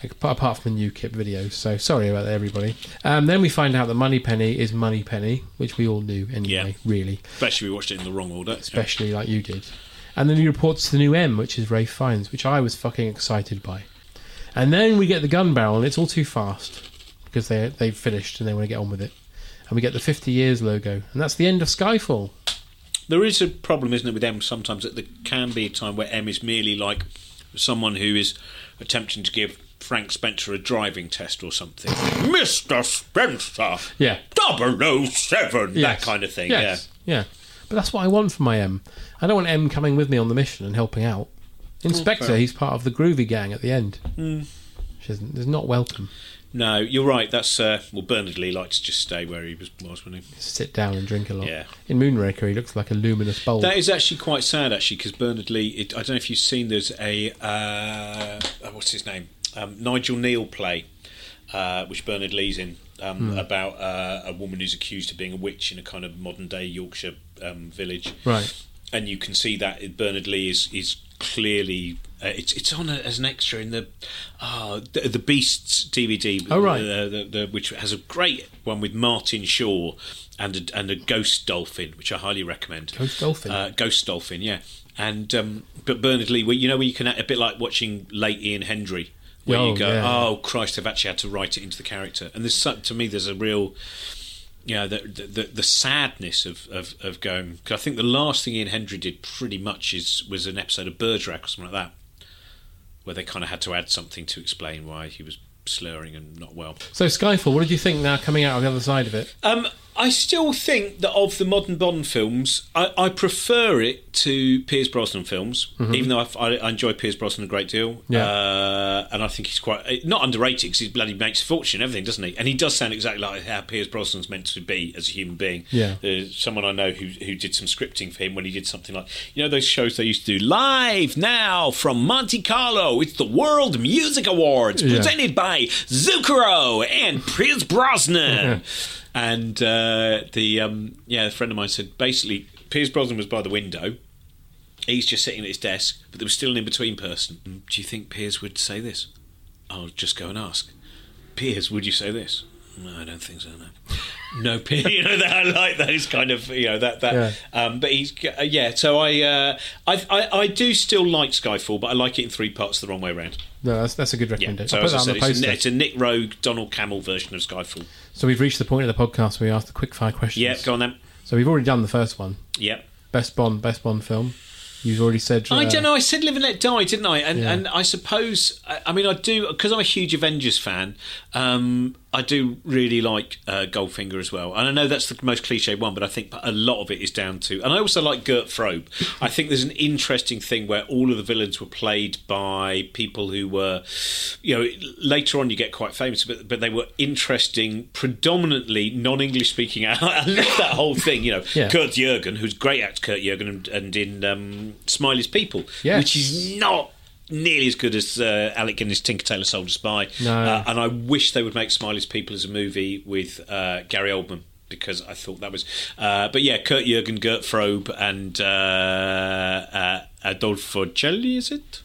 Speaker 6: Apart apart from the UKIP videos, so sorry about that, everybody. Um, then we find out that Moneypenny is Moneypenny, which we all knew anyway, really
Speaker 8: Especially we watched it in the wrong order.
Speaker 6: especially like you did. And then he reports to the new M, which is Ray Fiennes, which I was fucking excited by. And then we get the gun barrel, and it's all too fast because they they've finished and they want to get on with it. And we get the 50 years logo, and that's the end of Skyfall.
Speaker 8: There is a problem, isn't it, with M sometimes that there can be a time where M is merely like someone who is attempting to give Frank Spencer a driving test or something. Mr. Spencer!
Speaker 6: Yeah.
Speaker 8: 007! That
Speaker 6: Yes.
Speaker 8: kind of thing.
Speaker 6: Yes. Yeah. But that's what I want from my M. I don't want M coming with me on the mission and helping out. Inspector,
Speaker 8: Okay.
Speaker 6: he's part of the groovy gang at the end.
Speaker 8: Yeah. Mm.
Speaker 6: Which isn't, is not welcome.
Speaker 8: No, you're right. That's, uh, well, Bernard Lee liked to just stay where he was, was when he.
Speaker 6: Sit down and drink a lot.
Speaker 8: Yeah.
Speaker 6: In Moonraker, he looks like a luminous bulb.
Speaker 8: That is actually quite sad, actually, because Bernard Lee. It, I don't know if you've seen. There's a uh, oh, what's his name, um, Nigel Neal play, uh, which Bernard Lee's in, um,
Speaker 6: Hmm.
Speaker 8: about uh, a woman who's accused of being a witch in a kind of modern day Yorkshire um, village.
Speaker 6: Right.
Speaker 8: And you can see that Bernard Lee is is clearly. Uh, it's it's on a, as an extra in the uh, the, the Beasts DVD.
Speaker 6: Oh, right.
Speaker 8: the, uh, the, the, which has a great one with Martin Shaw and a, and a ghost dolphin, which I highly recommend.
Speaker 6: Ghost dolphin?
Speaker 8: Uh, Ghost Dolphin, yeah. And um, but Bernard Lee, well, you know, where you can a bit like watching late Ian Hendry, where
Speaker 6: Oh,
Speaker 8: you go,
Speaker 6: yeah.
Speaker 8: oh Christ, they've actually had to write it into the character. And there's so- to me, there's a real, you know, the the, the, the sadness of of, of going. Cause I think the last thing Ian Hendry did pretty much is was an episode of Bergerac or something like that, where they kind of had to add something to explain why he was slurring and not well.
Speaker 6: So Skyfall, what did you think now coming out on the other side of it?
Speaker 8: Um, I still think that of the modern Bond films, I, I prefer it to Piers Brosnan films,
Speaker 6: Mhm.
Speaker 8: even though I, I, I enjoy Piers Brosnan a great deal.
Speaker 6: Yeah.
Speaker 8: Uh, and I think he's quite not underrated because he bloody makes a fortune, everything, doesn't he? And he does sound exactly like how Piers Brosnan's meant to be as a human being.
Speaker 6: Yeah.
Speaker 8: There's someone I know who, who did some scripting for him when he did something like, you know, those shows they used to do live now from Monte Carlo. It's the World Music Awards
Speaker 6: Yeah.
Speaker 8: presented by Zucchero and Piers Brosnan. and uh, the, um, yeah, a friend of mine said basically, Piers Brosnan was by the window. He's just sitting at his desk, but there was still an in between person. Mm, Do you think Piers would say this? I'll just go and ask. Piers, would you say this? No, I don't think so. No. No, (laughs) Piers. you know, that, I like those kind of, you know, that that.
Speaker 6: Yeah.
Speaker 8: Um, but he's uh, yeah. So I, uh, I I I do still like Skyfall, but I like it in three parts the wrong way around.
Speaker 6: No, that's, that's a good
Speaker 8: Yeah.
Speaker 6: recommendation.
Speaker 8: So
Speaker 6: I'll put
Speaker 8: as
Speaker 6: that
Speaker 8: uh, I
Speaker 6: on
Speaker 8: said,
Speaker 6: the
Speaker 8: it's
Speaker 6: poster.
Speaker 8: a, it's a Nick Rogue, Donald Camel version of Skyfall.
Speaker 6: So we've reached the point of the podcast where we ask the quick fire questions.
Speaker 8: Yeah, go on then.
Speaker 6: So we've already done the first one.
Speaker 8: Yep.
Speaker 6: Best Bond, best Bond film. You've already said.
Speaker 8: I
Speaker 6: uh,
Speaker 8: don't know. I said live and let die, didn't I? And
Speaker 6: Yeah.
Speaker 8: and I suppose I, I mean I do because I'm a huge Avengers fan. Um, I do really like uh, Goldfinger as well, and I know that's the most cliche one, but I think a lot of it is down to. And I also like Gert Frobe. I think there's an interesting thing where all of the villains were played by people who were, you know, later on you get quite famous, but but they were interesting, predominantly non-English speaking. (laughs) I love that whole thing, you know,
Speaker 6: Yeah.
Speaker 8: Kurt Jurgen, who's great at Kurt Jurgen and, and in um, Smiley's People,
Speaker 6: Yes.
Speaker 8: which is not nearly as good as uh, Alec Guinness' Tinker Tailor Soldier Spy.
Speaker 6: No.
Speaker 8: Uh, and I wish they would make Smiley's People as a movie with uh, Gary Oldman because I thought that was. Uh, but yeah, Kurt Jurgen, Gert Frobe, and uh, uh, Adolfo Celli, is it?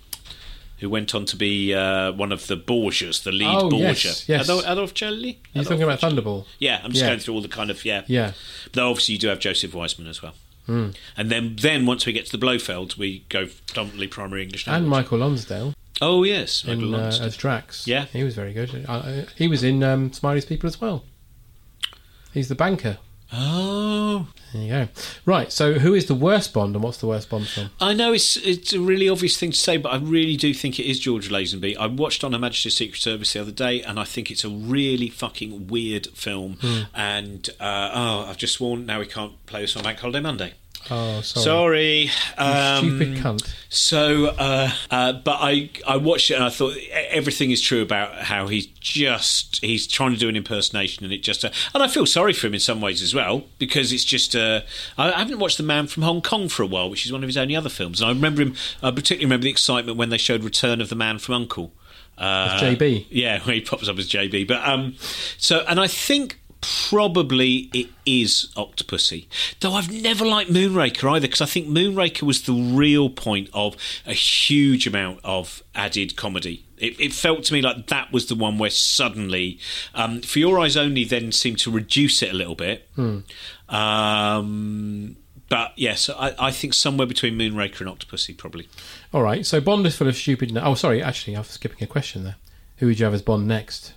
Speaker 8: who went on to be uh, one of the Borgias, the lead
Speaker 6: Oh,
Speaker 8: Borgia.
Speaker 6: yes, yes.
Speaker 8: Adolf, Adolf Celli?
Speaker 6: You're talking about Thunderball.
Speaker 8: Yeah, I'm just
Speaker 6: Yeah.
Speaker 8: going through all the kind of yeah.
Speaker 6: Yeah.
Speaker 8: Though obviously you do have Joseph Weisman as well.
Speaker 6: Mm.
Speaker 8: And then then once we get to the Blofelds, we go predominantly primary English
Speaker 6: And
Speaker 8: language.
Speaker 6: Michael Lonsdale
Speaker 8: oh yes, Michael
Speaker 6: in, uh,
Speaker 8: Lonsdale.
Speaker 6: as Drax.
Speaker 8: Yeah.
Speaker 6: he was very good. Uh, Uh, he was in um, Smiley's People as well. He's the banker.
Speaker 8: Oh,
Speaker 6: there you go. Right. So, who is the worst Bond, and what's the worst Bond film?
Speaker 8: I know it's it's a really obvious thing to say, but I really do think it is George Lazenby. I watched on Her Majesty's Secret Service the other day, and I think it's a really fucking weird film.
Speaker 6: Hmm.
Speaker 8: And uh, oh, I've just sworn now we can't play this on Bank Holiday Monday.
Speaker 6: Oh, sorry.
Speaker 8: Sorry, Um,
Speaker 6: You stupid cunt.
Speaker 8: So, uh, uh, but I I watched it and I thought e- everything is true about how he's just he's trying to do an impersonation and it just uh, and I feel sorry for him in some ways as well because it's just uh, I I haven't watched The Man from Hong Kong for a while, which is one of his only other films, and I remember him. I particularly remember the excitement when they showed Return of the Man from Uncle. Uh,
Speaker 6: As JB.
Speaker 8: yeah, (laughs) he pops up as JB. But um, so, and I think probably it is Octopussy. Though I've never liked Moonraker either, because I think Moonraker was the real point of a huge amount of added comedy. It, it felt to me like that was the one where suddenly, um, for your eyes only, then seemed to reduce it a little bit.
Speaker 6: Hmm.
Speaker 8: Um, but yes, I, I think somewhere between Moonraker and Octopussy, probably.
Speaker 6: All right. So, Bond is full of stupid. Oh, sorry. Actually, I'm skipping a question there. Who would you have as Bond next?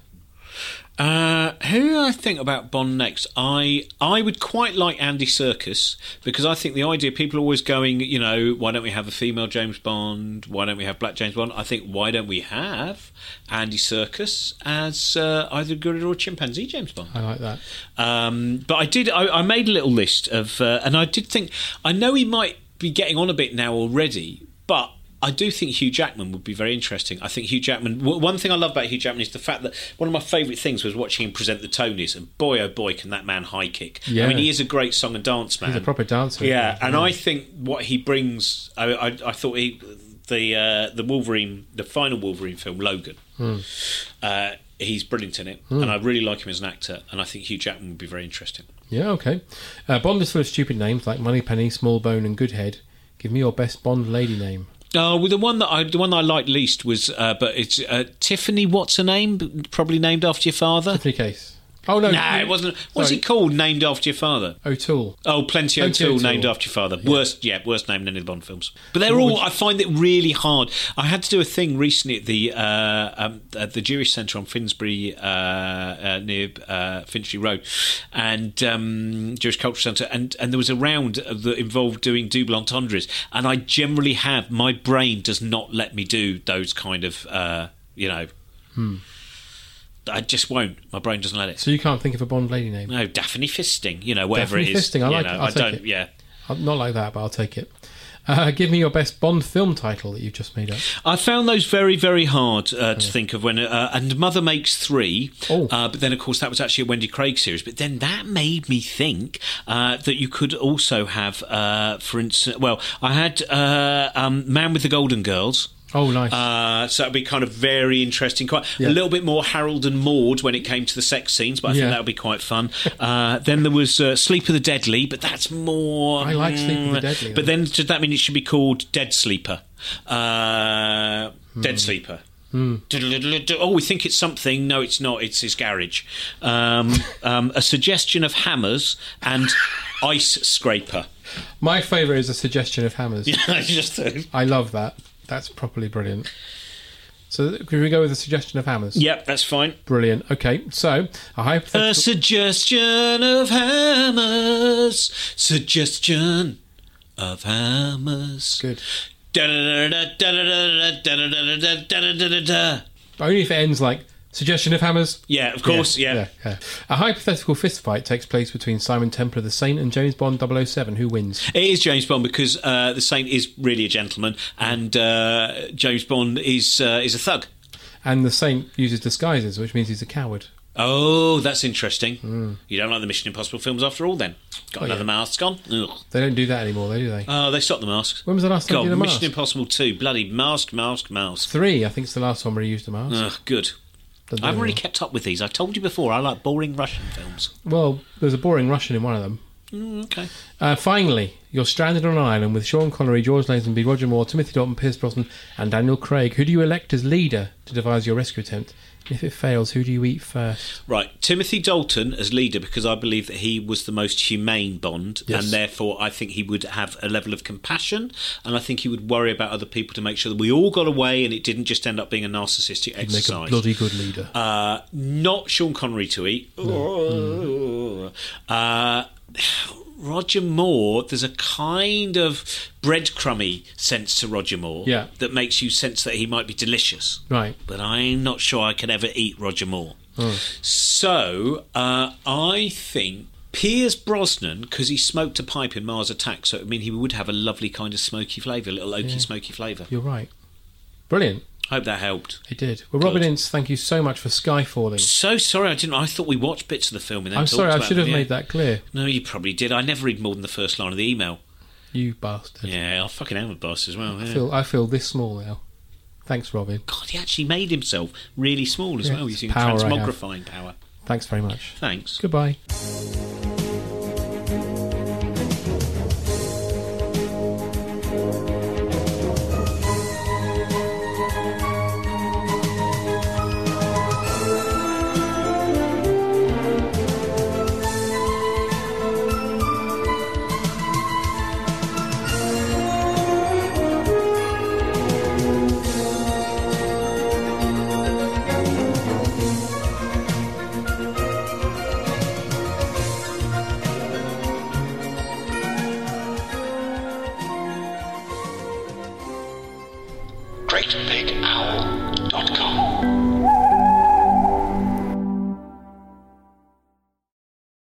Speaker 8: Uh, who do I think about Bond next? I I would quite like Andy Circus because I think the idea people are always going, you know, why don't we have a female James Bond? Why don't we have Black James Bond? I think why don't we have Andy Circus as uh, either gorilla or chimpanzee James Bond?
Speaker 6: I like that.
Speaker 8: Um, but I did. I, I made a little list of, uh, and I did think. I know he might be getting on a bit now already, but I do think Hugh Jackman would be very interesting. I think Hugh Jackman. W- one thing I love about Hugh Jackman is the fact that one of my favourite things was watching him present the Tonys, and boy oh boy, can that man high kick!
Speaker 6: Yeah.
Speaker 8: I mean, he is a great song and dance man.
Speaker 6: He's a proper dancer.
Speaker 8: Yeah, and I think what he brings. I, I, I thought he the uh, the Wolverine, the final Wolverine film, Logan.
Speaker 6: Hmm.
Speaker 8: Uh, he's brilliant in it,
Speaker 6: Mm.
Speaker 8: and I really like him as an actor. And I think Hugh Jackman would be very interesting.
Speaker 6: Yeah, okay. Uh, Bond is full of stupid names like Moneypenny, Smallbone, and Goodhead. Give me your best Bond lady name.
Speaker 8: Uh, well, the one that I the one that I liked least was, uh, but it's uh, Tiffany. What's her name? Probably named after your father.
Speaker 6: Tiffany Case. Oh no,
Speaker 8: no, it wasn't. What's he called? Named after your father?
Speaker 6: O'Toole.
Speaker 8: Oh, Plenty
Speaker 6: Plenty
Speaker 8: O'Toole,
Speaker 6: O'Toole.
Speaker 8: named after your father. Worst, yeah, worst name in any of the Bond films. But they're
Speaker 6: What
Speaker 8: all.
Speaker 6: would you-
Speaker 8: I find it really hard. I had to do a thing recently at the uh, um, at the Jewish Centre on Finsbury uh, uh, near uh, Finchley Road, and um, Jewish Cultural Centre, and and there was a round that involved doing double entendres, and I generally have my brain does not let me do those kind of uh, you know.
Speaker 6: Hmm.
Speaker 8: I just won't. My brain doesn't let it.
Speaker 6: So you can't think of a Bond lady name?
Speaker 8: No, Daphne fisting, you know, whatever
Speaker 6: Daphne
Speaker 8: it is.
Speaker 6: fisting, I
Speaker 8: you
Speaker 6: like
Speaker 8: know,
Speaker 6: it. I'll
Speaker 8: I
Speaker 6: take
Speaker 8: don't.
Speaker 6: it.
Speaker 8: Yeah.
Speaker 6: Uh, Not like that, but I'll take it. Uh, give me your best Bond film title that you've just made up.
Speaker 8: I found those very, very hard uh, to think of when. Uh, and Mother Makes Three,
Speaker 6: Oh.
Speaker 8: uh, but then of course that was actually a Wendy Craig series. But then that made me think uh, that you could also have, uh, for instance, well, I had uh, um, Man with the Golden Girls.
Speaker 6: Oh, nice.
Speaker 8: Uh, so that'd be kind of very interesting. Quite
Speaker 6: Yeah.
Speaker 8: a little bit more Harold and Maude when it came to the sex scenes, but I
Speaker 6: Yeah.
Speaker 8: think that would be quite fun. Uh, then there was uh, Sleep of the Deadly, but that's more.
Speaker 6: I like Sleep of the
Speaker 8: Mm,
Speaker 6: Deadly.
Speaker 8: But then does that mean it should be called Dead Sleeper? Uh, Dead Sleeper.
Speaker 6: Hmm.
Speaker 8: Du-du-du-du-du. Oh, we think it's something. No, it's not. It's his garage. Um,
Speaker 6: (laughs)
Speaker 8: um, a suggestion of hammers and ice scraper. (laughs)
Speaker 6: My favourite is a suggestion of hammers.
Speaker 8: Yeah, I just thought-
Speaker 6: I love that. That's properly brilliant. So can we go with a suggestion of hammers?
Speaker 8: Yep, that's fine.
Speaker 6: Brilliant. Okay, so a hypothetical.
Speaker 8: A suggestion of hammers. Suggestion of hammers.
Speaker 6: Good.
Speaker 8: Only
Speaker 6: Only if it ends like suggestion of hammers.
Speaker 8: Yeah, of course, yeah.
Speaker 6: yeah. A hypothetical fistfight takes place between Simon Templar the Saint and James Bond 007. Who wins?
Speaker 8: It is James Bond because uh, the Saint is really a gentleman, and uh, James Bond is uh, is a thug.
Speaker 6: And the Saint uses disguises, which means he's a coward.
Speaker 8: Oh, that's interesting. You don't like the Mission Impossible films after all, then? Got
Speaker 6: Hmm. Oh,
Speaker 8: another
Speaker 6: yeah.
Speaker 8: mask on? Ugh.
Speaker 6: They don't do that anymore, though, do they?
Speaker 8: Oh, they stopped the masks.
Speaker 6: When was the last time
Speaker 8: God,
Speaker 6: you did a
Speaker 8: Mission
Speaker 6: mask?
Speaker 8: Impossible 2. Bloody mask, mask, mask.
Speaker 6: Three, I think, is the last one where he used a mask.
Speaker 8: Ugh, good.
Speaker 6: Don't do
Speaker 8: I haven't really
Speaker 6: anymore.
Speaker 8: kept up with these. I've told you before, I like boring Russian films.
Speaker 6: Well, there's a boring Russian in one of them.
Speaker 8: Mm, okay.
Speaker 6: Uh, finally, you're stranded on an island with Sean Connery, George Lazenby, Roger Moore, Timothy Dalton, Pierce Brosnan, and Daniel Craig. Who do you elect as leader to devise your rescue attempt? And if it fails, who do you eat first?
Speaker 8: Right, Timothy Dalton as leader because I believe that he was the most humane Bond,
Speaker 6: Yes.
Speaker 8: and therefore I think he would have a level of compassion, and I think he would worry about other people to make sure that we all got away and it didn't just end up being a narcissistic
Speaker 6: You'd make
Speaker 8: exercise.
Speaker 6: a bloody good leader.
Speaker 8: Uh, not Sean Connery to eat. Uh, Roger Moore, there's a kind of breadcrummy sense to Roger Moore
Speaker 6: Yeah.
Speaker 8: that makes you sense that he might be delicious.
Speaker 6: Right.
Speaker 8: But I'm not sure I can ever eat Roger Moore.
Speaker 6: Oh.
Speaker 8: So uh, I think Piers Brosnan, because he smoked a pipe in Mars Attack, so I mean he would have a lovely kind of smoky flavour, a little oaky
Speaker 6: Yeah.
Speaker 8: smoky flavour.
Speaker 6: You're right. Brilliant.
Speaker 8: Hope that helped.
Speaker 6: It did. Well, Robin Ince, thank you so much for Skyfalling.
Speaker 8: So sorry, I didn't. I thought we watched bits of the film and then
Speaker 6: I'm
Speaker 8: talked
Speaker 6: sorry, I
Speaker 8: about
Speaker 6: should
Speaker 8: them,
Speaker 6: have
Speaker 8: yeah.
Speaker 6: made that clear.
Speaker 8: No, you probably did. I never read more than the first line of the email.
Speaker 6: You bastard.
Speaker 8: Yeah, I fucking am a boss as well.
Speaker 6: I
Speaker 8: yeah.
Speaker 6: feel I feel this small now. Thanks, Robin.
Speaker 8: God, he actually made himself really small as
Speaker 6: Yeah,
Speaker 8: well
Speaker 6: it's
Speaker 8: using
Speaker 6: power I have.
Speaker 8: transmogrifying power.
Speaker 6: Thanks very much.
Speaker 8: Thanks.
Speaker 6: Goodbye.
Speaker 3: GreatBigOwl.com.